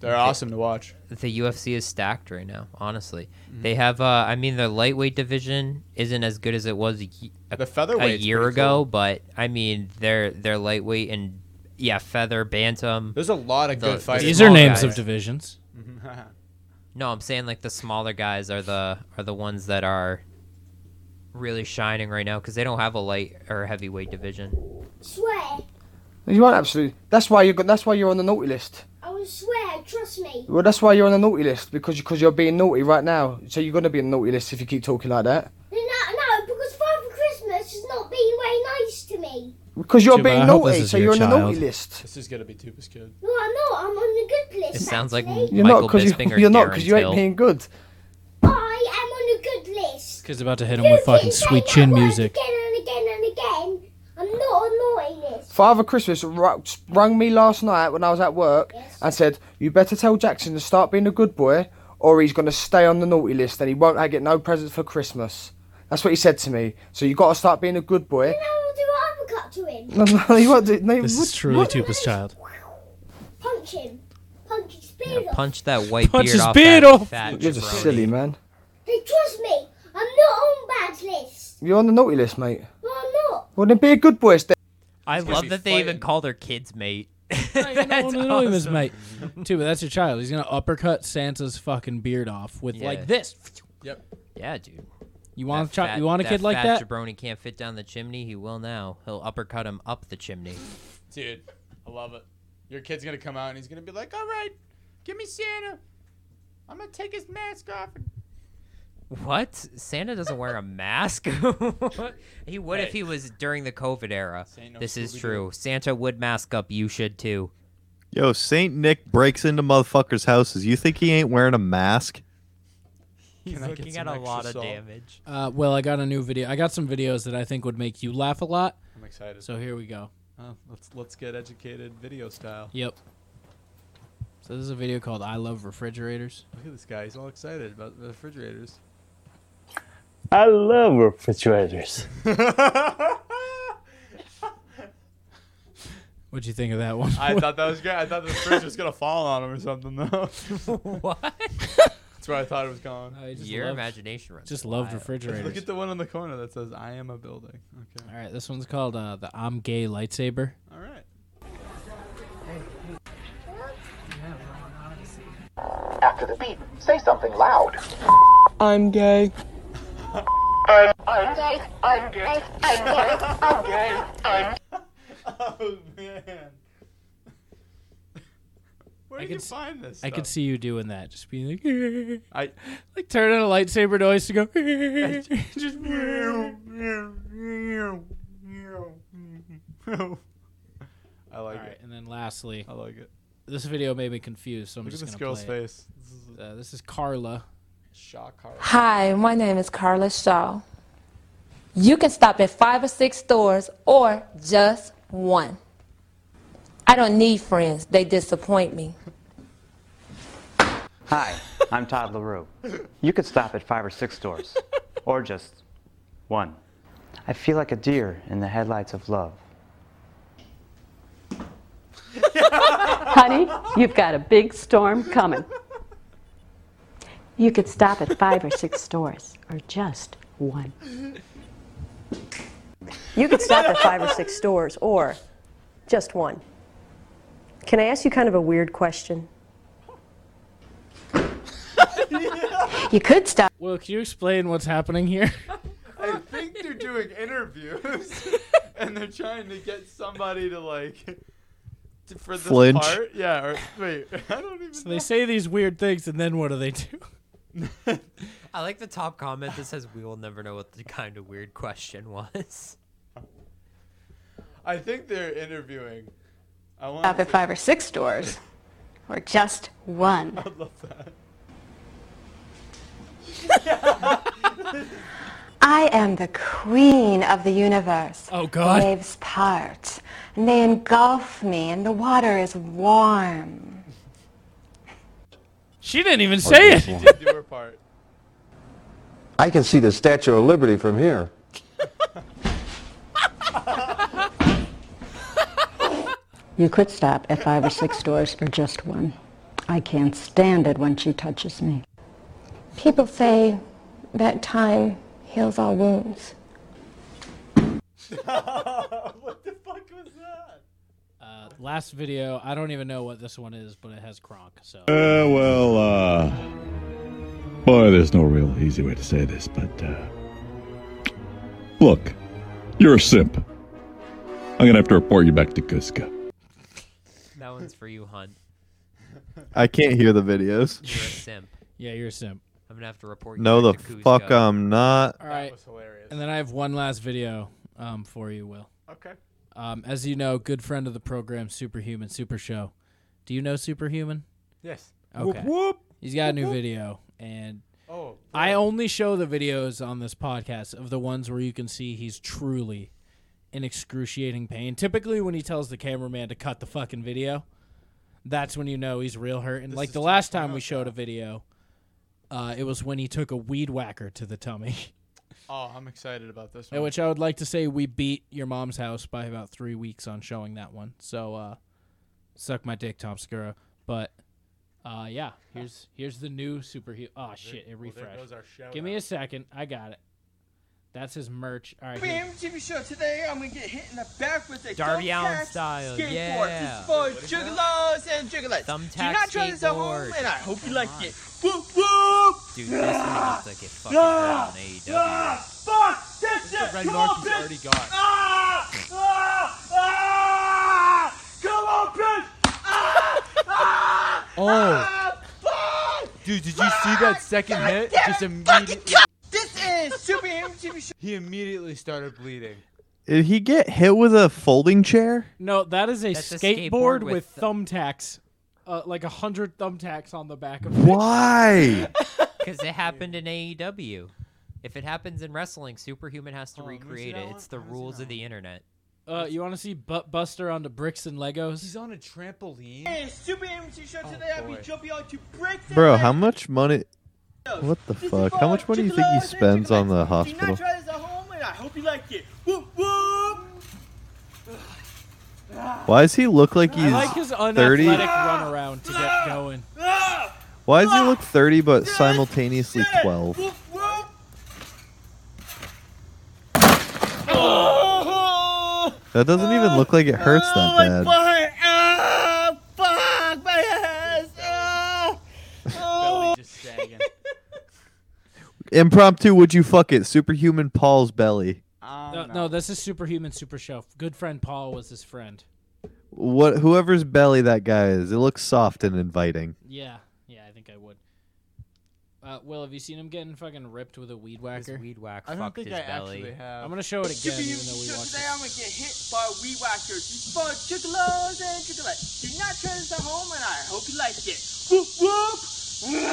[SPEAKER 1] They're awesome to watch.
[SPEAKER 4] the UFC is stacked right now. Honestly,
[SPEAKER 1] Mm-hmm.
[SPEAKER 4] they have. Uh, I mean, their lightweight division isn't as good as it was a, ye- a-
[SPEAKER 1] The
[SPEAKER 4] a
[SPEAKER 1] featherweight's
[SPEAKER 4] year
[SPEAKER 1] pretty
[SPEAKER 4] ago,
[SPEAKER 1] cool.
[SPEAKER 4] but I mean, their their lightweight and yeah, feather bantam.
[SPEAKER 1] There's a lot of
[SPEAKER 4] The-
[SPEAKER 1] good fights.
[SPEAKER 3] These
[SPEAKER 4] small
[SPEAKER 3] are names
[SPEAKER 4] guys.
[SPEAKER 3] of divisions.
[SPEAKER 4] No, I'm saying like the smaller guys are the are the ones that are really shining right now because they don't have a light or heavyweight division.
[SPEAKER 8] Swear.
[SPEAKER 9] You are absolutely. That's why you got. That's why you're on the naughty list.
[SPEAKER 8] I will swear, trust me.
[SPEAKER 9] Well, that's why you're on the naughty list because because you're being naughty right now. So you're gonna be on the naughty list if you keep talking like that.
[SPEAKER 8] No, no, because Father Christmas is not being very nice to me.
[SPEAKER 9] Because you're
[SPEAKER 3] Jim, I
[SPEAKER 9] being
[SPEAKER 3] hope this
[SPEAKER 9] naughty,
[SPEAKER 3] is
[SPEAKER 9] so
[SPEAKER 3] your
[SPEAKER 9] you're on the
[SPEAKER 3] child.
[SPEAKER 9] naughty list.
[SPEAKER 1] This is gonna be Tupa's kid.
[SPEAKER 8] No, I'm not. I'm on the good list.
[SPEAKER 4] It sounds like
[SPEAKER 8] actually.
[SPEAKER 9] You're
[SPEAKER 4] Michael
[SPEAKER 9] not because
[SPEAKER 4] Bisping
[SPEAKER 9] you,
[SPEAKER 4] or
[SPEAKER 9] you're not
[SPEAKER 4] Darren
[SPEAKER 9] 'cause you ain't
[SPEAKER 4] Till.
[SPEAKER 9] being good.
[SPEAKER 8] I am on the good list.
[SPEAKER 3] Kid's about to hit him
[SPEAKER 8] You
[SPEAKER 3] with fucking
[SPEAKER 8] keep saying
[SPEAKER 3] sweet
[SPEAKER 8] that
[SPEAKER 3] chin
[SPEAKER 8] word
[SPEAKER 3] music.
[SPEAKER 8] Again and again and again. I'm not on the naughty list.
[SPEAKER 9] Father Christmas ru- rang me last night when I was at work
[SPEAKER 8] Yes.
[SPEAKER 9] and said, "You better tell Jackson to start being a good boy, or he's gonna stay on the naughty list and he won't get no presents for Christmas." That's what he said to me. So you gotta start being a good boy.
[SPEAKER 8] Then I will do an uppercut to him.
[SPEAKER 9] No, no, you won't do. No, you
[SPEAKER 3] This
[SPEAKER 9] would-
[SPEAKER 3] is truly
[SPEAKER 9] what-
[SPEAKER 3] Tupa's child.
[SPEAKER 8] Punch him. Punch his beard
[SPEAKER 4] Yeah,
[SPEAKER 8] off.
[SPEAKER 4] punch that white
[SPEAKER 3] Punch
[SPEAKER 4] beard
[SPEAKER 3] his
[SPEAKER 4] off
[SPEAKER 3] beard
[SPEAKER 4] that
[SPEAKER 3] off.
[SPEAKER 4] fat
[SPEAKER 9] You're just
[SPEAKER 4] jabroni.
[SPEAKER 9] silly, man.
[SPEAKER 8] Hey, trust me. I'm not on bad list.
[SPEAKER 9] You're on the naughty list, mate.
[SPEAKER 8] No, I'm not.
[SPEAKER 9] Well, then be a good boy. Stay.
[SPEAKER 4] I
[SPEAKER 1] gonna
[SPEAKER 4] love
[SPEAKER 1] be
[SPEAKER 4] that they even
[SPEAKER 1] fighting.
[SPEAKER 4] call their kids mate.
[SPEAKER 3] You don't
[SPEAKER 4] That's
[SPEAKER 3] wanna know him as
[SPEAKER 4] awesome.
[SPEAKER 3] mate. Tuba, that's your child. He's gonna uppercut Santa's fucking beard off with
[SPEAKER 4] Yeah.
[SPEAKER 3] like this.
[SPEAKER 1] Yep.
[SPEAKER 4] Yeah, dude.
[SPEAKER 3] You want a
[SPEAKER 4] That
[SPEAKER 3] chi-
[SPEAKER 4] fat-
[SPEAKER 3] you want a
[SPEAKER 4] that
[SPEAKER 3] kid like
[SPEAKER 4] fat
[SPEAKER 3] that?
[SPEAKER 4] Jabroni can't fit down the chimney. He will now. He'll uppercut him up the chimney.
[SPEAKER 1] Dude, I love it. Your kid's gonna come out and he's gonna be like, "All right, give me Santa. I'm gonna take his mask off."
[SPEAKER 4] What? Santa doesn't wear a mask. he would if
[SPEAKER 1] Hey.
[SPEAKER 4] he was during the COVID era.
[SPEAKER 1] Saint no
[SPEAKER 4] this is
[SPEAKER 1] Scooby-Doo.
[SPEAKER 4] true. Santa would mask up. You should too.
[SPEAKER 2] Yo, Saint Nick breaks into motherfuckers' houses. You think he ain't wearing a mask?
[SPEAKER 4] He's
[SPEAKER 1] Can I get
[SPEAKER 4] looking at
[SPEAKER 1] some
[SPEAKER 4] a
[SPEAKER 1] extra
[SPEAKER 4] lot of
[SPEAKER 1] salt?
[SPEAKER 4] damage.
[SPEAKER 3] Uh, well, I got a new video. I got some videos that I think would make you laugh a lot.
[SPEAKER 1] I'm excited.
[SPEAKER 3] So here we go.
[SPEAKER 1] oh, let's let's get educated video style.
[SPEAKER 3] Yep. So this is a video called "I Love Refrigerators."
[SPEAKER 1] Look at this guy. He's all excited about the refrigerators.
[SPEAKER 10] I love refrigerators.
[SPEAKER 3] What'd you think of that one?
[SPEAKER 1] I thought that was great. I thought the fridge was gonna fall on him or something though.
[SPEAKER 4] what?
[SPEAKER 1] That's where I thought it was going.
[SPEAKER 3] I just
[SPEAKER 4] Your
[SPEAKER 3] loved-
[SPEAKER 4] imagination runs.
[SPEAKER 3] Just loved
[SPEAKER 4] wild.
[SPEAKER 1] Look
[SPEAKER 3] refrigerators.
[SPEAKER 1] at the one on the corner that says "I am a building." Okay.
[SPEAKER 3] All right, this one's called uh, the "I'm Gay" lightsaber.
[SPEAKER 1] All right.
[SPEAKER 11] After the beep, say something loud.
[SPEAKER 6] I'm gay.
[SPEAKER 11] I'm gay. I'm gay. I'm gay. I'm gay. I'm
[SPEAKER 1] Oh man. Where
[SPEAKER 3] I
[SPEAKER 1] did
[SPEAKER 3] could
[SPEAKER 1] you
[SPEAKER 3] s-
[SPEAKER 1] find this?
[SPEAKER 3] I could
[SPEAKER 1] stuff?
[SPEAKER 3] see you doing that, just being like,
[SPEAKER 1] I
[SPEAKER 3] like turning a lightsaber noise to go.
[SPEAKER 1] just. I
[SPEAKER 3] All
[SPEAKER 1] like
[SPEAKER 3] right,
[SPEAKER 1] it.
[SPEAKER 3] and then lastly, oh,
[SPEAKER 1] I like it.
[SPEAKER 3] this video made me confused, so I'm
[SPEAKER 1] Look at
[SPEAKER 3] just
[SPEAKER 1] this
[SPEAKER 3] gonna
[SPEAKER 1] girl's
[SPEAKER 3] play. it.
[SPEAKER 1] face. This is
[SPEAKER 3] Uh, this is Carla.
[SPEAKER 1] shock horror.
[SPEAKER 12] Hi, my name is Carla Shaw. You can stop at five or six stores or just one. I don't need friends, they disappoint me.
[SPEAKER 10] Hi, I'm Todd LaRue. You could stop at five or six stores, or just one. I feel like a deer
[SPEAKER 13] Uh,
[SPEAKER 10] in the headlights of love.
[SPEAKER 12] Honey, you've got a big storm coming. You could stop at five or six stores or just one. You could stop at five or six stores or just one. Can I ask you kind of a weird question? you could stop.
[SPEAKER 3] Well, can you explain what's happening here?
[SPEAKER 1] I think they're doing interviews, and they're trying to get somebody to like to, for this
[SPEAKER 2] Flinch.
[SPEAKER 1] part. Yeah. Or, wait. I don't even.
[SPEAKER 3] so they say these weird things, and then what do they do?
[SPEAKER 4] I like the top comment that says, "We will never know what the kind of weird question was."
[SPEAKER 1] I think they're interviewing
[SPEAKER 14] Stop at five or six stores, or just one.
[SPEAKER 1] I love that.
[SPEAKER 14] I am the queen of the universe.
[SPEAKER 3] Oh, God.
[SPEAKER 14] Waves part, and they engulf me, and the water is warm.
[SPEAKER 3] She didn't even say
[SPEAKER 15] this
[SPEAKER 3] it.
[SPEAKER 15] one.
[SPEAKER 1] Do her part.
[SPEAKER 15] I can see the Statue of Liberty from here.
[SPEAKER 16] You could stop at five or six stores or just one. I can't stand it when she touches me.
[SPEAKER 12] People say that time heals all wounds.
[SPEAKER 1] what the fuck was that?
[SPEAKER 3] Uh, last video, I don't even know what this one is, but it has Kronk. So
[SPEAKER 13] Uh, well, uh. Boy, there's no real easy way to say this, but, uh. Look, you're a simp. I'm gonna have to report you back to Cusco.
[SPEAKER 4] That one's for you, Hunt.
[SPEAKER 2] I can't hear the videos.
[SPEAKER 4] You're a simp.
[SPEAKER 3] yeah, you're a simp.
[SPEAKER 4] I'm gonna have to report you.
[SPEAKER 2] No, the
[SPEAKER 4] back to Kuzco.
[SPEAKER 2] fuck uh, I'm not.
[SPEAKER 3] All right. And then I have one last video um, for you, Will.
[SPEAKER 1] Okay.
[SPEAKER 3] Um, as you know, good friend of the program, Superhuman Super Show. Do you know Superhuman?
[SPEAKER 1] Yes. Whoop,
[SPEAKER 3] Okay.
[SPEAKER 1] whoop.
[SPEAKER 3] He's got a new
[SPEAKER 1] Whoop, whoop.
[SPEAKER 3] video, and
[SPEAKER 1] Oh,
[SPEAKER 3] I only show the videos on this podcast of the ones where you can see he's truly in excruciating pain. Typically, when he tells the cameraman to cut the fucking video, that's when you know he's real hurt. And like the last time we showed a video, uh, it was when he took a weed whacker to the tummy.
[SPEAKER 1] Oh, I'm excited about this
[SPEAKER 3] At
[SPEAKER 1] one.
[SPEAKER 3] which I would like to say we beat your mom's house by about three weeks on showing that one. So uh, suck my dick, Tom Segura. But uh, yeah, here's here's the new superhero. Oh shit, it
[SPEAKER 1] well, there
[SPEAKER 3] refreshed.
[SPEAKER 1] goes our shout
[SPEAKER 3] Give me a second. I got it. That's his merch. All right. here-
[SPEAKER 6] Bam, Jimmy Show. Today I'm gonna get hit in the back with a
[SPEAKER 3] Darby
[SPEAKER 6] thumbtack
[SPEAKER 3] Allin style,
[SPEAKER 6] skateboard.
[SPEAKER 3] yeah.
[SPEAKER 6] It's for juggalos and juggalettes. Do
[SPEAKER 4] Thumbtack
[SPEAKER 6] not try this at home,
[SPEAKER 4] skateboard.
[SPEAKER 6] and I hope you like it. Whoop whoop.
[SPEAKER 4] Dude, this one
[SPEAKER 6] Ah,
[SPEAKER 4] looks like it fucking
[SPEAKER 6] ah,
[SPEAKER 4] hurt on AEW.
[SPEAKER 6] ah, Fuck! That's
[SPEAKER 1] the
[SPEAKER 6] it!
[SPEAKER 1] red
[SPEAKER 6] Come
[SPEAKER 1] mark
[SPEAKER 6] on,
[SPEAKER 1] he's
[SPEAKER 6] bitch.
[SPEAKER 1] already got.
[SPEAKER 6] Ah! Ah! Ah! Come on, bitch! Ah! Ah!
[SPEAKER 1] Oh. Dude, did you see that second hit? Just immediately.
[SPEAKER 6] This is Superhuman Jimmy Show.
[SPEAKER 1] He immediately started bleeding.
[SPEAKER 2] Did he get hit with a folding chair?
[SPEAKER 3] No, that is a,
[SPEAKER 1] That's a
[SPEAKER 3] skateboard,
[SPEAKER 1] skateboard
[SPEAKER 3] with,
[SPEAKER 1] with
[SPEAKER 3] thumbtacks, uh, like a hundred thumbtacks on the back of it.
[SPEAKER 2] Why?
[SPEAKER 4] Because it happened in AEW. If it happens in wrestling, Superhuman has to recreate it. It's the rules of the internet.
[SPEAKER 3] Uh, you want to see Butt Buster onto bricks and Legos?
[SPEAKER 1] He's on a trampoline. Oh,
[SPEAKER 6] Hey, Superhuman Jimmy Show. Today I'll be jumping on to bricks and
[SPEAKER 2] Bro, how much money? What the fuck? How much money do you think he spends on the
[SPEAKER 6] Do not
[SPEAKER 2] hospital?
[SPEAKER 6] try this at home, and I hope you like it. Whoop whoop!
[SPEAKER 2] Why does he look like
[SPEAKER 3] I
[SPEAKER 2] he's
[SPEAKER 3] like his unathletic
[SPEAKER 2] 30?
[SPEAKER 3] run around to get going.
[SPEAKER 6] Ah.
[SPEAKER 2] Why does he look 30 but simultaneously 12?
[SPEAKER 6] Oh,
[SPEAKER 2] That doesn't even look like it hurts
[SPEAKER 6] oh, my
[SPEAKER 2] that bad.
[SPEAKER 6] butt! Ah, fuck my ass! Ah, oh.
[SPEAKER 2] Impromptu, would you fuck it? Superhuman Paul's belly.
[SPEAKER 3] no, no, this is Superhuman Super Show. Good friend Paul was his friend.
[SPEAKER 2] What? Whoever's belly that guy is, it looks soft and inviting.
[SPEAKER 3] Yeah, yeah, I think I would. Uh, Will, have you seen him getting fucking ripped with a weed whacker?
[SPEAKER 4] weed whack
[SPEAKER 1] I don't fucked think his I belly. actually have.
[SPEAKER 3] I'm gonna show it again, even though we
[SPEAKER 6] So
[SPEAKER 3] watched
[SPEAKER 6] today
[SPEAKER 3] it.
[SPEAKER 6] I'm gonna get hit by weed whackers. It's for juggalos and juggalettes. Do not try this at home, and I hope you like it. Whoop whoop!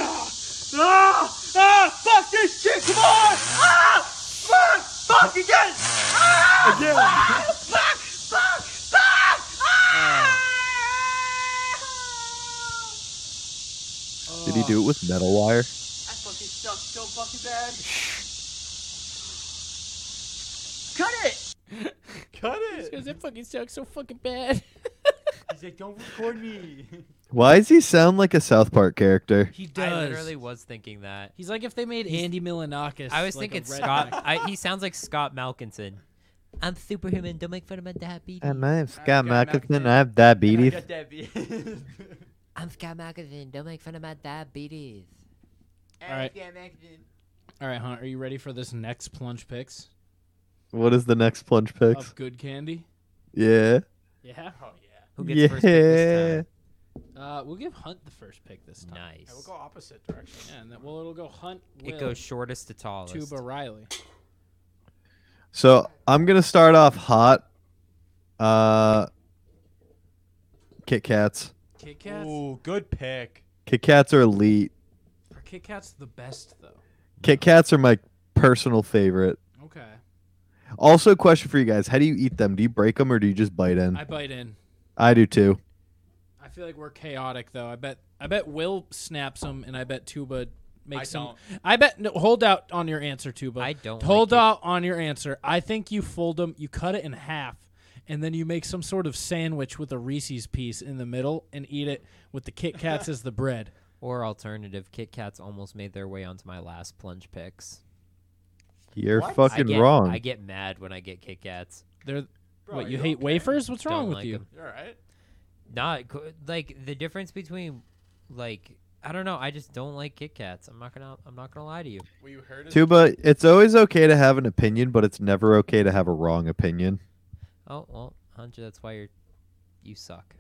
[SPEAKER 6] Ah, ah, ah, fuck this shit! Come on! Ah, fuck! Fuck again! Ah,
[SPEAKER 11] Again.
[SPEAKER 6] Fuck! Fuck! Fuck! Fuck! Ah!
[SPEAKER 2] Did he do it with metal wire?
[SPEAKER 6] I fucking suck so fucking bad. Cut it!
[SPEAKER 1] Cut it!
[SPEAKER 3] Because it fucking sucks so fucking bad.
[SPEAKER 1] He's like, don't record me.
[SPEAKER 2] Why does he sound like a South Park character?
[SPEAKER 3] He does.
[SPEAKER 4] I literally was thinking that.
[SPEAKER 3] He's like if they made Andy Milanakis.
[SPEAKER 4] I was
[SPEAKER 3] like a
[SPEAKER 4] thinking
[SPEAKER 3] redneck.
[SPEAKER 4] Scott. I, he sounds like Scott Malkinson. I'm superhuman. Don't make fun of my diabetes.
[SPEAKER 2] And my name's Scott Mackinson. I have diabetes.
[SPEAKER 4] I'm Scott Malkinson. Don't make fun of my diabetes.
[SPEAKER 3] All right. All right, Hunt. Are you ready for this next plunge picks
[SPEAKER 2] What is the next plunge
[SPEAKER 4] Um,
[SPEAKER 2] picks?
[SPEAKER 3] of good candy?
[SPEAKER 2] Yeah.
[SPEAKER 3] Yeah. Oh
[SPEAKER 4] Who
[SPEAKER 3] yeah.
[SPEAKER 4] gets first pick this
[SPEAKER 3] Uh, we'll give Hunt the first pick this time.
[SPEAKER 4] Nice.
[SPEAKER 1] we'll go opposite direction.
[SPEAKER 3] Yeah, and then well, it'll go Hunt. Will,
[SPEAKER 4] It goes shortest to tallest.
[SPEAKER 3] Tuba Riley.
[SPEAKER 2] So I'm gonna start off hot. Uh, Kit Kats.
[SPEAKER 3] Kit Kats?
[SPEAKER 1] Ooh, good pick.
[SPEAKER 2] Kit Kats are elite.
[SPEAKER 3] Are Kit Kats the best though?
[SPEAKER 2] Kit Kats are my personal favorite.
[SPEAKER 3] Okay.
[SPEAKER 2] Also, question for you guys: How do you eat them? Do you break them or do you just bite in?
[SPEAKER 3] I bite in.
[SPEAKER 2] I do too.
[SPEAKER 3] I feel like we're chaotic though. I bet I bet Will snaps them, and I bet Tuba makes
[SPEAKER 1] I
[SPEAKER 3] them. I bet no, hold out on your answer, Tuba. I
[SPEAKER 4] don't
[SPEAKER 3] hold out on your answer. I think you fold them, you cut it in half, and then you make some sort of sandwich with a Reese's piece in the middle, and eat it with the Kit Kats as the bread.
[SPEAKER 4] Or alternative, Kit Kats almost made their way onto my last plunge picks.
[SPEAKER 2] You're
[SPEAKER 4] I
[SPEAKER 2] fucking
[SPEAKER 4] get-
[SPEAKER 2] wrong.
[SPEAKER 4] I get mad when I get Kit Kats.
[SPEAKER 3] They're what you hate wafers? What's wrong
[SPEAKER 4] Don't
[SPEAKER 3] with
[SPEAKER 4] like
[SPEAKER 3] you?
[SPEAKER 4] them.
[SPEAKER 1] You're all right.
[SPEAKER 4] Not co- like the difference between like I don't know. I just don't like Kit Kats. I'm not gonna. I'm not gonna lie to you.
[SPEAKER 1] Well, you heard
[SPEAKER 2] Tuba, it's always okay to have an opinion, but it's never okay to have a wrong opinion.
[SPEAKER 4] Oh well, Hunter, that's why you're you suck.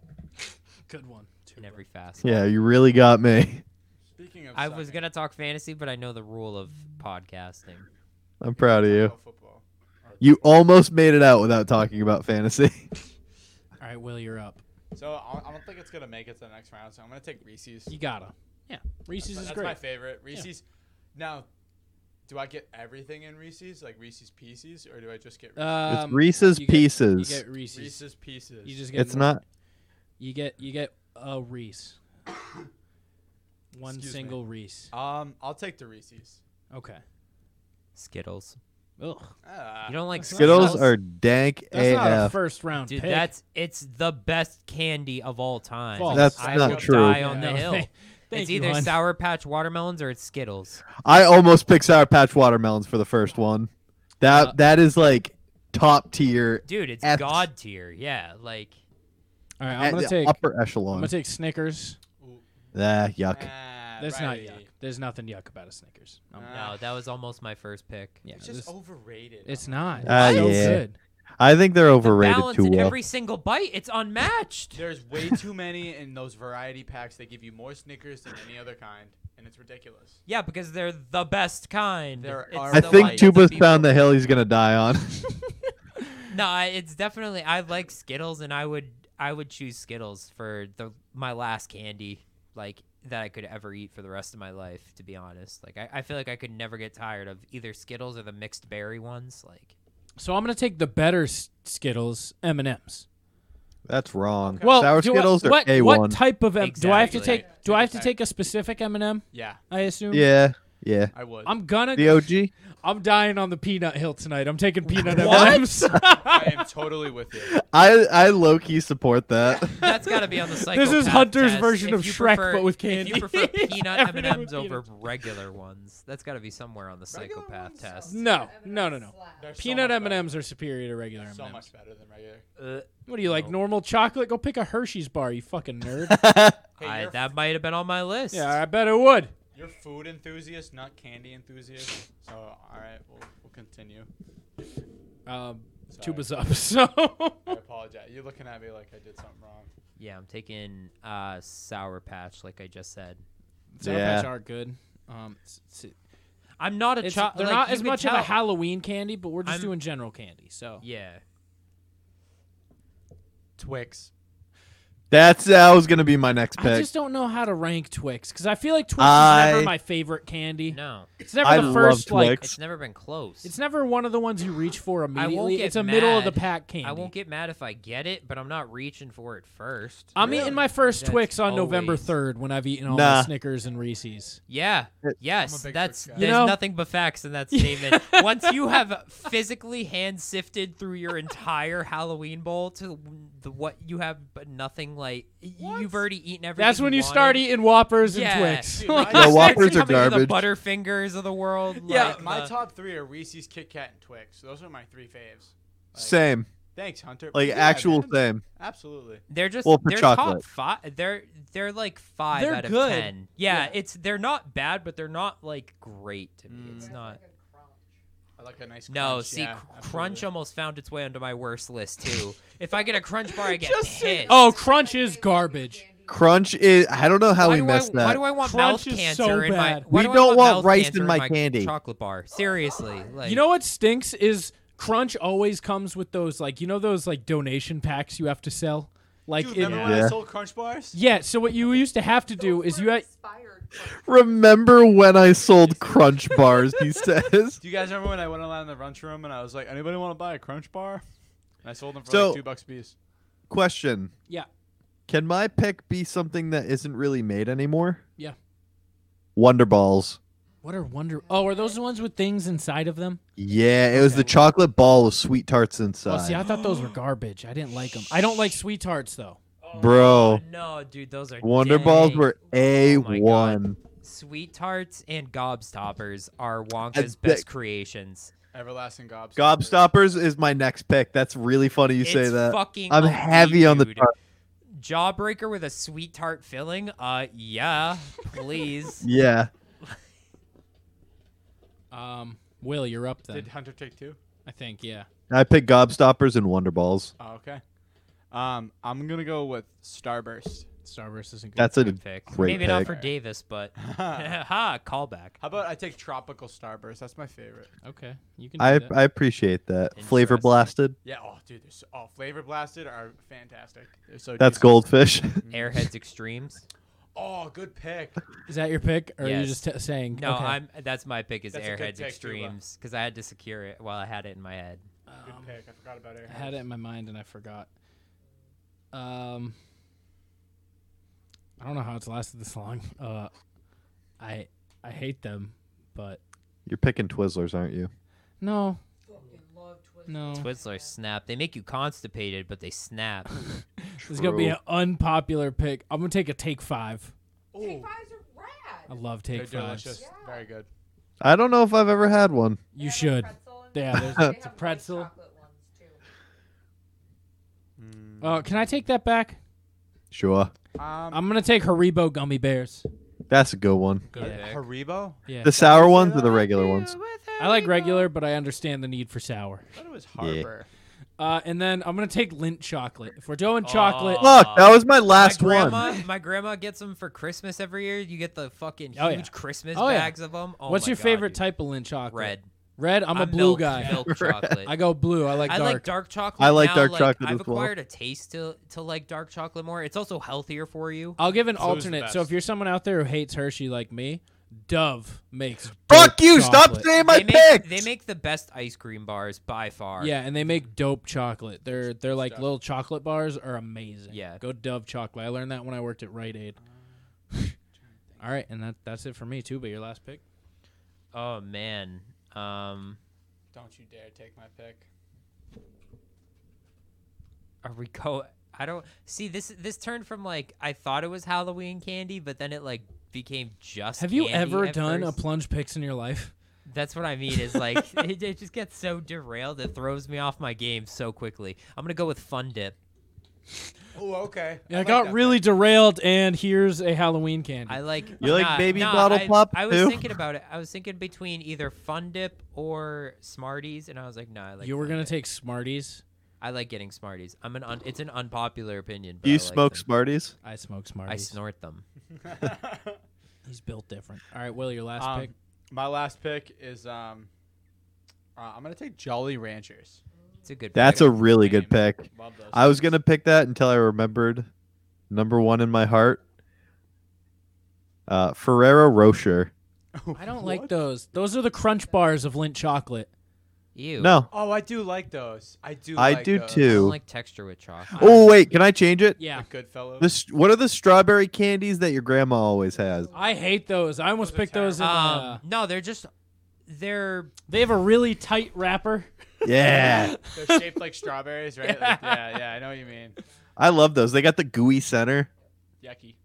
[SPEAKER 3] Good one.
[SPEAKER 4] In every facet.
[SPEAKER 2] Yeah, you really got me.
[SPEAKER 1] Speaking
[SPEAKER 4] I was gonna talk fantasy, but I know the rule of podcasting.
[SPEAKER 2] I'm proud of you. You almost made it out without talking about fantasy.
[SPEAKER 3] All right, Will, you're up.
[SPEAKER 1] So I I don't think it's gonna make it to the next round. So I'm gonna take Reese's.
[SPEAKER 3] You gotta. Yeah, Reese's
[SPEAKER 1] that's,
[SPEAKER 3] is
[SPEAKER 1] my-
[SPEAKER 3] great.
[SPEAKER 1] That's my favorite. Reese's. Now, do I get everything in Reese's, like Reese's Pieces, or do I just get? Reese's?
[SPEAKER 3] Um,
[SPEAKER 2] It's Reese's
[SPEAKER 3] you get-
[SPEAKER 2] Pieces.
[SPEAKER 3] You get Reese's.
[SPEAKER 1] Reese's Pieces.
[SPEAKER 3] You just get
[SPEAKER 2] it's
[SPEAKER 3] one-
[SPEAKER 2] not.
[SPEAKER 3] You get you get a Reese. One
[SPEAKER 1] Excuse me.
[SPEAKER 3] single Reese.
[SPEAKER 1] Um, I'll take the Reese's.
[SPEAKER 3] Okay.
[SPEAKER 4] Skittles.
[SPEAKER 3] Ugh.
[SPEAKER 1] Ah,
[SPEAKER 4] You don't like
[SPEAKER 2] Skittles
[SPEAKER 4] Skittles?
[SPEAKER 2] are dank
[SPEAKER 3] That's not a
[SPEAKER 2] AF.
[SPEAKER 3] first round
[SPEAKER 4] Dude,
[SPEAKER 3] pick.
[SPEAKER 4] that's it's the best candy of all time.
[SPEAKER 3] False.
[SPEAKER 2] That's
[SPEAKER 4] I
[SPEAKER 2] not
[SPEAKER 4] will
[SPEAKER 2] true.
[SPEAKER 4] Die on the
[SPEAKER 3] Yeah.
[SPEAKER 4] hill.
[SPEAKER 3] Thank
[SPEAKER 4] it's
[SPEAKER 3] you,
[SPEAKER 4] either
[SPEAKER 3] hon.
[SPEAKER 4] Sour Patch watermelons or it's Skittles.
[SPEAKER 2] I almost picked Sour Patch watermelons for the first one.
[SPEAKER 3] Uh,
[SPEAKER 2] That that is like top tier.
[SPEAKER 4] Dude, it's
[SPEAKER 2] at-
[SPEAKER 4] god tier. Yeah, like
[SPEAKER 3] All right,
[SPEAKER 2] at
[SPEAKER 3] I'm gonna
[SPEAKER 2] the
[SPEAKER 3] take
[SPEAKER 2] upper echelon.
[SPEAKER 3] I'm gonna take Snickers.
[SPEAKER 2] Ah, yuck.
[SPEAKER 3] There's not yuck. There's nothing yuck about a Snickers. Um,
[SPEAKER 4] no, that was almost my first pick.
[SPEAKER 3] Yeah,
[SPEAKER 1] It's just
[SPEAKER 3] this-
[SPEAKER 1] overrated.
[SPEAKER 3] it's not.
[SPEAKER 2] Ah,
[SPEAKER 3] It's so
[SPEAKER 2] yeah.
[SPEAKER 3] good.
[SPEAKER 2] I think they're overrated
[SPEAKER 4] Balance
[SPEAKER 2] too
[SPEAKER 4] in
[SPEAKER 2] well.
[SPEAKER 4] every single bite. It's unmatched.
[SPEAKER 1] There's way too many in those variety packs. They give you more Snickers than any other kind, and it's ridiculous.
[SPEAKER 4] Yeah, because they're the best kind.
[SPEAKER 1] There
[SPEAKER 4] It's
[SPEAKER 1] are
[SPEAKER 2] I
[SPEAKER 4] the
[SPEAKER 2] think
[SPEAKER 4] light.
[SPEAKER 2] Tuba's
[SPEAKER 4] People-
[SPEAKER 2] found the hill he's gonna die on.
[SPEAKER 4] No, I, it's definitely I like Skittles, and I would I would choose Skittles for the my last candy like that I could ever eat for the rest of my life. To be honest, like I, I feel like I could never get tired of either Skittles or the mixed berry ones. Like
[SPEAKER 3] So I'm gonna take the better S- Skittles M and M's.
[SPEAKER 2] That's wrong.
[SPEAKER 3] Well,
[SPEAKER 2] Sour
[SPEAKER 3] do I-
[SPEAKER 2] Skittles are
[SPEAKER 3] what,
[SPEAKER 2] a one.
[SPEAKER 3] What type of M- do I have to
[SPEAKER 1] Exactly.
[SPEAKER 3] take? Do I have to take a specific M and M?
[SPEAKER 1] Yeah,
[SPEAKER 3] I assume.
[SPEAKER 2] Yeah, yeah.
[SPEAKER 1] I would.
[SPEAKER 3] I'm gonna.
[SPEAKER 2] The OG.
[SPEAKER 3] I'm dying on the peanut hill tonight. I'm taking peanut
[SPEAKER 4] What?
[SPEAKER 3] M&Ms.
[SPEAKER 1] I am totally with you.
[SPEAKER 2] I I low key support that.
[SPEAKER 4] that's got to be on the psychopath.
[SPEAKER 3] This is Hunter's
[SPEAKER 4] test.
[SPEAKER 3] version
[SPEAKER 4] If
[SPEAKER 3] of
[SPEAKER 4] you
[SPEAKER 3] Shrek,
[SPEAKER 4] prefer-
[SPEAKER 3] but with
[SPEAKER 4] If you
[SPEAKER 3] candy.
[SPEAKER 4] prefer peanut M
[SPEAKER 3] Everything
[SPEAKER 4] and M's
[SPEAKER 3] with
[SPEAKER 4] over regular ones, that's got to be somewhere on the psychopath test.
[SPEAKER 3] no, no, no, no.
[SPEAKER 1] They're so
[SPEAKER 3] Peanut
[SPEAKER 1] much
[SPEAKER 3] M and
[SPEAKER 1] better.
[SPEAKER 3] M's are superior to regular M and
[SPEAKER 1] So
[SPEAKER 3] M's.
[SPEAKER 1] much better than regular.
[SPEAKER 4] Uh,
[SPEAKER 3] What do you like? Normal chocolate? Go pick a Hershey's bar, you fucking nerd.
[SPEAKER 1] Hey,
[SPEAKER 4] I,
[SPEAKER 1] you're,
[SPEAKER 4] that might have been on my list.
[SPEAKER 3] yeah, I bet it would.
[SPEAKER 1] you're food enthusiast, not candy enthusiast. So all right, we'll, we'll continue.
[SPEAKER 3] Um,
[SPEAKER 1] Sorry.
[SPEAKER 3] Tuba's up. So
[SPEAKER 1] I apologize. You're looking at me like I did something wrong.
[SPEAKER 4] Yeah, I'm taking uh, Sour Patch, like I just said.
[SPEAKER 3] Sour
[SPEAKER 2] Yeah.
[SPEAKER 3] Patch are good. Um, it's- it's-
[SPEAKER 4] I'm not a
[SPEAKER 3] it's-
[SPEAKER 4] child.
[SPEAKER 3] they're not as much of a Halloween candy, but we're just
[SPEAKER 4] I'm-
[SPEAKER 3] doing general candy. So
[SPEAKER 4] Yeah.
[SPEAKER 1] Twix.
[SPEAKER 2] That's that was gonna be my next
[SPEAKER 3] I
[SPEAKER 2] pick.
[SPEAKER 3] just don't know how to rank Twix because I feel like Twix is
[SPEAKER 2] I-
[SPEAKER 3] never my favorite candy.
[SPEAKER 4] No.
[SPEAKER 3] It's never
[SPEAKER 2] I
[SPEAKER 3] the
[SPEAKER 2] love
[SPEAKER 3] first like.
[SPEAKER 2] Twix.
[SPEAKER 4] It's never been close.
[SPEAKER 3] It's never one of the ones you reach for
[SPEAKER 4] I
[SPEAKER 3] immediately.
[SPEAKER 4] won't get
[SPEAKER 3] it's a
[SPEAKER 4] mad.
[SPEAKER 3] middle of the pack candy.
[SPEAKER 4] I won't get mad if I get it, but I'm not reaching for it first.
[SPEAKER 3] I'm eating my first
[SPEAKER 4] That's
[SPEAKER 3] Twix on November
[SPEAKER 4] always-
[SPEAKER 3] 3rd when I've eaten all
[SPEAKER 2] Nah.
[SPEAKER 3] the Snickers and Reese's.
[SPEAKER 4] Yeah. Yes.
[SPEAKER 1] big
[SPEAKER 4] That's
[SPEAKER 1] Twix
[SPEAKER 4] there's
[SPEAKER 1] guy.
[SPEAKER 3] You know-
[SPEAKER 4] nothing but facts in that statement. Once you have physically hand sifted through your entire Halloween bowl to the what you have, but nothing like y- you've already eaten everything.
[SPEAKER 3] That's when you
[SPEAKER 4] wanted.
[SPEAKER 3] start eating Whoppers and
[SPEAKER 4] Yeah.
[SPEAKER 3] Twix.
[SPEAKER 4] Dude, like,
[SPEAKER 2] Yeah,
[SPEAKER 4] the
[SPEAKER 2] Whoppers
[SPEAKER 4] snacks
[SPEAKER 2] are
[SPEAKER 4] coming to The
[SPEAKER 2] garbage.
[SPEAKER 4] Butterfingers of the world.
[SPEAKER 1] Yeah,
[SPEAKER 4] like uh,
[SPEAKER 1] my
[SPEAKER 4] the-
[SPEAKER 1] top three are Reese's, Kit Kat, and Twix. Those are my three faves.
[SPEAKER 2] same,
[SPEAKER 1] Thanks, Hunter.
[SPEAKER 2] like
[SPEAKER 1] Yeah,
[SPEAKER 2] actual
[SPEAKER 1] man.
[SPEAKER 2] same.
[SPEAKER 1] Absolutely.
[SPEAKER 4] They're just
[SPEAKER 2] Well, for
[SPEAKER 4] they're top
[SPEAKER 2] chocolate.
[SPEAKER 4] five. They're they're like five
[SPEAKER 3] They're
[SPEAKER 4] out of
[SPEAKER 3] good.
[SPEAKER 4] ten. Yeah, it's they're not bad, but they're not like great to me.
[SPEAKER 8] Mm.
[SPEAKER 4] It's not.
[SPEAKER 1] I like a nice.
[SPEAKER 4] No,
[SPEAKER 1] crunch,
[SPEAKER 4] see,
[SPEAKER 1] yeah,
[SPEAKER 4] cr- Crunch almost found its way onto my worst list too. if I get a Crunch bar, I get pissed.
[SPEAKER 3] Oh, Crunch is garbage.
[SPEAKER 2] Crunch is. I don't know how
[SPEAKER 4] why
[SPEAKER 2] we
[SPEAKER 4] do
[SPEAKER 2] messed
[SPEAKER 4] I,
[SPEAKER 2] that.
[SPEAKER 4] Why do I want
[SPEAKER 3] Crunch
[SPEAKER 4] mouth
[SPEAKER 3] is
[SPEAKER 4] cancer
[SPEAKER 3] so
[SPEAKER 4] in my?
[SPEAKER 3] bad.
[SPEAKER 4] Why
[SPEAKER 2] We
[SPEAKER 4] do I
[SPEAKER 2] don't
[SPEAKER 4] want,
[SPEAKER 2] want
[SPEAKER 4] mouth
[SPEAKER 2] rice in
[SPEAKER 4] cancer
[SPEAKER 2] my
[SPEAKER 4] my
[SPEAKER 2] candy.
[SPEAKER 4] Chocolate bar, seriously. Like
[SPEAKER 3] You know what stinks is Crunch always comes with those like you know those like donation packs you have to sell. Like
[SPEAKER 1] Dude,
[SPEAKER 3] it-
[SPEAKER 1] remember when I sold Crunch bars?
[SPEAKER 3] Yeah. So what you used to have to do is you had.
[SPEAKER 2] Remember when I sold Crunch bars? He says.
[SPEAKER 1] Do you guys remember when I went online in the lunch room and I was like, anybody want to buy a Crunch bar? And I sold them for
[SPEAKER 2] So-
[SPEAKER 1] like two bucks a piece.
[SPEAKER 2] Question.
[SPEAKER 3] Yeah.
[SPEAKER 2] Can my pick be something that isn't really made anymore?
[SPEAKER 3] Yeah.
[SPEAKER 2] Wonder balls.
[SPEAKER 3] What are wonder? Oh, are those the ones with things inside of them?
[SPEAKER 2] Yeah, it was the chocolate ball with sweet tarts inside.
[SPEAKER 3] Oh, see, I thought those were garbage. I didn't like them. I don't like sweet tarts though.
[SPEAKER 2] Bro.
[SPEAKER 4] No, dude, those are
[SPEAKER 2] Wonder
[SPEAKER 4] dang. Oh
[SPEAKER 2] balls were a one.
[SPEAKER 4] Sweet tarts and gobstoppers are Wonka's
[SPEAKER 2] think-
[SPEAKER 4] best creations.
[SPEAKER 1] Everlasting gobs.
[SPEAKER 2] Gobstoppers is my next pick. That's really funny you say
[SPEAKER 4] It's
[SPEAKER 2] that.
[SPEAKER 4] fucking
[SPEAKER 2] I'm
[SPEAKER 4] elite,
[SPEAKER 2] heavy on the
[SPEAKER 4] dude.
[SPEAKER 2] tart.
[SPEAKER 4] Jawbreaker with a sweet tart filling? Uh, yeah, please.
[SPEAKER 2] Yeah.
[SPEAKER 3] Um, Will, you're up then.
[SPEAKER 1] Did Hunter take two?
[SPEAKER 3] I think yeah.
[SPEAKER 2] I picked Gobstoppers and Wonder Balls.
[SPEAKER 1] Oh, okay. Um, I'm gonna go with Starburst.
[SPEAKER 3] Starburst isn't
[SPEAKER 2] good. That's a Good pick. great
[SPEAKER 4] Maybe not
[SPEAKER 2] pick.
[SPEAKER 4] for Davis, but ha callback.
[SPEAKER 1] How about I take Tropical Starburst? That's my favorite.
[SPEAKER 3] Okay, you
[SPEAKER 2] I, I appreciate that. Flavor Blasted.
[SPEAKER 1] Yeah. Oh, dude. There's oh, flavor blasted are fantastic. They're so.
[SPEAKER 2] That's
[SPEAKER 1] juicy.
[SPEAKER 2] goldfish.
[SPEAKER 4] Mm-hmm. Airheads Extremes.
[SPEAKER 1] Oh, good pick.
[SPEAKER 3] Is that your pick, or are you
[SPEAKER 4] Yes.
[SPEAKER 3] just t- saying?
[SPEAKER 4] No,
[SPEAKER 3] okay.
[SPEAKER 4] I'm. That's my pick is
[SPEAKER 1] That's a good pick,
[SPEAKER 4] Airheads
[SPEAKER 1] Tuba.
[SPEAKER 4] Extremes because I had to secure it while I had it in my head.
[SPEAKER 1] Good pick. I forgot about Airheads.
[SPEAKER 3] I had it in my mind and I forgot. Um, I don't know how it's lasted this long. Uh, I I hate them, but
[SPEAKER 2] You're picking Twizzlers, aren't you?
[SPEAKER 3] no. No,
[SPEAKER 4] Twizzlers snap. They make you constipated, but they snap.
[SPEAKER 3] this is gonna be an unpopular pick. I'm gonna take a take five.
[SPEAKER 1] Take
[SPEAKER 7] fives are rad.
[SPEAKER 3] I love take
[SPEAKER 1] They're
[SPEAKER 3] fives.
[SPEAKER 1] delicious. Very good.
[SPEAKER 2] I don't know if I've ever had one.
[SPEAKER 3] You should. Yeah, there's
[SPEAKER 2] They
[SPEAKER 3] it's a pretzel. Uh, can I take that back?
[SPEAKER 2] Sure.
[SPEAKER 1] Um,
[SPEAKER 3] I'm gonna take Haribo gummy bears.
[SPEAKER 2] That's a good one.
[SPEAKER 1] Yeah. Haribo.
[SPEAKER 3] Yeah.
[SPEAKER 2] The sour ones or the regular ones?
[SPEAKER 3] I like regular, but I understand the need for sour.
[SPEAKER 1] I thought it was
[SPEAKER 2] Harbor.
[SPEAKER 3] Uh, and then I'm gonna take lint chocolate. If we're doing chocolate,
[SPEAKER 2] Look, that was my last
[SPEAKER 4] Uh, my
[SPEAKER 2] one.
[SPEAKER 4] grandma, my grandma gets them for Christmas every year. You get the fucking huge
[SPEAKER 3] Oh, yeah.
[SPEAKER 4] Christmas
[SPEAKER 3] Oh, yeah.
[SPEAKER 4] bags of them. Oh,
[SPEAKER 3] What's
[SPEAKER 4] my
[SPEAKER 3] your
[SPEAKER 4] God,
[SPEAKER 3] favorite
[SPEAKER 4] dude.
[SPEAKER 3] type of lint chocolate?
[SPEAKER 4] Red.
[SPEAKER 3] Red. I'm a
[SPEAKER 4] I'm
[SPEAKER 3] blue
[SPEAKER 4] milk-
[SPEAKER 3] guy.
[SPEAKER 4] milk chocolate.
[SPEAKER 3] I go blue. I like
[SPEAKER 4] I
[SPEAKER 3] dark.
[SPEAKER 4] like dark chocolate.
[SPEAKER 2] I like
[SPEAKER 4] now,
[SPEAKER 2] dark chocolate
[SPEAKER 4] I've
[SPEAKER 2] as well.
[SPEAKER 4] acquired a taste to to like dark chocolate more. It's also healthier for you.
[SPEAKER 3] I'll give an
[SPEAKER 4] So is the
[SPEAKER 3] alternate. So if
[SPEAKER 4] best.
[SPEAKER 3] you're someone out there who hates Hershey like me, Dove makes.
[SPEAKER 2] Fuck
[SPEAKER 3] dope
[SPEAKER 2] you, stop
[SPEAKER 3] chocolate.
[SPEAKER 2] saying my
[SPEAKER 4] they make,
[SPEAKER 2] pick.
[SPEAKER 4] they make the best ice cream bars by far.
[SPEAKER 3] Yeah, and they make dope chocolate. They're they're like little chocolate bars are amazing.
[SPEAKER 4] Yeah.
[SPEAKER 3] Go Dove chocolate. I learned that when I worked at Rite Aid. All right, and that that's it for me too. But your last pick.
[SPEAKER 4] Oh man. Um,
[SPEAKER 1] Don't you dare take my pick.
[SPEAKER 4] are we go? I don't see this. This turned from like I thought it was Halloween candy, but then it like became just.
[SPEAKER 3] Have you
[SPEAKER 4] candy
[SPEAKER 3] ever
[SPEAKER 4] at
[SPEAKER 3] done
[SPEAKER 4] first.
[SPEAKER 3] a plunge picks in your life?
[SPEAKER 4] That's what I mean. Is like it, it just gets so derailed. It throws me off my game so quickly. I'm gonna go with Fun Dip.
[SPEAKER 1] Oh, okay.
[SPEAKER 3] Yeah, I, got really derailed, and here's a Halloween candy.
[SPEAKER 4] I like.
[SPEAKER 2] You like
[SPEAKER 4] nah,
[SPEAKER 2] baby
[SPEAKER 4] nah,
[SPEAKER 2] bottle
[SPEAKER 4] I,
[SPEAKER 2] pop,
[SPEAKER 4] I was
[SPEAKER 2] too?
[SPEAKER 4] thinking about it. I was thinking between either Fun Dip or Smarties, and I was like, no, I like.
[SPEAKER 3] you were
[SPEAKER 4] Fun
[SPEAKER 3] gonna
[SPEAKER 4] Dip.
[SPEAKER 3] take Smarties.
[SPEAKER 4] I like getting Smarties. I'm an. Un- it's an unpopular opinion. But
[SPEAKER 2] Do you
[SPEAKER 4] I like
[SPEAKER 2] smoke
[SPEAKER 4] them.
[SPEAKER 2] Smarties?
[SPEAKER 3] I smoke
[SPEAKER 4] I
[SPEAKER 3] Smarties.
[SPEAKER 4] snort them.
[SPEAKER 3] He's built different. All right, Will, your last
[SPEAKER 1] Um,
[SPEAKER 3] pick.
[SPEAKER 1] My last pick is um, uh, I'm gonna take Jolly Ranchers.
[SPEAKER 4] It's a good.
[SPEAKER 2] That's a really good pick.
[SPEAKER 1] Love those
[SPEAKER 2] I was gonna pick that until I remembered number one in my heart. Uh, Ferrero Rocher.
[SPEAKER 3] I don't like those. Those are the crunch bars of lint chocolate.
[SPEAKER 4] You.
[SPEAKER 2] No.
[SPEAKER 1] Oh, I do like those. I do.
[SPEAKER 2] I
[SPEAKER 1] like
[SPEAKER 2] do
[SPEAKER 1] those.
[SPEAKER 4] I
[SPEAKER 2] too.
[SPEAKER 4] don't like texture with chocolate.
[SPEAKER 2] Oh wait, can I change it?
[SPEAKER 3] Yeah.
[SPEAKER 1] The Goodfellas.
[SPEAKER 2] This what are the strawberry candies that your grandma always has?
[SPEAKER 3] I hate those. I almost picked those. In, uh,
[SPEAKER 4] Um, no, they're just they're
[SPEAKER 3] they have a really tight wrapper.
[SPEAKER 2] Yeah.
[SPEAKER 1] They're shaped like strawberries, right? Like, yeah, yeah. I know what you mean.
[SPEAKER 2] I love those. They got the gooey center.
[SPEAKER 1] Yucky.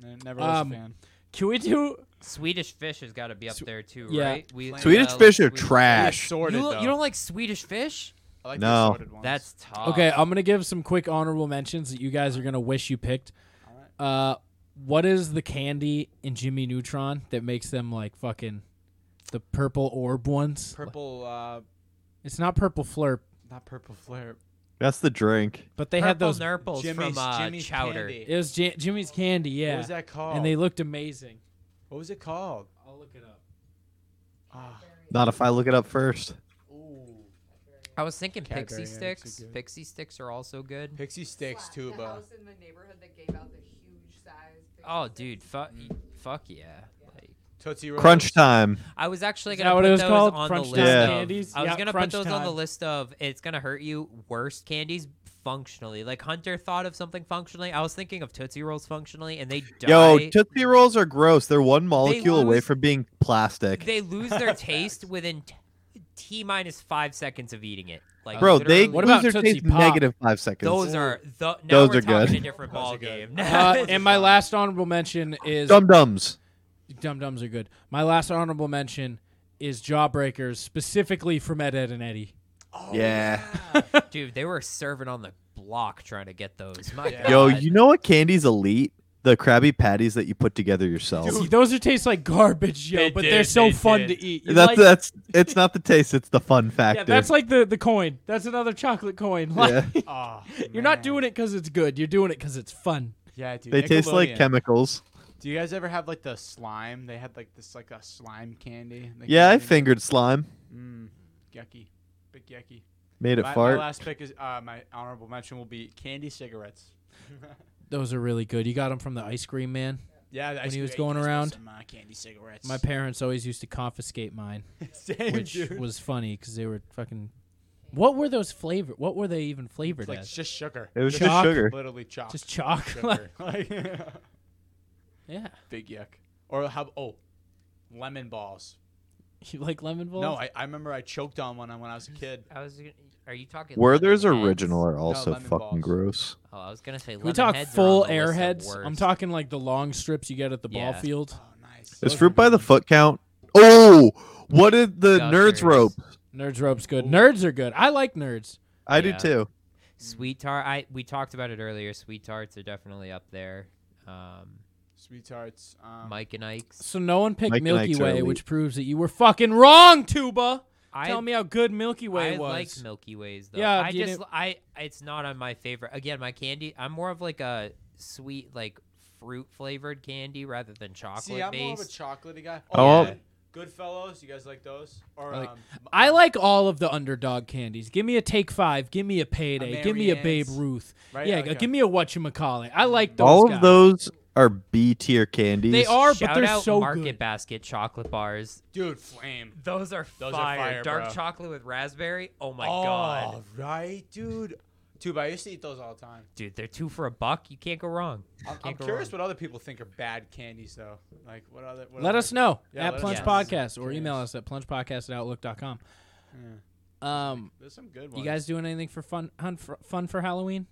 [SPEAKER 1] N- Never was
[SPEAKER 3] Um,
[SPEAKER 1] a fan.
[SPEAKER 3] Can we do?
[SPEAKER 4] Swedish fish has got to be up there too,
[SPEAKER 3] yeah.
[SPEAKER 4] right? We,
[SPEAKER 2] Swedish
[SPEAKER 4] uh,
[SPEAKER 2] fish are
[SPEAKER 4] Swedish-
[SPEAKER 2] trash.
[SPEAKER 4] You,
[SPEAKER 1] Sorted,
[SPEAKER 4] lo-
[SPEAKER 1] though.
[SPEAKER 4] you don't like Swedish fish?
[SPEAKER 1] I like
[SPEAKER 2] No.
[SPEAKER 1] the assorted ones.
[SPEAKER 4] That's tough.
[SPEAKER 3] Okay,
[SPEAKER 1] uh,
[SPEAKER 3] I'm gonna give some quick honorable mentions that you guys are gonna wish you picked. Uh, what is the candy in Jimmy Neutron that makes them like fucking the purple orb ones?
[SPEAKER 1] purple. Uh,
[SPEAKER 3] It's not purple flurp,
[SPEAKER 1] not purple flare.
[SPEAKER 2] That's the drink.
[SPEAKER 3] but they had
[SPEAKER 4] Purple
[SPEAKER 3] those.
[SPEAKER 4] nurples
[SPEAKER 1] Jimmy's,
[SPEAKER 4] from uh,
[SPEAKER 1] Jimmy's
[SPEAKER 4] chowder.
[SPEAKER 1] Candy.
[SPEAKER 3] It was J- Jimmy's candy, yeah.
[SPEAKER 1] was that
[SPEAKER 3] And
[SPEAKER 1] called?
[SPEAKER 3] they looked amazing.
[SPEAKER 1] What was it called?
[SPEAKER 3] I'll look it up.
[SPEAKER 1] Ah,
[SPEAKER 2] Not if I look it up first.
[SPEAKER 1] ooh.
[SPEAKER 4] I was thinking pixie
[SPEAKER 1] Cadbury eggs are
[SPEAKER 4] sticks.
[SPEAKER 1] good.
[SPEAKER 4] Pixie sticks are also good.
[SPEAKER 1] Pixie sticks, Tuba.
[SPEAKER 7] in the neighborhood that gave out the huge size.
[SPEAKER 4] Oh, dude, fuck, fuck yeah. Like,
[SPEAKER 1] Tootsie
[SPEAKER 2] Crunch time.
[SPEAKER 4] I was actually
[SPEAKER 3] Is
[SPEAKER 4] gonna
[SPEAKER 3] that what
[SPEAKER 4] put
[SPEAKER 3] it was
[SPEAKER 4] those
[SPEAKER 3] called?
[SPEAKER 4] on
[SPEAKER 3] Crunch
[SPEAKER 4] the
[SPEAKER 3] Time
[SPEAKER 4] list. of-
[SPEAKER 3] candies?
[SPEAKER 4] I was
[SPEAKER 3] Yeah,
[SPEAKER 4] gonna
[SPEAKER 3] Crunch
[SPEAKER 4] put those on the
[SPEAKER 3] Time.
[SPEAKER 4] list of it's gonna hurt you worst candies functionally. Like Hunter thought of something functionally. I was thinking of Tootsie Rolls functionally, and they die.
[SPEAKER 2] Yo, Tootsie Rolls are gross. They're one molecule away
[SPEAKER 4] lose-
[SPEAKER 2] from being plastic.
[SPEAKER 4] they lose their taste within t- t minus five seconds of eating it. Like
[SPEAKER 2] Bro, they
[SPEAKER 4] literally-
[SPEAKER 2] lose their taste negative five seconds.
[SPEAKER 4] Those are the, now
[SPEAKER 2] Those
[SPEAKER 4] we're
[SPEAKER 2] are
[SPEAKER 4] talking
[SPEAKER 2] good.
[SPEAKER 4] A different
[SPEAKER 3] Those
[SPEAKER 4] ball
[SPEAKER 3] are good.
[SPEAKER 4] game.
[SPEAKER 3] Uh, and my last honorable mention is
[SPEAKER 2] Dum Dums.
[SPEAKER 3] Dum Dums are good. My last honorable mention is Jawbreakers, specifically from Ed, Ed, and Eddie.
[SPEAKER 2] yeah.
[SPEAKER 4] dude, they were serving on the block trying to get those. My
[SPEAKER 2] Yo,
[SPEAKER 4] God.
[SPEAKER 2] you know what candy's elite? The Krabby Patties that you put together yourself.
[SPEAKER 3] See, those are taste like garbage, yo,
[SPEAKER 4] They
[SPEAKER 3] but
[SPEAKER 4] did,
[SPEAKER 3] they're so
[SPEAKER 4] they
[SPEAKER 3] fun
[SPEAKER 4] did.
[SPEAKER 3] to eat. You
[SPEAKER 2] that's
[SPEAKER 3] like-
[SPEAKER 2] that's it's not the taste, it's the fun factor.
[SPEAKER 3] yeah, that's like the, the coin. That's another chocolate coin. Like,
[SPEAKER 2] Yeah.
[SPEAKER 3] you're not doing it because it's good. You're doing it because it's fun.
[SPEAKER 1] Yeah, dude.
[SPEAKER 2] they taste like
[SPEAKER 1] Nickelodeon.
[SPEAKER 2] chemicals.
[SPEAKER 1] Do you guys ever have like the slime? They had like this like a slime candy. Like,
[SPEAKER 2] Yeah, I fingered slime.
[SPEAKER 1] Mm, yucky, big yucky.
[SPEAKER 2] Made it
[SPEAKER 1] my,
[SPEAKER 2] fart.
[SPEAKER 1] My last pick is uh, my honorable mention will be candy cigarettes.
[SPEAKER 3] Those are really good. You got them from the ice cream man.
[SPEAKER 1] Yeah, the
[SPEAKER 3] when
[SPEAKER 1] ice
[SPEAKER 3] he
[SPEAKER 1] cream
[SPEAKER 3] was
[SPEAKER 1] man,
[SPEAKER 3] going
[SPEAKER 1] he gives me
[SPEAKER 3] around.
[SPEAKER 1] some, uh, candy cigarettes.
[SPEAKER 3] My parents always used to confiscate mine,
[SPEAKER 1] Same,
[SPEAKER 3] which
[SPEAKER 1] dude.
[SPEAKER 3] was funny because they were fucking. What were those flavored? What were they even flavored
[SPEAKER 1] It's like
[SPEAKER 3] as?
[SPEAKER 1] just sugar.
[SPEAKER 2] It was just
[SPEAKER 3] Chalk?
[SPEAKER 2] sugar.
[SPEAKER 1] Literally chalk.
[SPEAKER 3] Just chalk.
[SPEAKER 1] Sugar. like,
[SPEAKER 3] like- yeah.
[SPEAKER 1] big yuck. Or how? Oh, lemon balls.
[SPEAKER 3] You like lemon balls?
[SPEAKER 1] No, I, I remember I choked on one when I was a kid.
[SPEAKER 4] I was. gonna- Are you talking?
[SPEAKER 2] Werther's
[SPEAKER 4] lemon heads?
[SPEAKER 2] original are
[SPEAKER 1] No,
[SPEAKER 2] also
[SPEAKER 1] lemon
[SPEAKER 2] fucking
[SPEAKER 1] balls.
[SPEAKER 2] gross.
[SPEAKER 4] Oh, I was gonna say.
[SPEAKER 3] Can we
[SPEAKER 4] lemon
[SPEAKER 3] talk
[SPEAKER 4] heads are
[SPEAKER 3] full
[SPEAKER 4] on the list of
[SPEAKER 3] airheads. I'm
[SPEAKER 4] worst.
[SPEAKER 3] talking like the long strips you get at the ball
[SPEAKER 4] Yeah.
[SPEAKER 3] field.
[SPEAKER 1] Oh,
[SPEAKER 2] Is fruit by the foot count? Oh, what did the
[SPEAKER 4] Gushers.
[SPEAKER 2] nerds rope?
[SPEAKER 3] Nerds rope's good. Nerds are good. I like nerds.
[SPEAKER 2] I
[SPEAKER 4] Yeah.
[SPEAKER 2] do too.
[SPEAKER 4] Sweet tart. I we talked about it earlier. Sweet tarts are definitely up there. Um,
[SPEAKER 1] Sweet tarts.
[SPEAKER 3] Oh.
[SPEAKER 1] Um,
[SPEAKER 4] Mike and Ike's.
[SPEAKER 3] So no one picked
[SPEAKER 2] Mike and
[SPEAKER 3] Milky
[SPEAKER 2] Ike's are
[SPEAKER 3] Way,
[SPEAKER 2] elite.
[SPEAKER 3] which proves that you were fucking wrong, Tuba.
[SPEAKER 4] I-
[SPEAKER 3] Tell me how good Milky Way
[SPEAKER 4] I
[SPEAKER 3] was.
[SPEAKER 4] like Milky Ways though.
[SPEAKER 3] Yeah,
[SPEAKER 4] I
[SPEAKER 3] you
[SPEAKER 4] just
[SPEAKER 3] know-
[SPEAKER 4] I it's not on my favorite. Again, my candy. I'm more of like a sweet like fruit flavored candy rather than chocolate
[SPEAKER 1] See, I'm more of a
[SPEAKER 4] based.
[SPEAKER 1] chocolatey guy.
[SPEAKER 2] Oh,
[SPEAKER 1] yeah. Goodfellas. You guys like those? Or
[SPEAKER 3] I like-
[SPEAKER 1] um,
[SPEAKER 3] I like all of the underdog candies. Give me a take five. Give me a payday. give me a Babe
[SPEAKER 1] Marianne's,
[SPEAKER 3] Ruth.
[SPEAKER 1] right?
[SPEAKER 3] Yeah,
[SPEAKER 1] Okay.
[SPEAKER 3] give me a whatchamacallit. I like those.
[SPEAKER 2] All
[SPEAKER 3] guys.
[SPEAKER 2] of those are B tier candies.
[SPEAKER 3] They are,
[SPEAKER 4] Shout
[SPEAKER 3] but they're
[SPEAKER 4] out
[SPEAKER 3] so
[SPEAKER 4] Market
[SPEAKER 3] good.
[SPEAKER 4] Basket chocolate bars.
[SPEAKER 1] dude, flame.
[SPEAKER 4] Those are
[SPEAKER 1] Those are
[SPEAKER 4] fire.
[SPEAKER 1] fire,
[SPEAKER 4] Dark
[SPEAKER 1] bro.
[SPEAKER 4] chocolate with raspberry. Oh my god,
[SPEAKER 1] Oh, right, dude. Dude, I used to eat those all the time.
[SPEAKER 4] dude, they're two for a buck. You can't go wrong.
[SPEAKER 1] I'm, I'm
[SPEAKER 4] Can't go
[SPEAKER 1] curious
[SPEAKER 4] wrong.
[SPEAKER 1] what other people think are bad candies, though. Like, what other? What
[SPEAKER 3] Let
[SPEAKER 1] other-
[SPEAKER 3] us know
[SPEAKER 1] Yeah,
[SPEAKER 3] at
[SPEAKER 1] let us
[SPEAKER 3] Plunge
[SPEAKER 1] know.
[SPEAKER 3] Podcast or
[SPEAKER 1] Curious.
[SPEAKER 3] email us at plungepodcast at outlook.com.
[SPEAKER 1] Yeah.
[SPEAKER 3] Um,
[SPEAKER 1] There's some good ones.
[SPEAKER 3] you guys doing anything for fun hunt for, fun for Halloween?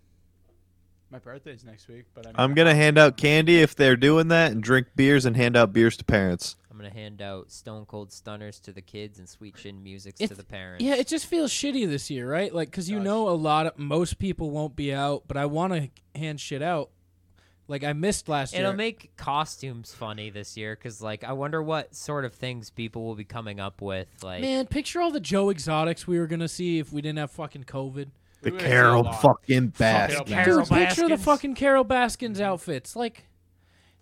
[SPEAKER 1] My birthday's next week, but I mean,
[SPEAKER 2] I'm gonna hand out candy if they're doing that, and drink beers and hand out beers to parents.
[SPEAKER 4] I'm gonna hand out Stone Cold Stunners to the kids and Sweet Chin Musics to
[SPEAKER 3] It's-
[SPEAKER 4] the parents.
[SPEAKER 3] Yeah, it just feels shitty this year, right? Like, cause you know a lot of most people won't be out, but I want to hand shit out. Like I missed last year.
[SPEAKER 4] It'll make costumes funny this year because, like, I wonder what sort of things people will be coming up with. Like,
[SPEAKER 3] Man, picture all the Joe Exotics we were gonna see if we didn't have fucking COVID.
[SPEAKER 2] The
[SPEAKER 1] We were
[SPEAKER 2] Carol
[SPEAKER 1] so long.
[SPEAKER 2] fucking
[SPEAKER 1] Carol
[SPEAKER 2] Baskin.
[SPEAKER 1] Baskin.
[SPEAKER 3] Dude, picture the
[SPEAKER 4] Baskins.
[SPEAKER 3] fucking Carol Baskins outfits. Like,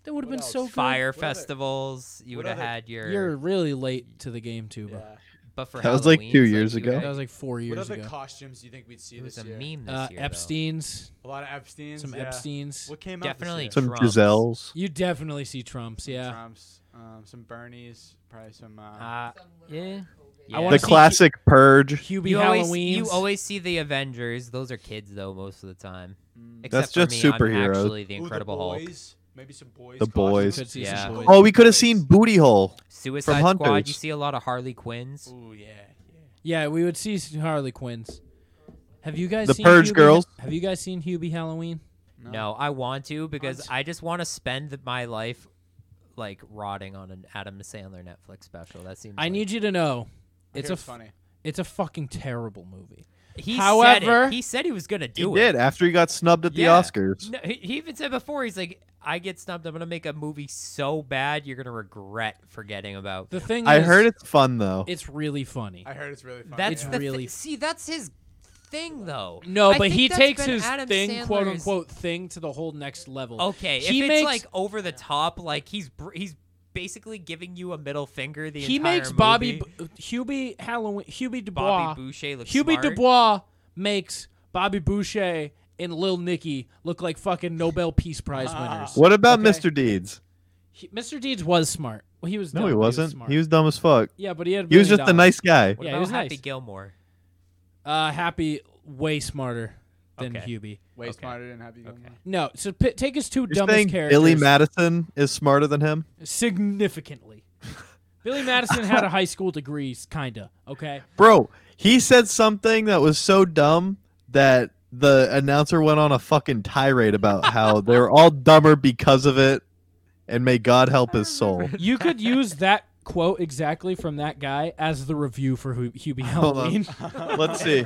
[SPEAKER 3] that would have
[SPEAKER 1] What
[SPEAKER 3] been
[SPEAKER 1] else?
[SPEAKER 3] so good.
[SPEAKER 4] fire
[SPEAKER 1] What other-
[SPEAKER 4] festivals, you
[SPEAKER 1] what
[SPEAKER 4] would have
[SPEAKER 1] other-
[SPEAKER 4] had your.
[SPEAKER 3] You're really late to the game,
[SPEAKER 1] Yeah.
[SPEAKER 3] Tuba.
[SPEAKER 4] but for
[SPEAKER 2] That was, like,
[SPEAKER 4] Halloween,
[SPEAKER 2] two
[SPEAKER 4] it's
[SPEAKER 2] years
[SPEAKER 4] you
[SPEAKER 2] ago.
[SPEAKER 4] had-
[SPEAKER 3] That was like four
[SPEAKER 1] What
[SPEAKER 3] years
[SPEAKER 1] other
[SPEAKER 3] ago.
[SPEAKER 1] costumes do you think we'd see
[SPEAKER 4] it was
[SPEAKER 1] this
[SPEAKER 4] a
[SPEAKER 1] year?
[SPEAKER 4] meme this
[SPEAKER 3] Uh,
[SPEAKER 4] year. though.
[SPEAKER 3] Epstein's.
[SPEAKER 1] A lot of Epstein's.
[SPEAKER 3] Some
[SPEAKER 1] yeah.
[SPEAKER 3] Epstein's.
[SPEAKER 1] What came
[SPEAKER 4] Definitely
[SPEAKER 1] out? this year?
[SPEAKER 2] Some
[SPEAKER 4] Trumps.
[SPEAKER 2] Giselles.
[SPEAKER 3] You definitely see Trumps, yeah. Ah,
[SPEAKER 1] Trumps. Um, some Bernies. Probably some. Uh,
[SPEAKER 4] Uh, yeah.
[SPEAKER 3] I
[SPEAKER 4] Yeah.
[SPEAKER 3] wanna
[SPEAKER 2] The
[SPEAKER 3] see
[SPEAKER 2] classic purge.
[SPEAKER 3] Hubie
[SPEAKER 4] You always,
[SPEAKER 3] Halloween.
[SPEAKER 4] you always see the Avengers. Those are kids, though, most of the time.
[SPEAKER 3] Mm.
[SPEAKER 4] Except
[SPEAKER 2] That's
[SPEAKER 4] for
[SPEAKER 2] just
[SPEAKER 4] me, I'm
[SPEAKER 2] superheroes.
[SPEAKER 4] actually the
[SPEAKER 1] ooh,
[SPEAKER 4] Incredible
[SPEAKER 1] the
[SPEAKER 4] Hulk.
[SPEAKER 1] boys. Maybe some boys.
[SPEAKER 2] The boys.
[SPEAKER 1] costumes.
[SPEAKER 3] Could see some
[SPEAKER 4] Yeah.
[SPEAKER 3] boys.
[SPEAKER 2] Oh, we could have seen Booty Hole.
[SPEAKER 4] Suicide
[SPEAKER 2] From
[SPEAKER 4] Squad. You
[SPEAKER 2] Hunters.
[SPEAKER 4] see a lot of Harley Quinns.
[SPEAKER 1] Ooh yeah. yeah.
[SPEAKER 3] Yeah, we would see some Harley Quinns. Have you guys
[SPEAKER 2] The
[SPEAKER 3] seen
[SPEAKER 2] Purge
[SPEAKER 3] Hubie-
[SPEAKER 2] Girls.
[SPEAKER 3] Have you guys seen Hubie Halloween?
[SPEAKER 4] No. I want to because
[SPEAKER 1] Hunt.
[SPEAKER 4] I just want to spend th- my life like rotting on an Adam Sandler Netflix special. That seems.
[SPEAKER 3] I need you to know,
[SPEAKER 1] I
[SPEAKER 3] it's
[SPEAKER 1] hear
[SPEAKER 3] a f-
[SPEAKER 1] funny.
[SPEAKER 3] It's a fucking terrible movie.
[SPEAKER 4] He said
[SPEAKER 3] However-
[SPEAKER 4] it. he said he was gonna
[SPEAKER 2] He
[SPEAKER 4] do it.
[SPEAKER 2] did after he got snubbed at the
[SPEAKER 4] Yeah.
[SPEAKER 2] Oscars.
[SPEAKER 4] No, he, he even said before he's like, "I get snubbed. I'm gonna make a movie so bad you're gonna regret forgetting about."
[SPEAKER 3] The thing
[SPEAKER 2] I
[SPEAKER 3] is,
[SPEAKER 2] heard it's fun though.
[SPEAKER 3] It's really funny.
[SPEAKER 1] I heard it's really funny.
[SPEAKER 4] that's
[SPEAKER 1] yeah.
[SPEAKER 4] the
[SPEAKER 3] really-
[SPEAKER 4] thi- see, that's his thing though.
[SPEAKER 3] No,
[SPEAKER 4] I
[SPEAKER 3] but
[SPEAKER 4] think
[SPEAKER 3] he
[SPEAKER 4] that's
[SPEAKER 3] takes
[SPEAKER 4] been
[SPEAKER 3] his
[SPEAKER 4] Adam
[SPEAKER 3] thing, quote
[SPEAKER 4] Sandler's-
[SPEAKER 3] unquote, thing to the whole next level.
[SPEAKER 4] Okay,
[SPEAKER 3] he
[SPEAKER 4] if
[SPEAKER 3] makes
[SPEAKER 4] it's like over the top, like he's br- he's basically giving you a middle finger the
[SPEAKER 3] he
[SPEAKER 4] entire
[SPEAKER 3] makes Bobby
[SPEAKER 4] movie.
[SPEAKER 3] B- Hubie Halloween Hubie Dubois.
[SPEAKER 4] Bobby Boucher look
[SPEAKER 3] Hubie
[SPEAKER 4] smart.
[SPEAKER 3] Dubois makes Bobby Boucher and Lil Nicky look like fucking Nobel Peace Prize winners.
[SPEAKER 2] What about
[SPEAKER 3] Okay?
[SPEAKER 2] Mr. Deeds?
[SPEAKER 3] He- Mr. Deeds was smart. Well, he was
[SPEAKER 2] No,
[SPEAKER 3] dumb,
[SPEAKER 2] he
[SPEAKER 3] but
[SPEAKER 2] wasn't.
[SPEAKER 3] smart.
[SPEAKER 2] He was dumb as fuck.
[SPEAKER 3] Yeah, but he had. a
[SPEAKER 2] He was
[SPEAKER 3] million
[SPEAKER 2] just a
[SPEAKER 3] dollars.
[SPEAKER 2] nice guy. What
[SPEAKER 3] yeah,
[SPEAKER 4] about
[SPEAKER 3] he was
[SPEAKER 4] Happy
[SPEAKER 3] nice.
[SPEAKER 4] Gilmore?
[SPEAKER 3] Uh, Happy way smarter than
[SPEAKER 4] Okay.
[SPEAKER 3] Hubie.
[SPEAKER 1] Way smarter than Happy Gilmore.
[SPEAKER 3] No, so p- take his 2
[SPEAKER 2] You're
[SPEAKER 3] dumbest
[SPEAKER 2] saying
[SPEAKER 3] characters.
[SPEAKER 2] Billy Madison is smarter than him?
[SPEAKER 3] significantly. Billy Madison had a high school degree, kinda. Okay.
[SPEAKER 2] Bro, he said something that was so dumb that the announcer went on a fucking tirade about how they're all dumber because of it, and may God help his soul.
[SPEAKER 3] You could use that quote exactly from that guy as the review for Hu- Hubie
[SPEAKER 2] Hold on.
[SPEAKER 3] Halloween.
[SPEAKER 2] Let's see.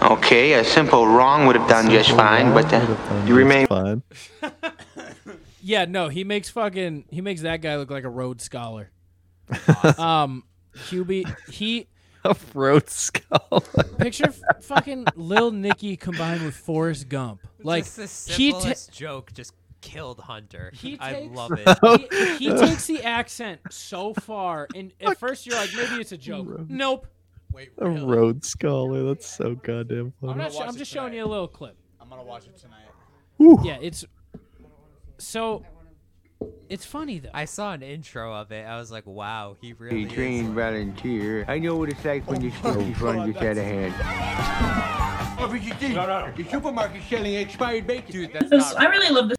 [SPEAKER 17] Okay, a simple wrong would have done just fine, but uh, you remain.
[SPEAKER 2] Fine.
[SPEAKER 3] Yeah, no, he makes fucking he makes that guy look like a Rhodes scholar. um, Hubie, he
[SPEAKER 2] a Rhodes scholar.
[SPEAKER 3] Picture f- fucking Lil Nicky combined with Forrest Gump. Like
[SPEAKER 4] Just the
[SPEAKER 3] he ta-
[SPEAKER 4] simplest joke just killed Hunter.
[SPEAKER 3] He
[SPEAKER 4] I
[SPEAKER 3] takes-
[SPEAKER 4] love it.
[SPEAKER 3] he, he takes the accent so far, and at first you're like, maybe it's a joke. Nope.
[SPEAKER 2] A Rhodes scholar. That's so goddamn
[SPEAKER 3] I'm
[SPEAKER 2] funny.
[SPEAKER 3] not. Sure. I'm just showing you a little clip.
[SPEAKER 1] I'm gonna watch it tonight.
[SPEAKER 3] Yeah, it's so. It's funny though.
[SPEAKER 4] I saw an intro of it. I was like, wow, he really
[SPEAKER 18] A
[SPEAKER 4] is.
[SPEAKER 18] trained volunteer. I know what it's like when your
[SPEAKER 6] Oh,
[SPEAKER 18] stinky's running just out of hand.
[SPEAKER 6] No, no. The supermarket selling expired bacon. Dude, that's
[SPEAKER 3] This-
[SPEAKER 6] not
[SPEAKER 3] I really love this.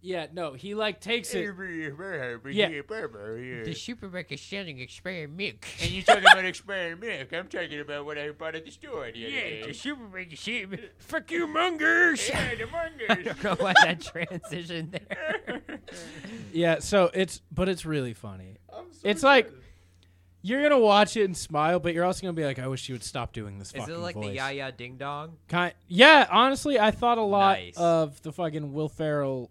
[SPEAKER 3] Yeah, no, he like takes it. Yeah.
[SPEAKER 6] The
[SPEAKER 4] supermarket is selling expired milk.
[SPEAKER 6] And you're talking about expired milk. I'm talking about what I bought at the store. The other
[SPEAKER 4] Yeah,
[SPEAKER 6] day.
[SPEAKER 4] the supermarket is selling.
[SPEAKER 6] Fuck you, mongers! Yeah, the
[SPEAKER 4] I
[SPEAKER 6] mongers!
[SPEAKER 4] don't know why that transition there.
[SPEAKER 3] Yeah, so it's but it's really funny.
[SPEAKER 4] so
[SPEAKER 3] it's like you're gonna watch it and smile, but you're also gonna be like, I wish you would stop doing this.
[SPEAKER 4] Is it
[SPEAKER 3] fucking
[SPEAKER 4] like the
[SPEAKER 3] voice.
[SPEAKER 4] Ya Ya Ding Dong?
[SPEAKER 3] Kind, yeah. Honestly, I thought a lot
[SPEAKER 4] Nice.
[SPEAKER 3] of the fucking Will Ferrell,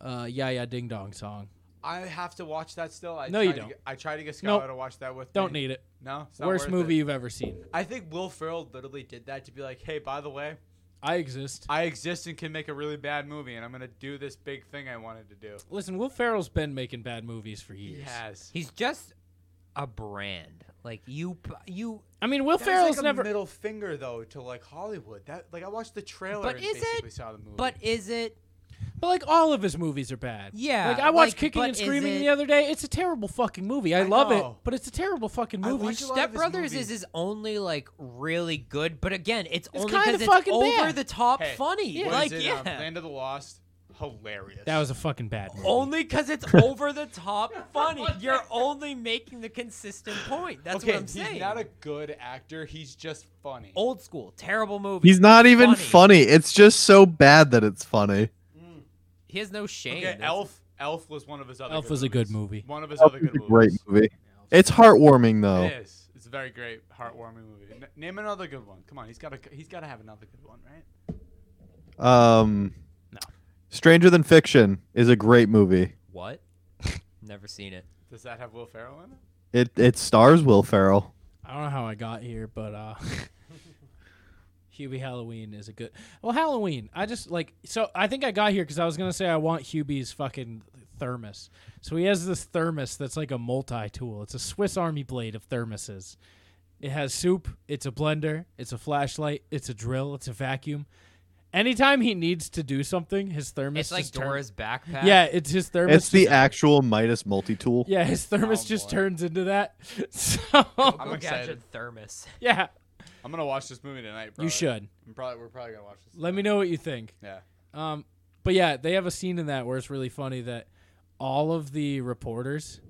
[SPEAKER 3] uh, "Yeah Yeah Ding Dong" song.
[SPEAKER 1] I have to watch that still. I
[SPEAKER 3] No, you
[SPEAKER 1] tried to
[SPEAKER 3] don't.
[SPEAKER 1] get- I tried to get Skylar
[SPEAKER 3] Nope.
[SPEAKER 1] to watch that with.
[SPEAKER 3] Don't
[SPEAKER 1] me.
[SPEAKER 3] need it.
[SPEAKER 1] No, it's not
[SPEAKER 3] worst
[SPEAKER 1] worth
[SPEAKER 3] movie
[SPEAKER 1] it.
[SPEAKER 3] you've ever seen.
[SPEAKER 1] I think Will Ferrell literally did that to be like, hey, by the way,
[SPEAKER 3] I exist.
[SPEAKER 1] I exist and can make a really bad movie, and I'm gonna do this big thing I wanted to do.
[SPEAKER 3] Listen, Will Ferrell's been making bad movies for years.
[SPEAKER 1] has.
[SPEAKER 4] He's just a brand. Like you, p- you.
[SPEAKER 3] I mean, Will
[SPEAKER 1] That was
[SPEAKER 3] Ferrell's
[SPEAKER 1] like a
[SPEAKER 3] never.
[SPEAKER 1] middle finger though to like Hollywood. That like I watched the trailer
[SPEAKER 4] But
[SPEAKER 1] and
[SPEAKER 4] is
[SPEAKER 1] basically
[SPEAKER 4] it?
[SPEAKER 1] saw the movie.
[SPEAKER 4] But is it?
[SPEAKER 3] But like all of his movies are bad.
[SPEAKER 4] Yeah,
[SPEAKER 3] Like I watched
[SPEAKER 4] like,
[SPEAKER 3] Kicking
[SPEAKER 4] but
[SPEAKER 3] and
[SPEAKER 4] is
[SPEAKER 3] Screaming
[SPEAKER 4] it-
[SPEAKER 3] the other day. It's a terrible fucking movie. I,
[SPEAKER 1] I
[SPEAKER 3] love it,
[SPEAKER 1] know.
[SPEAKER 3] but it's a terrible fucking
[SPEAKER 1] I
[SPEAKER 3] movie.
[SPEAKER 1] watch a lot
[SPEAKER 4] Step Brothers is his only like really good, but again, it's, only
[SPEAKER 3] kinda
[SPEAKER 4] because it's
[SPEAKER 3] fucking
[SPEAKER 4] over
[SPEAKER 3] bad.
[SPEAKER 4] the top
[SPEAKER 1] Hey,
[SPEAKER 4] funny.
[SPEAKER 1] what
[SPEAKER 4] like
[SPEAKER 1] is it,
[SPEAKER 4] yeah,
[SPEAKER 1] um, Land of the Lost, hilarious.
[SPEAKER 3] That was a fucking bad movie.
[SPEAKER 4] Only because it's over the top funny. You're only making the consistent point. That's
[SPEAKER 1] okay,
[SPEAKER 4] what I'm
[SPEAKER 1] he's
[SPEAKER 4] saying. Oh,
[SPEAKER 1] not a good actor. He's just funny.
[SPEAKER 4] Old school, terrible movie.
[SPEAKER 2] He's not even
[SPEAKER 4] Funny.
[SPEAKER 2] funny. It's just so bad that it's funny.
[SPEAKER 4] He has no shame.
[SPEAKER 1] Okay,
[SPEAKER 4] That's-
[SPEAKER 1] Elf. Elf was one of his other.
[SPEAKER 3] Elf
[SPEAKER 1] good
[SPEAKER 3] was a good
[SPEAKER 1] movies.
[SPEAKER 3] movie.
[SPEAKER 1] One of his
[SPEAKER 2] It's
[SPEAKER 1] other good
[SPEAKER 2] a
[SPEAKER 1] movies.
[SPEAKER 2] great movie. It's heartwarming though.
[SPEAKER 1] It is. It's a very great, heartwarming movie. N- name another good one. Come on, he's got to. He's got to have another good one, right?
[SPEAKER 2] Um, Stranger Than Fiction is a great movie.
[SPEAKER 4] What? Never seen it.
[SPEAKER 1] Does that have Will Ferrell in it?
[SPEAKER 2] It it stars Will Ferrell.
[SPEAKER 3] I don't know how I got here, but uh Hubie Halloween is a good. Well, Halloween. I just like so. I think I got here because I was gonna say I want Hubie's fucking thermos. So he has this thermos that's like a multi-tool. It's a Swiss Army blade of thermoses. It has soup. It's a blender. It's a flashlight. It's a drill. It's a vacuum. Anytime he needs to do something, his thermos.
[SPEAKER 4] It's like
[SPEAKER 3] just turn-
[SPEAKER 4] Dora's backpack.
[SPEAKER 3] Yeah, it's his thermos.
[SPEAKER 2] it's the
[SPEAKER 3] just-
[SPEAKER 2] actual Midas multi tool.
[SPEAKER 3] Yeah, his thermos
[SPEAKER 4] Oh,
[SPEAKER 3] just turns into that. So
[SPEAKER 1] I'm excited.
[SPEAKER 4] Thermos.
[SPEAKER 3] Yeah.
[SPEAKER 1] I'm gonna watch this movie tonight. Probably.
[SPEAKER 3] You should.
[SPEAKER 1] I'm probably we're probably gonna watch this.
[SPEAKER 3] Let me know what you think.
[SPEAKER 1] Yeah.
[SPEAKER 3] Um, but yeah, they have a scene in that where it's really funny that all of the reporters.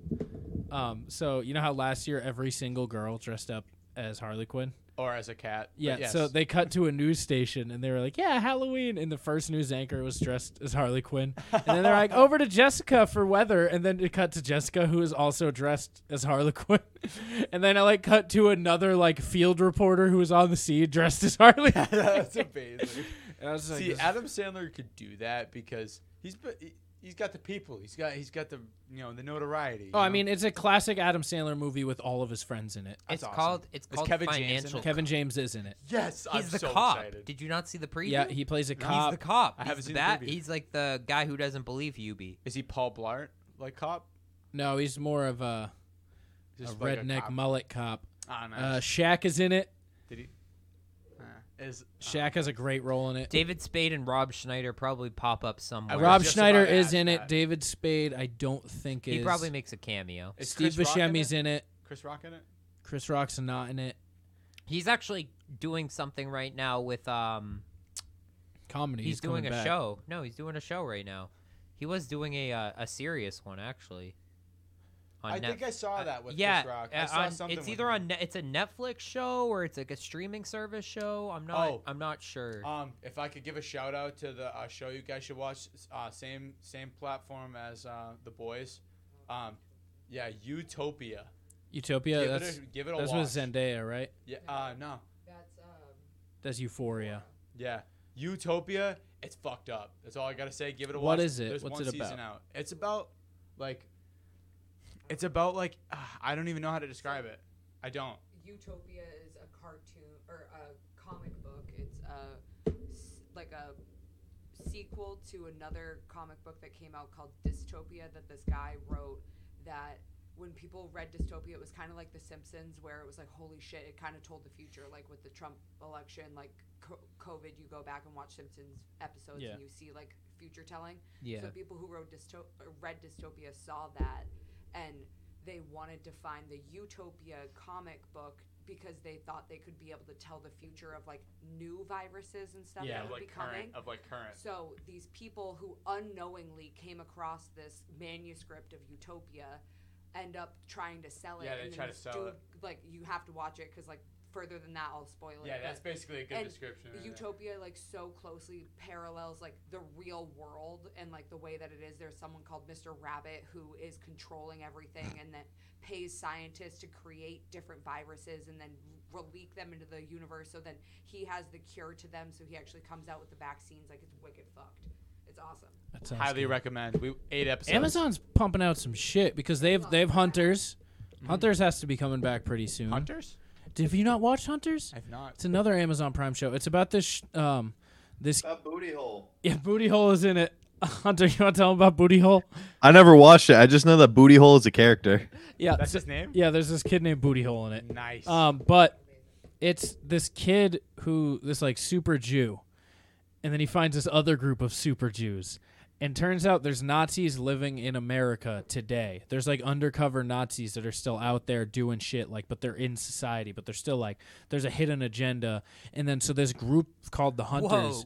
[SPEAKER 3] Um, so you know how last year every single girl dressed up as Harley Quinn.
[SPEAKER 1] or as a cat. but
[SPEAKER 3] Yeah,
[SPEAKER 1] Uh, yes.
[SPEAKER 3] so they cut to a news station and they were like, "Yeah, Halloween." And the first news anchor was dressed as Harley Quinn, and then they're like, "Over to Jessica for weather." And then it cut to Jessica, who is also dressed as Harley Quinn. and then I like cut to another like field reporter who was on the scene dressed as Harley.
[SPEAKER 1] That's amazing.
[SPEAKER 3] And I was like,
[SPEAKER 1] See,
[SPEAKER 3] this-
[SPEAKER 1] Adam Sandler could do that because he's b- he- he's got the people. He's got he's got the you know the notoriety. you
[SPEAKER 3] oh, I
[SPEAKER 1] know?
[SPEAKER 3] mean, it's a classic Adam Sandler movie with all of his friends in it.
[SPEAKER 1] That's It's awesome. called-
[SPEAKER 4] it's
[SPEAKER 1] Is called Kevin James in it? Financial
[SPEAKER 3] Kevin James is in it.
[SPEAKER 1] Yes,
[SPEAKER 4] he's
[SPEAKER 1] I'm
[SPEAKER 4] the
[SPEAKER 1] so
[SPEAKER 4] cop.
[SPEAKER 1] excited.
[SPEAKER 4] Did you not see the preview?
[SPEAKER 3] Yeah, he plays a
[SPEAKER 4] He's
[SPEAKER 3] cop.
[SPEAKER 4] the cop.
[SPEAKER 1] I haven't
[SPEAKER 4] He's
[SPEAKER 1] seen the
[SPEAKER 4] that.
[SPEAKER 1] preview.
[SPEAKER 4] he's like the guy who doesn't believe you. Be
[SPEAKER 1] Is he Paul Blart like cop?
[SPEAKER 3] No, he's more of a, a
[SPEAKER 1] Just like a
[SPEAKER 3] redneck
[SPEAKER 1] cop.
[SPEAKER 3] mullet cop.
[SPEAKER 1] Ah, nice. Oh,
[SPEAKER 3] Uh, Shaq is in it.
[SPEAKER 1] Did he? Uh, is
[SPEAKER 3] Shaq has a great role in it.
[SPEAKER 4] David Spade and Rob Schneider probably pop up somewhere.
[SPEAKER 3] Rob Schneider is in it. David Spade, I don't think
[SPEAKER 4] He
[SPEAKER 3] is.
[SPEAKER 4] probably makes a cameo.
[SPEAKER 1] Is
[SPEAKER 3] Steve
[SPEAKER 1] Chris Rock in
[SPEAKER 3] Buscemi's
[SPEAKER 1] it?
[SPEAKER 3] in it.
[SPEAKER 1] Chris Rock in it?
[SPEAKER 3] Chris Rock's not in it.
[SPEAKER 4] He's actually doing something right now with um.
[SPEAKER 3] Comedy.
[SPEAKER 4] He's,
[SPEAKER 3] He's,
[SPEAKER 4] doing a
[SPEAKER 3] coming back.
[SPEAKER 4] show. No, he's doing a show right now. He was doing a uh, a serious one actually. On
[SPEAKER 1] I
[SPEAKER 4] Net-
[SPEAKER 1] think I saw that with
[SPEAKER 4] yeah,
[SPEAKER 1] Chris Rock.
[SPEAKER 4] uh,
[SPEAKER 1] I saw
[SPEAKER 4] on-
[SPEAKER 1] something.
[SPEAKER 4] It's
[SPEAKER 1] with
[SPEAKER 4] either
[SPEAKER 1] him.
[SPEAKER 4] on Net it's a Netflix show or it's like a streaming service show. I'm not.
[SPEAKER 1] Oh.
[SPEAKER 4] I'm not sure.
[SPEAKER 1] Um, if I could give a shout out to the uh, show you guys should watch, uh, same same platform as uh, the boys. Um, yeah, Utopia.
[SPEAKER 3] Utopia.
[SPEAKER 1] Give it
[SPEAKER 3] that's
[SPEAKER 1] a- give it a
[SPEAKER 3] that's with
[SPEAKER 1] watch.
[SPEAKER 3] Zendaya, right?
[SPEAKER 1] Yeah. Uh, no.
[SPEAKER 7] um,
[SPEAKER 3] That's Euphoria.
[SPEAKER 1] Yeah. Utopia. It's fucked up. That's all I gotta say. Give it a watch.
[SPEAKER 3] What is it?
[SPEAKER 1] There's
[SPEAKER 3] What's
[SPEAKER 1] one
[SPEAKER 3] it
[SPEAKER 1] season
[SPEAKER 3] about?
[SPEAKER 1] out. It's about like. It's about like ah, I don't even know how to describe it. I don't.
[SPEAKER 7] Utopia is a cartoon or a comic book. It's a s- like a sequel to another comic book that came out called Dystopia that this guy wrote that when people read Dystopia it was kind of like The Simpsons where it was like holy shit it kind of told the future like with the Trump election like co- covid you go back and watch Simpsons episodes
[SPEAKER 11] Yeah.
[SPEAKER 7] and you see like future telling. So
[SPEAKER 11] Yeah.
[SPEAKER 7] people who wrote dysto- or read Dystopia saw that and they wanted to find the Utopia comic book because they thought they could be able to tell the future of like new viruses and stuff
[SPEAKER 1] yeah,
[SPEAKER 7] that
[SPEAKER 1] of,
[SPEAKER 7] would
[SPEAKER 1] like
[SPEAKER 7] be coming.
[SPEAKER 1] current of like current.
[SPEAKER 7] So these people who unknowingly came across this manuscript of Utopia end up trying to sell it.
[SPEAKER 1] Yeah, they
[SPEAKER 7] and then
[SPEAKER 1] try to
[SPEAKER 7] this
[SPEAKER 1] sell
[SPEAKER 7] dude- Like you have to watch it because like further than that, I'll spoil it.
[SPEAKER 1] Yeah,
[SPEAKER 7] but-
[SPEAKER 1] that's basically a good
[SPEAKER 7] and
[SPEAKER 1] description, yeah.
[SPEAKER 7] Utopia like so closely parallels like the real world and like the way that it is. There's someone called Mr. Rabbit who is controlling everything and that pays scientists to create different viruses and then leak them into the universe. So then he has the cure to them. So he actually comes out with the vaccines. Like it's wicked fucked. It's awesome.
[SPEAKER 3] That sounds
[SPEAKER 1] Highly
[SPEAKER 3] good.
[SPEAKER 1] recommend. We eight episodes.
[SPEAKER 3] Amazon's pumping out some shit because they've they've Hunters.
[SPEAKER 1] Mm-hmm.
[SPEAKER 3] Hunters has to be coming back pretty soon.
[SPEAKER 1] Hunters?
[SPEAKER 3] Did have you not watch Hunters?
[SPEAKER 1] I've not.
[SPEAKER 3] It's another Amazon Prime show. It's about this sh- um this
[SPEAKER 2] That booty hole.
[SPEAKER 3] yeah booty hole is in it. Hunter, you want to tell him about booty hole?
[SPEAKER 2] I never watched it. I just know that booty hole is a character.
[SPEAKER 3] Yeah,
[SPEAKER 1] That's
[SPEAKER 3] so-
[SPEAKER 1] his name?
[SPEAKER 3] Yeah, there's this kid named Booty Hole in it.
[SPEAKER 1] Nice.
[SPEAKER 3] Um, but it's this kid who this like super Jew, and then he finds this other group of super Jews, and turns out there's Nazis living in America today. There's like undercover Nazis that are still out there doing shit, like, but they're in society, but they're still like there's a hidden agenda, and then so this group called the Hunters.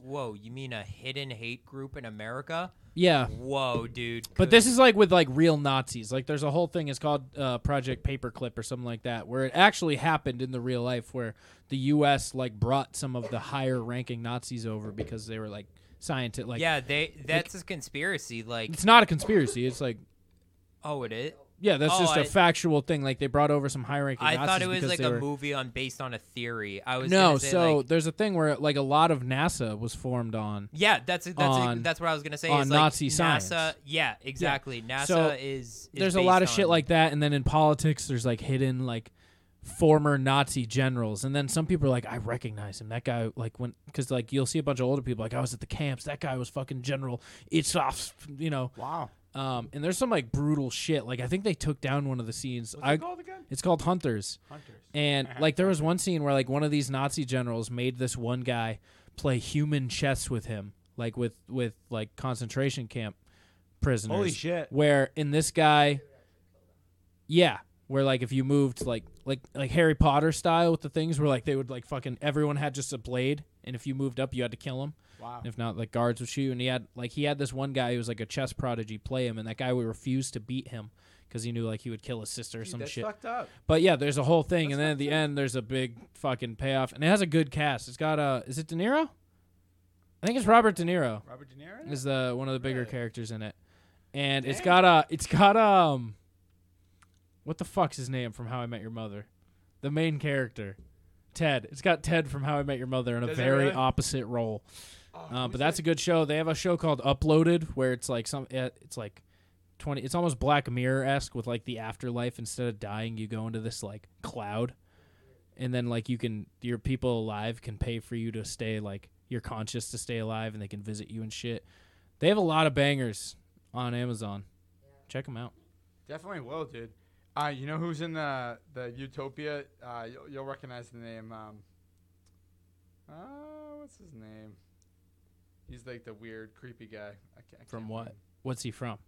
[SPEAKER 4] Whoa, whoa! You mean a hidden hate group in America?
[SPEAKER 3] Yeah.
[SPEAKER 4] Whoa, dude.
[SPEAKER 3] But this is like with like real Nazis. Like there's a whole thing. It's called uh, Project Paperclip or something like that, where it actually happened in the real life, where the U.S. like brought some of the higher ranking Nazis over because they were like scientific. Like
[SPEAKER 4] yeah, they. That's a conspiracy. Like
[SPEAKER 3] it's not a conspiracy. It's like
[SPEAKER 4] Oh, it is.
[SPEAKER 3] yeah, that's
[SPEAKER 4] Oh,
[SPEAKER 3] just a
[SPEAKER 4] I-
[SPEAKER 3] factual thing. Like they brought over some high ranking.
[SPEAKER 4] I
[SPEAKER 3] Nazis
[SPEAKER 4] thought it was
[SPEAKER 3] because
[SPEAKER 4] like
[SPEAKER 3] they
[SPEAKER 4] a
[SPEAKER 3] were,
[SPEAKER 4] movie on based on a theory. I was
[SPEAKER 3] no,
[SPEAKER 4] gonna say,
[SPEAKER 3] so
[SPEAKER 4] like-
[SPEAKER 3] there's a thing where like a lot of NASA was formed on.
[SPEAKER 4] yeah, that's that's
[SPEAKER 3] on-
[SPEAKER 4] that's what I was gonna say.
[SPEAKER 3] on
[SPEAKER 4] is, like,
[SPEAKER 3] Nazi science.
[SPEAKER 4] NASA, yeah, exactly. NASA
[SPEAKER 3] So,
[SPEAKER 4] is, is
[SPEAKER 3] There's a
[SPEAKER 4] based
[SPEAKER 3] lot of
[SPEAKER 4] on-
[SPEAKER 3] shit like that, and then in politics, there's like hidden like former Nazi generals, and then some people are like, I recognize him. That guy like when because like you'll see a bunch of older people like I was at the camps. That guy was fucking General Itzhoff. You know.
[SPEAKER 1] Wow.
[SPEAKER 3] Um, and there's some like brutal shit. Like I think they took down one of the scenes. I,
[SPEAKER 1] called again?
[SPEAKER 3] It's called Hunters.
[SPEAKER 1] Hunters.
[SPEAKER 3] And like there was one scene where like one of these Nazi generals made this one guy play human chess with him, like with with like concentration camp prisoners.
[SPEAKER 1] Holy shit.
[SPEAKER 3] Where in this guy, yeah, where like if you moved like like like Harry Potter style with the things where like they would like fucking everyone had just a blade, and if you moved up, you had to kill him.
[SPEAKER 1] Wow.
[SPEAKER 3] If not, like guards would shoot. you. And he had like he had this one guy who was like a chess prodigy play him, and that guy would refuse to beat him because he knew like he would kill his sister or some
[SPEAKER 1] that's
[SPEAKER 3] shit.
[SPEAKER 1] fucked up.
[SPEAKER 3] But yeah, there's a whole thing, and then at the end there's a big fucking payoff, and it has a good cast. It's got uh, is it De Niro? I think it's Robert De Niro.
[SPEAKER 1] Robert De Niro
[SPEAKER 3] is the one of the bigger characters in it, and it's got uh, it's got um, what the fuck's his name from How I Met Your Mother, the main character, Ted. It's got Ted from How I Met Your Mother in a
[SPEAKER 1] Does it
[SPEAKER 3] very
[SPEAKER 1] really? Oh,
[SPEAKER 3] opposite role. Uh, but that's a good show. They have a show called Uploaded where it's like some eh, it's like 20 it's almost Black Mirror esque with like the afterlife instead of dying you go into this like cloud and then like you can your people alive can pay for you to stay like you're conscious to stay alive and they can visit you and shit. They have a lot of bangers on Amazon. Check 'em Check them out.
[SPEAKER 1] Definitely will, dude. Uh, you know who's in the the Utopia? Uh, you'll, you'll recognize the name. Um, uh, what's his name? He's like the weird, creepy guy. I can't, I
[SPEAKER 3] From
[SPEAKER 1] can't
[SPEAKER 3] what? What's he from?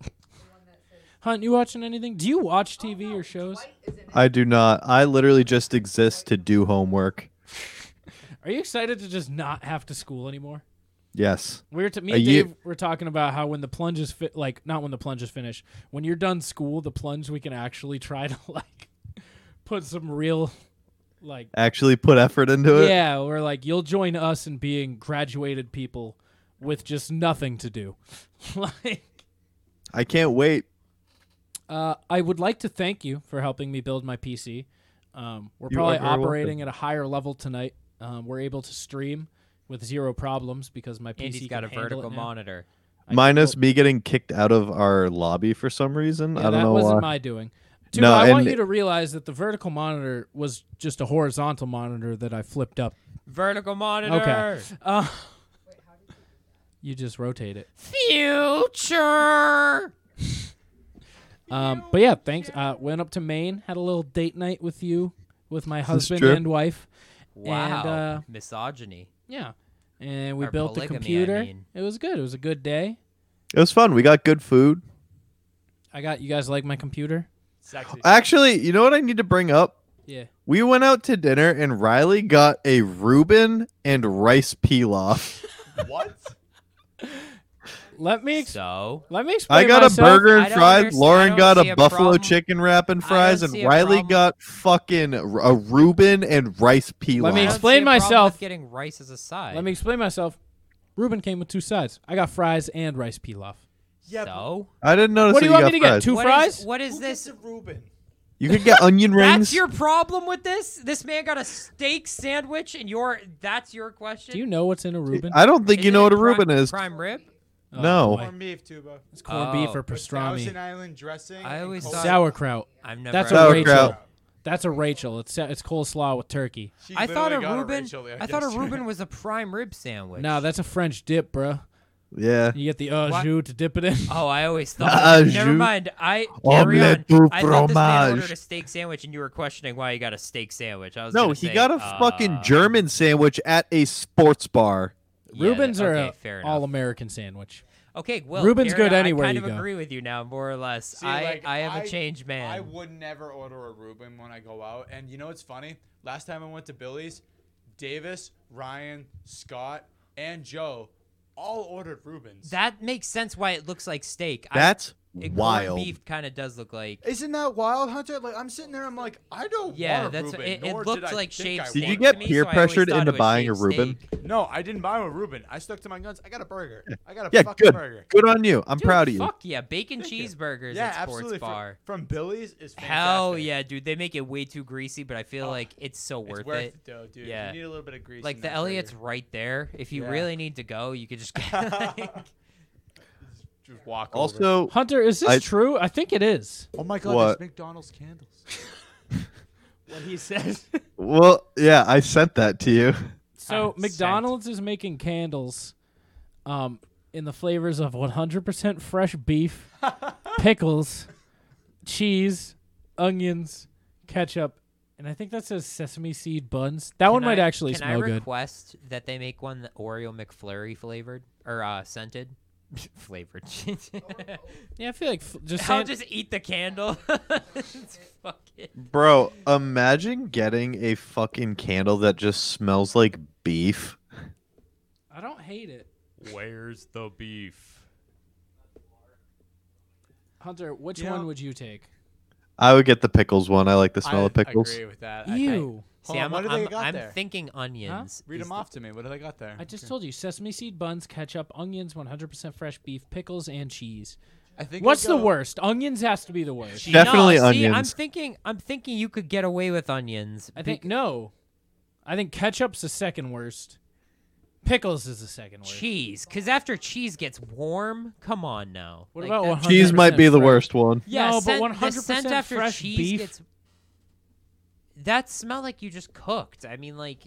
[SPEAKER 3] Hunt, you watching anything? Do you watch TV or shows?
[SPEAKER 2] I do not. I literally just exist to do homework.
[SPEAKER 3] Are you excited to just not have to school anymore?
[SPEAKER 2] Yes.
[SPEAKER 3] We were to me
[SPEAKER 2] A
[SPEAKER 3] and
[SPEAKER 2] year-
[SPEAKER 3] Dave were talking about how when the plunge is fit, like not when the plunge is finished, when you're done school, the plunge we can actually try to like put some real like
[SPEAKER 2] Actually put effort into it.
[SPEAKER 3] yeah, we're like you'll join us in being graduated people with just nothing to do. like
[SPEAKER 2] I can't wait.
[SPEAKER 3] uh, I would like to thank you for helping me build my PC. Um, we're
[SPEAKER 2] You
[SPEAKER 3] probably
[SPEAKER 2] are very
[SPEAKER 3] operating at a higher level tonight. Um, we're able to stream with zero problems because my PC
[SPEAKER 4] Andy's got
[SPEAKER 3] can
[SPEAKER 4] a
[SPEAKER 3] handle
[SPEAKER 4] vertical
[SPEAKER 3] it now.
[SPEAKER 4] monitor.
[SPEAKER 2] Minus me getting kicked out of our lobby for some reason.
[SPEAKER 3] Yeah,
[SPEAKER 2] I don't
[SPEAKER 3] that
[SPEAKER 2] know
[SPEAKER 3] wasn't
[SPEAKER 2] why.
[SPEAKER 3] my doing. Dude,
[SPEAKER 2] no,
[SPEAKER 3] I want
[SPEAKER 2] and
[SPEAKER 3] you to realize that the vertical monitor was just a horizontal monitor that I flipped up.
[SPEAKER 4] Vertical monitor.
[SPEAKER 3] Okay. Uh, you just rotate it.
[SPEAKER 4] Future.
[SPEAKER 3] Um, but yeah, thanks. Uh, went up to Maine, had a little date night with you, with my husband
[SPEAKER 4] true?
[SPEAKER 3] and wife.
[SPEAKER 4] Wow.
[SPEAKER 3] And, uh,
[SPEAKER 4] Misogyny.
[SPEAKER 3] yeah. And we
[SPEAKER 4] Or
[SPEAKER 3] built the
[SPEAKER 4] polygamy, I
[SPEAKER 3] computer.
[SPEAKER 4] mean.
[SPEAKER 3] It was good. It was a good day.
[SPEAKER 2] It was fun. We got good food.
[SPEAKER 3] I got you guys like my computer.
[SPEAKER 1] Sexy.
[SPEAKER 2] Actually, you know what I need to bring up?
[SPEAKER 3] Yeah.
[SPEAKER 2] We went out to dinner and Riley got a Reuben and rice pilaf.
[SPEAKER 1] What?
[SPEAKER 3] Let me ex-
[SPEAKER 4] so
[SPEAKER 3] let me explain.
[SPEAKER 2] I got
[SPEAKER 3] myself.
[SPEAKER 2] a burger
[SPEAKER 3] I
[SPEAKER 2] and
[SPEAKER 3] don't
[SPEAKER 2] fries.
[SPEAKER 3] understand- I
[SPEAKER 2] Lauren
[SPEAKER 3] don't
[SPEAKER 2] got
[SPEAKER 3] see
[SPEAKER 2] a buffalo
[SPEAKER 3] problem.
[SPEAKER 2] chicken wrap and
[SPEAKER 3] I
[SPEAKER 2] fries,
[SPEAKER 3] don't
[SPEAKER 2] and
[SPEAKER 3] see a
[SPEAKER 2] Riley got fucking r- a Reuben and rice pilaf.
[SPEAKER 3] Let me
[SPEAKER 4] I don't
[SPEAKER 3] explain
[SPEAKER 4] see a problem
[SPEAKER 3] myself.
[SPEAKER 4] With getting rice as a side.
[SPEAKER 3] Let me explain myself. Reuben came with two sides. I got fries and rice pilaf.
[SPEAKER 1] Yeah.
[SPEAKER 4] So
[SPEAKER 2] I didn't notice.
[SPEAKER 3] What do
[SPEAKER 2] that
[SPEAKER 3] you want
[SPEAKER 2] got
[SPEAKER 3] me to get?
[SPEAKER 2] fries.
[SPEAKER 3] Two fries?
[SPEAKER 4] what is this?
[SPEAKER 1] Reuben.
[SPEAKER 2] You could get onion rings.
[SPEAKER 4] That's your problem with this. This man got a steak sandwich, and your that's your question.
[SPEAKER 3] Do you know what's in a Reuben?
[SPEAKER 2] I don't think you know what a Reuben is.
[SPEAKER 4] Prime rib.
[SPEAKER 3] Oh,
[SPEAKER 2] no.
[SPEAKER 3] boy.
[SPEAKER 1] Corned beef, tuba.
[SPEAKER 3] It's corned beef or
[SPEAKER 4] Oh.
[SPEAKER 3] pastrami.
[SPEAKER 1] Thousand Island dressing.
[SPEAKER 4] I
[SPEAKER 1] and
[SPEAKER 4] always
[SPEAKER 1] cold-
[SPEAKER 4] thought-
[SPEAKER 3] Sauerkraut.
[SPEAKER 4] I've never.
[SPEAKER 3] That's
[SPEAKER 4] had
[SPEAKER 3] a
[SPEAKER 4] it.
[SPEAKER 2] Oh,
[SPEAKER 3] Rachel. That's a Rachel. It's it's coleslaw with turkey.
[SPEAKER 1] She
[SPEAKER 4] I thought
[SPEAKER 1] literally
[SPEAKER 4] a
[SPEAKER 1] got
[SPEAKER 4] Reuben.
[SPEAKER 1] Rachel
[SPEAKER 4] I thought a
[SPEAKER 1] yesterday.
[SPEAKER 4] Reuben was a prime rib sandwich.
[SPEAKER 3] No, that's a French dip, bruh.
[SPEAKER 2] Yeah.
[SPEAKER 3] You get the au jus to dip it in.
[SPEAKER 4] Oh, I always thought.
[SPEAKER 2] Ah,
[SPEAKER 4] never
[SPEAKER 2] jus.
[SPEAKER 4] mind. I carry on.
[SPEAKER 2] Omelette du
[SPEAKER 4] I thought this man ordered
[SPEAKER 2] fromage.
[SPEAKER 4] a steak sandwich, and you were questioning why he got a steak sandwich. I was
[SPEAKER 2] No,
[SPEAKER 4] gonna
[SPEAKER 2] he
[SPEAKER 4] say,
[SPEAKER 2] got a
[SPEAKER 4] uh,
[SPEAKER 2] fucking German sandwich at a sports bar.
[SPEAKER 4] yeah,
[SPEAKER 3] Reubens are
[SPEAKER 4] okay,
[SPEAKER 3] a
[SPEAKER 4] fair enough.
[SPEAKER 3] all American sandwich.
[SPEAKER 4] Okay, well,
[SPEAKER 3] Reuben's
[SPEAKER 4] Garrett,
[SPEAKER 3] good anywhere
[SPEAKER 4] I kind
[SPEAKER 3] you
[SPEAKER 4] of
[SPEAKER 3] go.
[SPEAKER 4] agree with you now, more or less.
[SPEAKER 1] See,
[SPEAKER 4] I,
[SPEAKER 1] like,
[SPEAKER 4] I am a changed man.
[SPEAKER 1] I would never order a Reuben when I go out. And you know what's funny? Last time I went to Billy's, Davis, Ryan, Scott, and Joe all ordered Reubens.
[SPEAKER 4] that makes sense why it looks like steak. I-
[SPEAKER 2] That's
[SPEAKER 4] it- corned
[SPEAKER 2] wild.
[SPEAKER 4] Beef kind of does look like.
[SPEAKER 1] Isn't that wild, Hunter? Like I'm sitting there, I'm like, I don't
[SPEAKER 4] Yeah,
[SPEAKER 1] want a
[SPEAKER 4] that's
[SPEAKER 1] Reuben.
[SPEAKER 4] it. It
[SPEAKER 1] nor
[SPEAKER 4] looked
[SPEAKER 1] did I
[SPEAKER 4] like
[SPEAKER 1] think
[SPEAKER 4] shaved
[SPEAKER 1] I
[SPEAKER 4] steak.
[SPEAKER 2] Did you
[SPEAKER 1] wanted
[SPEAKER 2] get
[SPEAKER 4] to me,
[SPEAKER 2] peer
[SPEAKER 4] so I always
[SPEAKER 2] pressured
[SPEAKER 4] thought it
[SPEAKER 2] into
[SPEAKER 4] was
[SPEAKER 2] buying a
[SPEAKER 4] shaved
[SPEAKER 2] Reuben?
[SPEAKER 4] steak.
[SPEAKER 1] it. No, I didn't buy a Reuben. I stuck to my guns. I got a burger. I got a
[SPEAKER 2] Yeah,
[SPEAKER 1] fucking
[SPEAKER 2] good.
[SPEAKER 1] burger.
[SPEAKER 2] Good on you. I'm
[SPEAKER 4] Dude,
[SPEAKER 2] proud of you.
[SPEAKER 4] Fuck yeah, bacon cheeseburgers
[SPEAKER 1] Yeah,
[SPEAKER 4] at sports
[SPEAKER 1] absolutely. From-
[SPEAKER 4] bar.
[SPEAKER 1] From, Billy's is fantastic.
[SPEAKER 4] Hell yeah, dude. They make it way too greasy, but I feel like it's so worth,
[SPEAKER 1] It's worth it, though, dude.
[SPEAKER 4] Yeah.
[SPEAKER 1] You need a little bit of grease.
[SPEAKER 4] Like
[SPEAKER 1] in
[SPEAKER 4] the
[SPEAKER 1] that
[SPEAKER 4] Elliot's
[SPEAKER 1] burger.
[SPEAKER 4] right there. If you
[SPEAKER 1] Yeah.
[SPEAKER 4] really need to go, you could just get like,
[SPEAKER 1] Just walk over.
[SPEAKER 2] Also,
[SPEAKER 3] Hunter, is this
[SPEAKER 2] I-
[SPEAKER 3] true? I think it is.
[SPEAKER 1] Oh my god,
[SPEAKER 2] What?
[SPEAKER 1] there's McDonald's candles.
[SPEAKER 3] What he says.
[SPEAKER 2] well, yeah, I sent that to you.
[SPEAKER 4] Ah,
[SPEAKER 3] So McDonald's is making candles, um, in the flavors of 100% fresh beef, pickles, cheese, onions, ketchup, and I think that says sesame seed buns. That one
[SPEAKER 4] Can
[SPEAKER 3] might
[SPEAKER 4] I-
[SPEAKER 3] actually
[SPEAKER 4] can
[SPEAKER 3] smell
[SPEAKER 4] I
[SPEAKER 3] good.
[SPEAKER 4] request that they make one that Oreo McFlurry flavored or uh, scented? flavored.
[SPEAKER 1] Oh,
[SPEAKER 3] Yeah, I feel like f- just
[SPEAKER 4] I'll
[SPEAKER 3] saying,
[SPEAKER 4] just eat the candle. It's fucking-
[SPEAKER 2] Bro, imagine getting a fucking candle that just smells like beef.
[SPEAKER 3] I don't hate it.
[SPEAKER 4] Where's the beef?
[SPEAKER 3] Hunter, which one would you take?
[SPEAKER 2] I would get the pickles one. I like the smell of pickles.
[SPEAKER 1] with that.
[SPEAKER 3] I think. Ew.
[SPEAKER 4] See, I'm, I'm, I'm thinking onions.
[SPEAKER 1] Read
[SPEAKER 4] is
[SPEAKER 1] them off to me. What have I got there?
[SPEAKER 3] I just told you sesame seed buns, ketchup, onions, 100% fresh beef, pickles, and cheese.
[SPEAKER 1] I think
[SPEAKER 3] What's
[SPEAKER 4] I
[SPEAKER 3] the
[SPEAKER 4] go-
[SPEAKER 3] worst? Onions has to be the worst.
[SPEAKER 4] No, see, I'm
[SPEAKER 3] onions.
[SPEAKER 4] thinking. I'm thinking you could get away with onions.
[SPEAKER 3] I think no. I think ketchup's the second worst. Pickles is the second worst.
[SPEAKER 4] cheese, because after cheese gets warm, come on now.
[SPEAKER 3] What about
[SPEAKER 4] that-
[SPEAKER 2] Cheese might be the worst one.
[SPEAKER 4] Yeah,
[SPEAKER 3] No, but
[SPEAKER 4] scent,
[SPEAKER 3] 100%
[SPEAKER 4] the scent after
[SPEAKER 3] fresh
[SPEAKER 4] cheese
[SPEAKER 3] beef-
[SPEAKER 4] Gets, that smell like you just cooked. I mean, like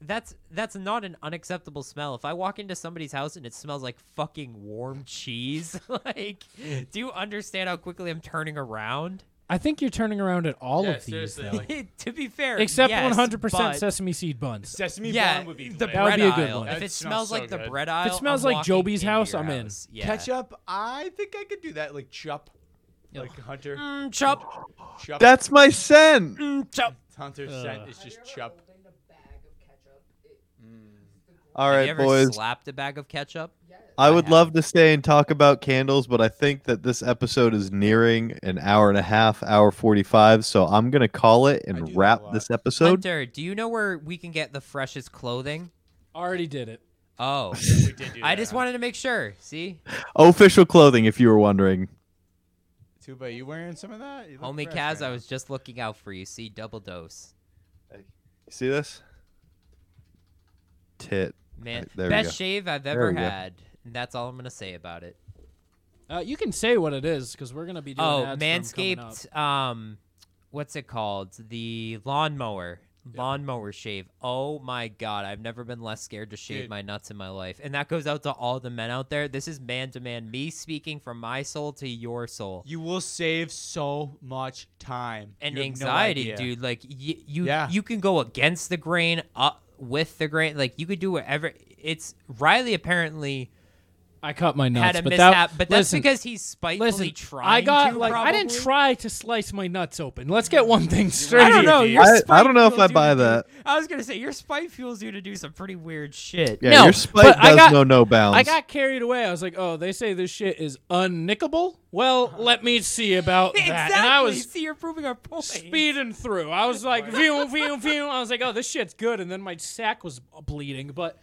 [SPEAKER 4] that's that's not an unacceptable smell. If I walk into somebody's house and it smells like fucking warm cheese, like, do you understand how quickly I'm turning around?
[SPEAKER 3] I think you're turning around at all
[SPEAKER 4] Yeah,
[SPEAKER 3] of these.
[SPEAKER 4] seriously,
[SPEAKER 3] though.
[SPEAKER 4] like- To be fair,
[SPEAKER 3] except
[SPEAKER 4] yes,
[SPEAKER 3] 100%
[SPEAKER 4] but-
[SPEAKER 3] sesame seed buns.
[SPEAKER 1] Sesame
[SPEAKER 4] yeah,
[SPEAKER 1] bun would be
[SPEAKER 4] the
[SPEAKER 1] lit.
[SPEAKER 3] that would
[SPEAKER 4] bread
[SPEAKER 3] be a good
[SPEAKER 4] aisle.
[SPEAKER 3] one.
[SPEAKER 4] If it smells like the bread aisle,
[SPEAKER 3] If it smells
[SPEAKER 4] I'm
[SPEAKER 3] like
[SPEAKER 4] walking
[SPEAKER 3] Joby's
[SPEAKER 4] into
[SPEAKER 3] house,
[SPEAKER 4] your
[SPEAKER 3] I'm in.
[SPEAKER 4] house. Yeah.
[SPEAKER 1] Ketchup. I think I could do that. Like chup. Like Hunter.
[SPEAKER 4] Mm, chup.
[SPEAKER 1] Chup.
[SPEAKER 2] That's my scent.
[SPEAKER 4] chup.
[SPEAKER 1] Hunter's
[SPEAKER 4] Ugh.
[SPEAKER 1] scent is just chup.
[SPEAKER 2] All
[SPEAKER 4] Have
[SPEAKER 2] right,
[SPEAKER 4] you ever
[SPEAKER 2] boys.
[SPEAKER 4] slapped a bag of ketchup?
[SPEAKER 2] I would love to stay and talk about candles, but I think that this episode is nearing an hour and a half, hour 45. So I'm going to call it and wrap this episode.
[SPEAKER 4] Hunter, do you know where we can get the freshest clothing?
[SPEAKER 3] Already did it.
[SPEAKER 4] Oh, we did do I just wanted to make sure. See,
[SPEAKER 2] Official clothing, if you were wondering.
[SPEAKER 1] Tuba, you wearing some of that? You look
[SPEAKER 4] homie
[SPEAKER 1] fresh
[SPEAKER 4] Kaz,
[SPEAKER 1] right
[SPEAKER 4] I was just looking out for you. See, double dose.
[SPEAKER 2] You see this? Tit.
[SPEAKER 4] Man,
[SPEAKER 2] Right, there we go.
[SPEAKER 4] best shave I've
[SPEAKER 2] There
[SPEAKER 4] ever
[SPEAKER 2] we go.
[SPEAKER 4] had. And that's all I'm gonna say about it.
[SPEAKER 3] Uh, you can say what it is because we're gonna be doing
[SPEAKER 4] Oh,
[SPEAKER 3] ads for 'em coming up.
[SPEAKER 4] Manscaped. Um, what's it called? The lawnmower. Lawnmower shave. Oh my god, I've never been less scared to shave
[SPEAKER 1] Dude.
[SPEAKER 4] my nuts in my life. And that goes out to all the men out there. This is man to man. Me speaking from my soul to your soul.
[SPEAKER 1] You will save so much time
[SPEAKER 4] and
[SPEAKER 1] You have no
[SPEAKER 4] anxiety,
[SPEAKER 1] idea.
[SPEAKER 4] dude. Like you, you,
[SPEAKER 1] Yeah.
[SPEAKER 4] you can go against the grain, up with the grain. Like you could do whatever. It's Riley apparently
[SPEAKER 3] I cut my nuts,
[SPEAKER 4] had a
[SPEAKER 3] but that-
[SPEAKER 4] mishap, but that's
[SPEAKER 3] listen,
[SPEAKER 4] because he's spitefully
[SPEAKER 3] Listen,
[SPEAKER 4] trying.
[SPEAKER 3] I got
[SPEAKER 4] to,
[SPEAKER 3] like I didn't
[SPEAKER 4] probably.
[SPEAKER 3] try to slice my nuts open. Let's get one thing straight.
[SPEAKER 4] I don't know. Your
[SPEAKER 2] I,
[SPEAKER 4] spite
[SPEAKER 2] I don't know if
[SPEAKER 4] fuels
[SPEAKER 2] I
[SPEAKER 4] you
[SPEAKER 2] buy
[SPEAKER 4] to do-
[SPEAKER 2] that.
[SPEAKER 4] I was gonna say your spite fuels you to do some pretty weird shit.
[SPEAKER 2] Yeah,
[SPEAKER 3] no,
[SPEAKER 2] your spite
[SPEAKER 3] but I
[SPEAKER 2] does
[SPEAKER 3] got-
[SPEAKER 2] know no bounds.
[SPEAKER 3] I got carried away. I was like, "Oh, they say this shit is unnickable. Well, let me see about that." And I
[SPEAKER 4] Uh-huh. Exactly.
[SPEAKER 3] was
[SPEAKER 4] See, you're proving our point.
[SPEAKER 3] speeding through. I was like, "View, view, view." I was like, "Oh, this shit's good." And then my sack was bleeding, but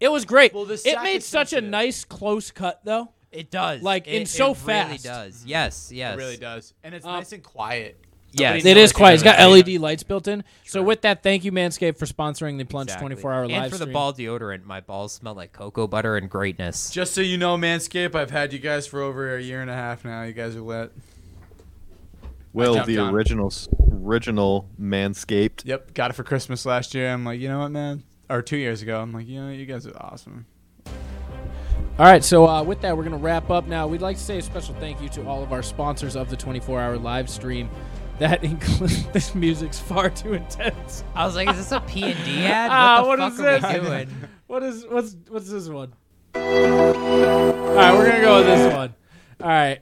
[SPEAKER 3] it was great.
[SPEAKER 4] Well, the
[SPEAKER 3] it
[SPEAKER 4] sack
[SPEAKER 3] made
[SPEAKER 4] is
[SPEAKER 3] such a nice close cut, though.
[SPEAKER 4] It does.
[SPEAKER 3] Like
[SPEAKER 4] it,
[SPEAKER 3] in so
[SPEAKER 4] it
[SPEAKER 3] fast.
[SPEAKER 4] Really does. Yes. Yes.
[SPEAKER 1] It really does. And it's nice and quiet.
[SPEAKER 4] Yes.
[SPEAKER 1] Nobody
[SPEAKER 3] It
[SPEAKER 1] knows
[SPEAKER 3] is quiet. It's
[SPEAKER 1] you're
[SPEAKER 3] got
[SPEAKER 1] doing
[SPEAKER 2] E
[SPEAKER 3] LED
[SPEAKER 1] it.
[SPEAKER 3] lights built in. So with that, thank you Manscaped for sponsoring the Plunge
[SPEAKER 4] Exactly.
[SPEAKER 3] 24-hour
[SPEAKER 4] and
[SPEAKER 3] live
[SPEAKER 4] for
[SPEAKER 3] stream.
[SPEAKER 4] the ball deodorant, my balls smell like cocoa butter and greatness.
[SPEAKER 1] Just so you know, Manscaped, I've had you guys for over a year and a half now. You guys are lit.
[SPEAKER 2] Will,
[SPEAKER 1] jumped
[SPEAKER 2] the
[SPEAKER 1] on.
[SPEAKER 2] original, s- original Manscaped.
[SPEAKER 1] Yep, got it for Christmas last year. I'm like, you know what, man? Or two years ago, I'm like, you know, you guys are awesome.
[SPEAKER 3] All right, so uh, with that, we're going to wrap up now. We'd like to say a special thank you to all of our sponsors of the 24-hour live stream. That includes this music's far too intense.
[SPEAKER 4] I was like, is this a P&D ad?
[SPEAKER 3] Ah,
[SPEAKER 4] What the
[SPEAKER 3] what
[SPEAKER 4] fuck
[SPEAKER 3] is
[SPEAKER 4] are we
[SPEAKER 3] this?
[SPEAKER 4] doing?
[SPEAKER 3] What is what's what's this one? All right, we're gonna go with this one. All right.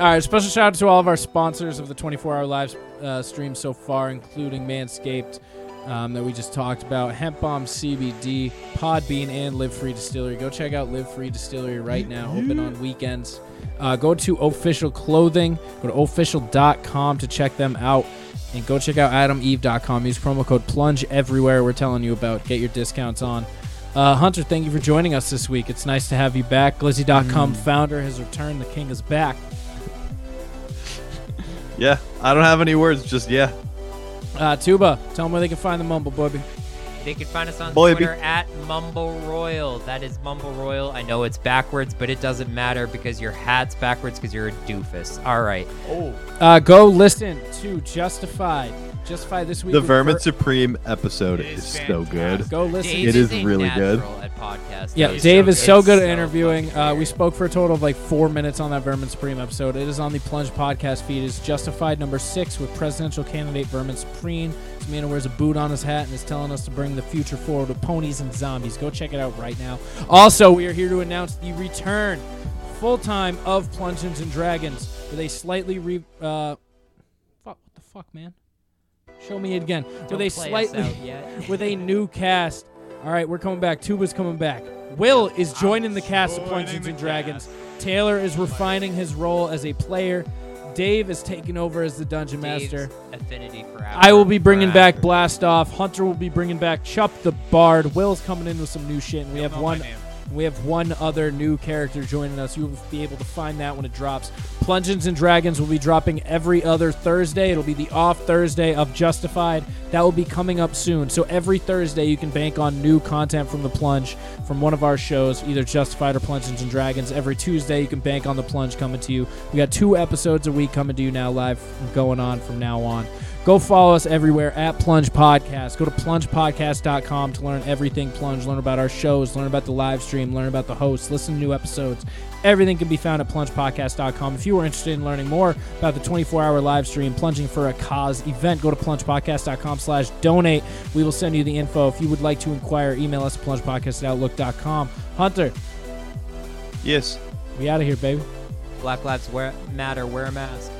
[SPEAKER 3] All right, special shout out to all of our sponsors of the 24 hour live uh, stream so far, including Manscaped, um, that we just talked about, Hemp Bomb CBD, Podbean, and Live Free Distillery. Go check out Live Free Distillery right now, open on weekends. Uh, go to Official Clothing, go to official.com to check them out, and go check out adameve.com. Use promo code PLUNGE everywhere we're telling you about. Get your discounts on. Uh, Hunter, thank you for joining us this week. It's nice to have you back. Glizzy.com founder has returned. The king is back.
[SPEAKER 2] Yeah, I don't have any words. Just yeah.
[SPEAKER 3] Uh, Tuba, tell them where they can find the Mumble Bobby.
[SPEAKER 4] They can find us on
[SPEAKER 2] Boy, be-
[SPEAKER 4] Twitter at Mumble Royal. That is Mumble Royal. I know it's backwards, but it doesn't matter because your hat's backwards because you're a doofus. All right.
[SPEAKER 1] Oh.
[SPEAKER 3] Uh, go listen to Justified. Justify this week.
[SPEAKER 2] The
[SPEAKER 3] with
[SPEAKER 2] Vermin
[SPEAKER 3] Ver-
[SPEAKER 2] Supreme episode is, so good.
[SPEAKER 3] Go listen.
[SPEAKER 2] It is really good.
[SPEAKER 4] At podcast.
[SPEAKER 3] Yeah,
[SPEAKER 4] He's
[SPEAKER 3] Dave is so
[SPEAKER 4] It's
[SPEAKER 3] good at interviewing. Uh, we spoke for a total of like four minutes on that Vermin Supreme episode. It is on the Plunge podcast feed. It's Justified number six with presidential candidate Vermin Supreme. This man wears a boot on his hat and is telling us to bring the future forward with ponies and zombies. Go check it out right now. Also, we are here to announce the return full time of Plungeons and Dragons with a slightly re. Uh, fuck, what the fuck, man? Show me it again.
[SPEAKER 4] Don't
[SPEAKER 3] with a
[SPEAKER 4] play us
[SPEAKER 3] slightly,
[SPEAKER 4] out yet.
[SPEAKER 3] with a new cast. All right, we're coming back. Tuba's coming back. Will is joining the cast of Plungeons and Dragons. Taylor is refining his role as a player. Dave is taking over as the dungeon master.
[SPEAKER 4] Affinity for
[SPEAKER 3] I will be bringing back Blastoff. Hunter will be bringing back Chup the Bard. Will's coming in with some new shit, and we have one. We have one other new character joining us. You'll be able to find that when it drops. Plungeons and Dragons will be dropping every other Thursday. It'll be the off Thursday of Justified. That will be coming up soon. So every Thursday, you can bank on new content from the Plunge from one of our shows, either Justified or Plungeons and Dragons. Every Tuesday, you can bank on the Plunge coming to you. We got two episodes a week coming to you now live, going on from now on. Go follow us everywhere at Plunge Podcast. Go to plungepodcast.com to learn everything Plunge, learn about our shows, learn about the live stream, learn about the hosts, listen to new episodes. Everything can be found at plungepodcast.com. If you are interested in learning more about the 24-hour live stream Plunging for a Cause event, go to plungepodcast.com slash donate. We will send you the info. If you would like to inquire, email us at plungepodcast at outlook.com. Hunter,
[SPEAKER 2] Yes.
[SPEAKER 3] we out of here, baby.
[SPEAKER 4] Black Lives wear- Matter. Wear a mask.